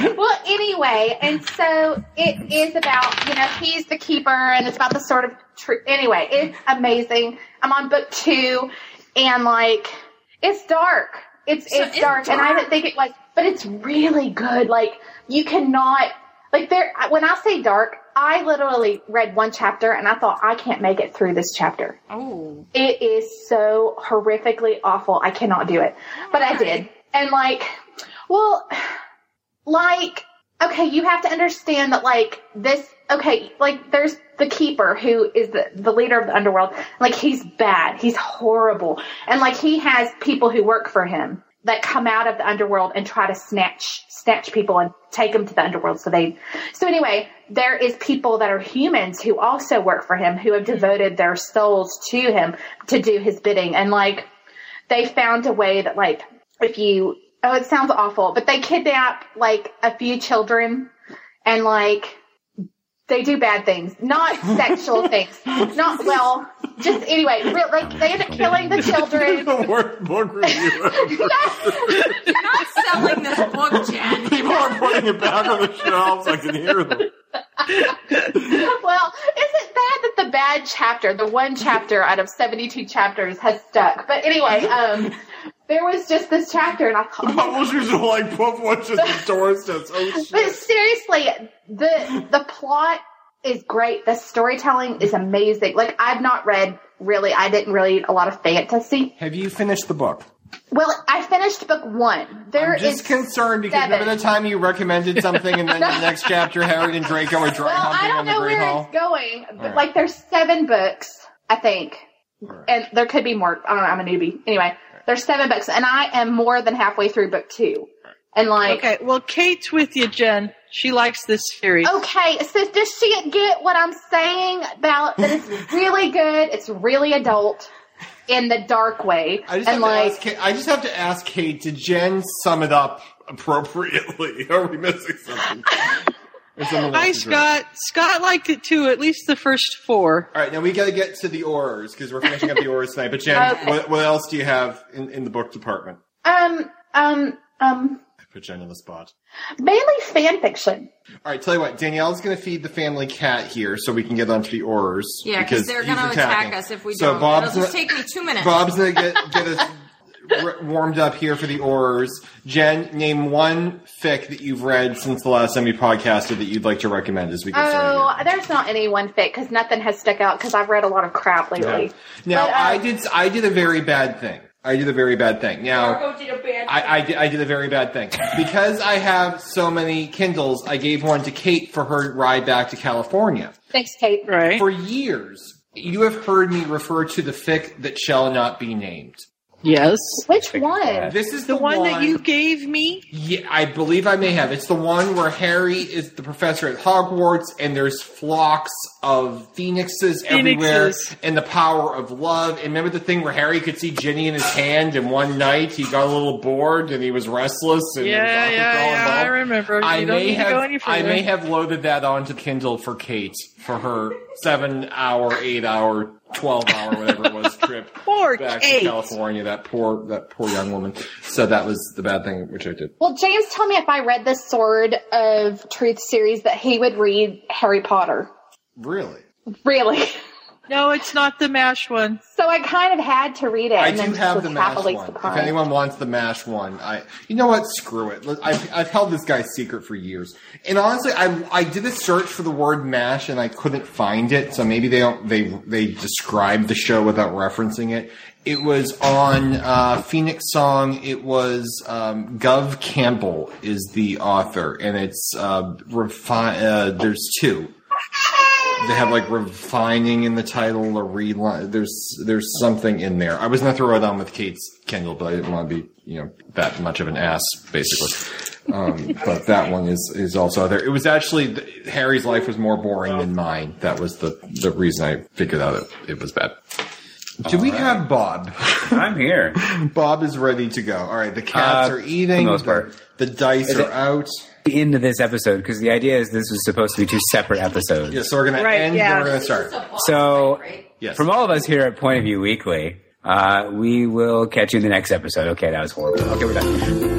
Speaker 1: I'm
Speaker 6: well, anyway, and so it is about, you know, he's the keeper and it's about the sort of truth. Anyway, it's amazing. I'm on book two and like, it's dark. It's, it's, dark, and I didn't think it was, but it's really good. Like, you cannot, like there, when I say dark, I literally read one chapter and I thought I can't make it through this chapter.
Speaker 5: Oh.
Speaker 6: It is so horrifically awful. I cannot do it. But I did. And like, well, like, okay, you have to understand that like this, okay, like there's the keeper who is the, the leader of the underworld. Like he's bad. He's horrible. And like he has people who work for him that come out of the underworld and try to snatch, snatch people and take them to the underworld. So they, so anyway, there is people that are humans who also work for him, who have devoted their souls to him to do his bidding. And like, they found a way that like if you oh it sounds awful but they kidnap like a few children and like they do bad things not sexual things not well just anyway real, like they end up killing the children
Speaker 9: the worst book review ever.
Speaker 5: You're not selling this book, Jen.
Speaker 9: People are putting it back on the shelves. I can hear them.
Speaker 6: well, is it bad that the bad chapter, the one chapter out of 72 chapters, has stuck? But anyway, um, there was just this chapter, and I thought. oh,
Speaker 9: Publishers are like, put what just endorsed us. Oh, shit.
Speaker 6: But seriously, the the plot is great. The storytelling is amazing. Like I've not read really, I didn't read a lot of fantasy.
Speaker 1: Have you finished the book?
Speaker 6: Well, I finished book one. There
Speaker 1: I'm
Speaker 6: is
Speaker 1: just concerned because
Speaker 6: seven.
Speaker 1: remember the time you recommended something and then the next chapter, Harry and Draco are dry
Speaker 6: well, I
Speaker 1: humping
Speaker 6: don't
Speaker 1: on the
Speaker 6: know
Speaker 1: Great
Speaker 6: where
Speaker 1: Hall?
Speaker 6: it's going. But
Speaker 1: Alright.
Speaker 6: Like there's seven books, I think, and there could be more. I don't know. I'm a newbie. Anyway, there's seven books, and I am more than halfway through book two. And like,
Speaker 3: okay, well, Kate's with you, Jen. She likes this series.
Speaker 6: Okay, so does she get what I'm saying about that? It's really good. It's really adult in the dark way.
Speaker 1: I just, have
Speaker 6: and like,
Speaker 1: to ask Kate, I just have to ask Kate, did Jen sum it up appropriately? Are we missing something? Or someone
Speaker 3: Hi,
Speaker 1: else is wrong?
Speaker 3: Scott. Scott liked it too, at least the first four.
Speaker 1: All right, now we got to get to the horrors because we're finishing up the horrors tonight. But Jen,
Speaker 6: Okay.
Speaker 1: what, what else do you have in, in the book department?
Speaker 6: um, um, um,
Speaker 1: I put Jen on the spot.
Speaker 6: mainly fan fiction.
Speaker 1: All right, tell you what, Danielle's going to feed the family cat here so we can get onto the horrors.
Speaker 5: Yeah, because they're
Speaker 1: he's
Speaker 5: going to attack
Speaker 1: attacking.
Speaker 5: us if we
Speaker 1: So
Speaker 5: don't.
Speaker 1: Bob's
Speaker 5: It'll just
Speaker 1: gonna-
Speaker 5: take me two minutes.
Speaker 1: Bob's going to get get us r- warmed up here for the horrors. Jen, name one fic that you've read since the last time we podcasted that you'd like to recommend as we get started.
Speaker 6: Oh, there's not any one fit because nothing has stuck out because I've read a lot of crap lately.
Speaker 1: Yeah. Now
Speaker 6: But, uh,
Speaker 1: I did I did a very bad thing. I did a very bad thing. Now I, I, did, I did a very bad thing because I have so many Kindles. I gave one to Kate for her ride back to California.
Speaker 6: Thanks, Kate.
Speaker 3: Right.
Speaker 1: For years, you have heard me refer to the fic that shall not be named.
Speaker 3: Yes.
Speaker 6: Which one?
Speaker 1: This is
Speaker 3: The
Speaker 1: the,
Speaker 3: one that you gave me?
Speaker 1: Yeah, I believe I may have. It's the one where Harry is the professor at Hogwarts, and there's flocks of phoenixes, everywhere,
Speaker 3: Phoenixes.
Speaker 1: and the power of love. And remember the thing where Harry could see Ginny in his hand, and one night he got a little bored and he was restless. And there was
Speaker 3: Yeah, yeah,
Speaker 1: alcohol
Speaker 3: yeah. I
Speaker 1: involved.
Speaker 3: remember.
Speaker 1: I
Speaker 3: you don't
Speaker 1: may
Speaker 3: need to go
Speaker 1: have
Speaker 3: any further.
Speaker 1: I may have loaded that onto Kindle for Kate for her seven hour, eight hour, twelve hour, whatever it was trip
Speaker 3: Poor
Speaker 1: back
Speaker 3: Kate.
Speaker 1: to California. That poor that poor young woman. So that was the bad thing which I did.
Speaker 6: Well, James told me if I read the Sword of Truth series that he would read Harry Potter.
Speaker 1: Really?
Speaker 6: Really.
Speaker 3: No, it's not the MASH one.
Speaker 6: So I kind of had to read it.
Speaker 1: I
Speaker 6: and then
Speaker 1: do
Speaker 6: just
Speaker 1: have
Speaker 6: was
Speaker 1: the mash
Speaker 6: happily
Speaker 1: one.
Speaker 6: surprised.
Speaker 1: If anyone wants the mash one, I you know what? Screw it. Let- I've, I've held this guy's secret for years, and honestly, I I did a search for the word mash and I couldn't find it. So maybe they don't they they described the show without referencing it. It was on uh, Phoenix Song. It was um, Gov Campbell is the author, and it's uh, refi- uh, There's two they have like refining in the title or reline. There's there's something in there. I was gonna throw it on with Kate's Kindle, but I didn't want to be you know that much of an ass basically. Um, but that one is is also out there. It was actually Harry's life was more boring than mine. That was the the reason I figured out it, it was bad. Do we have Bob?
Speaker 2: I'm here.
Speaker 1: Bob is ready to go. All right, the cats
Speaker 2: Uh,
Speaker 1: are
Speaker 2: for the
Speaker 1: eating.
Speaker 2: most part.
Speaker 1: The, the dice
Speaker 2: Is
Speaker 1: are
Speaker 2: it-
Speaker 1: out.
Speaker 2: The end of this episode because the idea is this was supposed to be two separate episodes.
Speaker 1: Yeah, so we're gonna
Speaker 3: Right,
Speaker 1: end.
Speaker 3: yeah.
Speaker 1: Then we're gonna start.
Speaker 2: So,
Speaker 1: Yes.
Speaker 2: from all of us here at Point of View Weekly, uh, we will catch you in the next episode. Okay, that was horrible. Okay, we're done.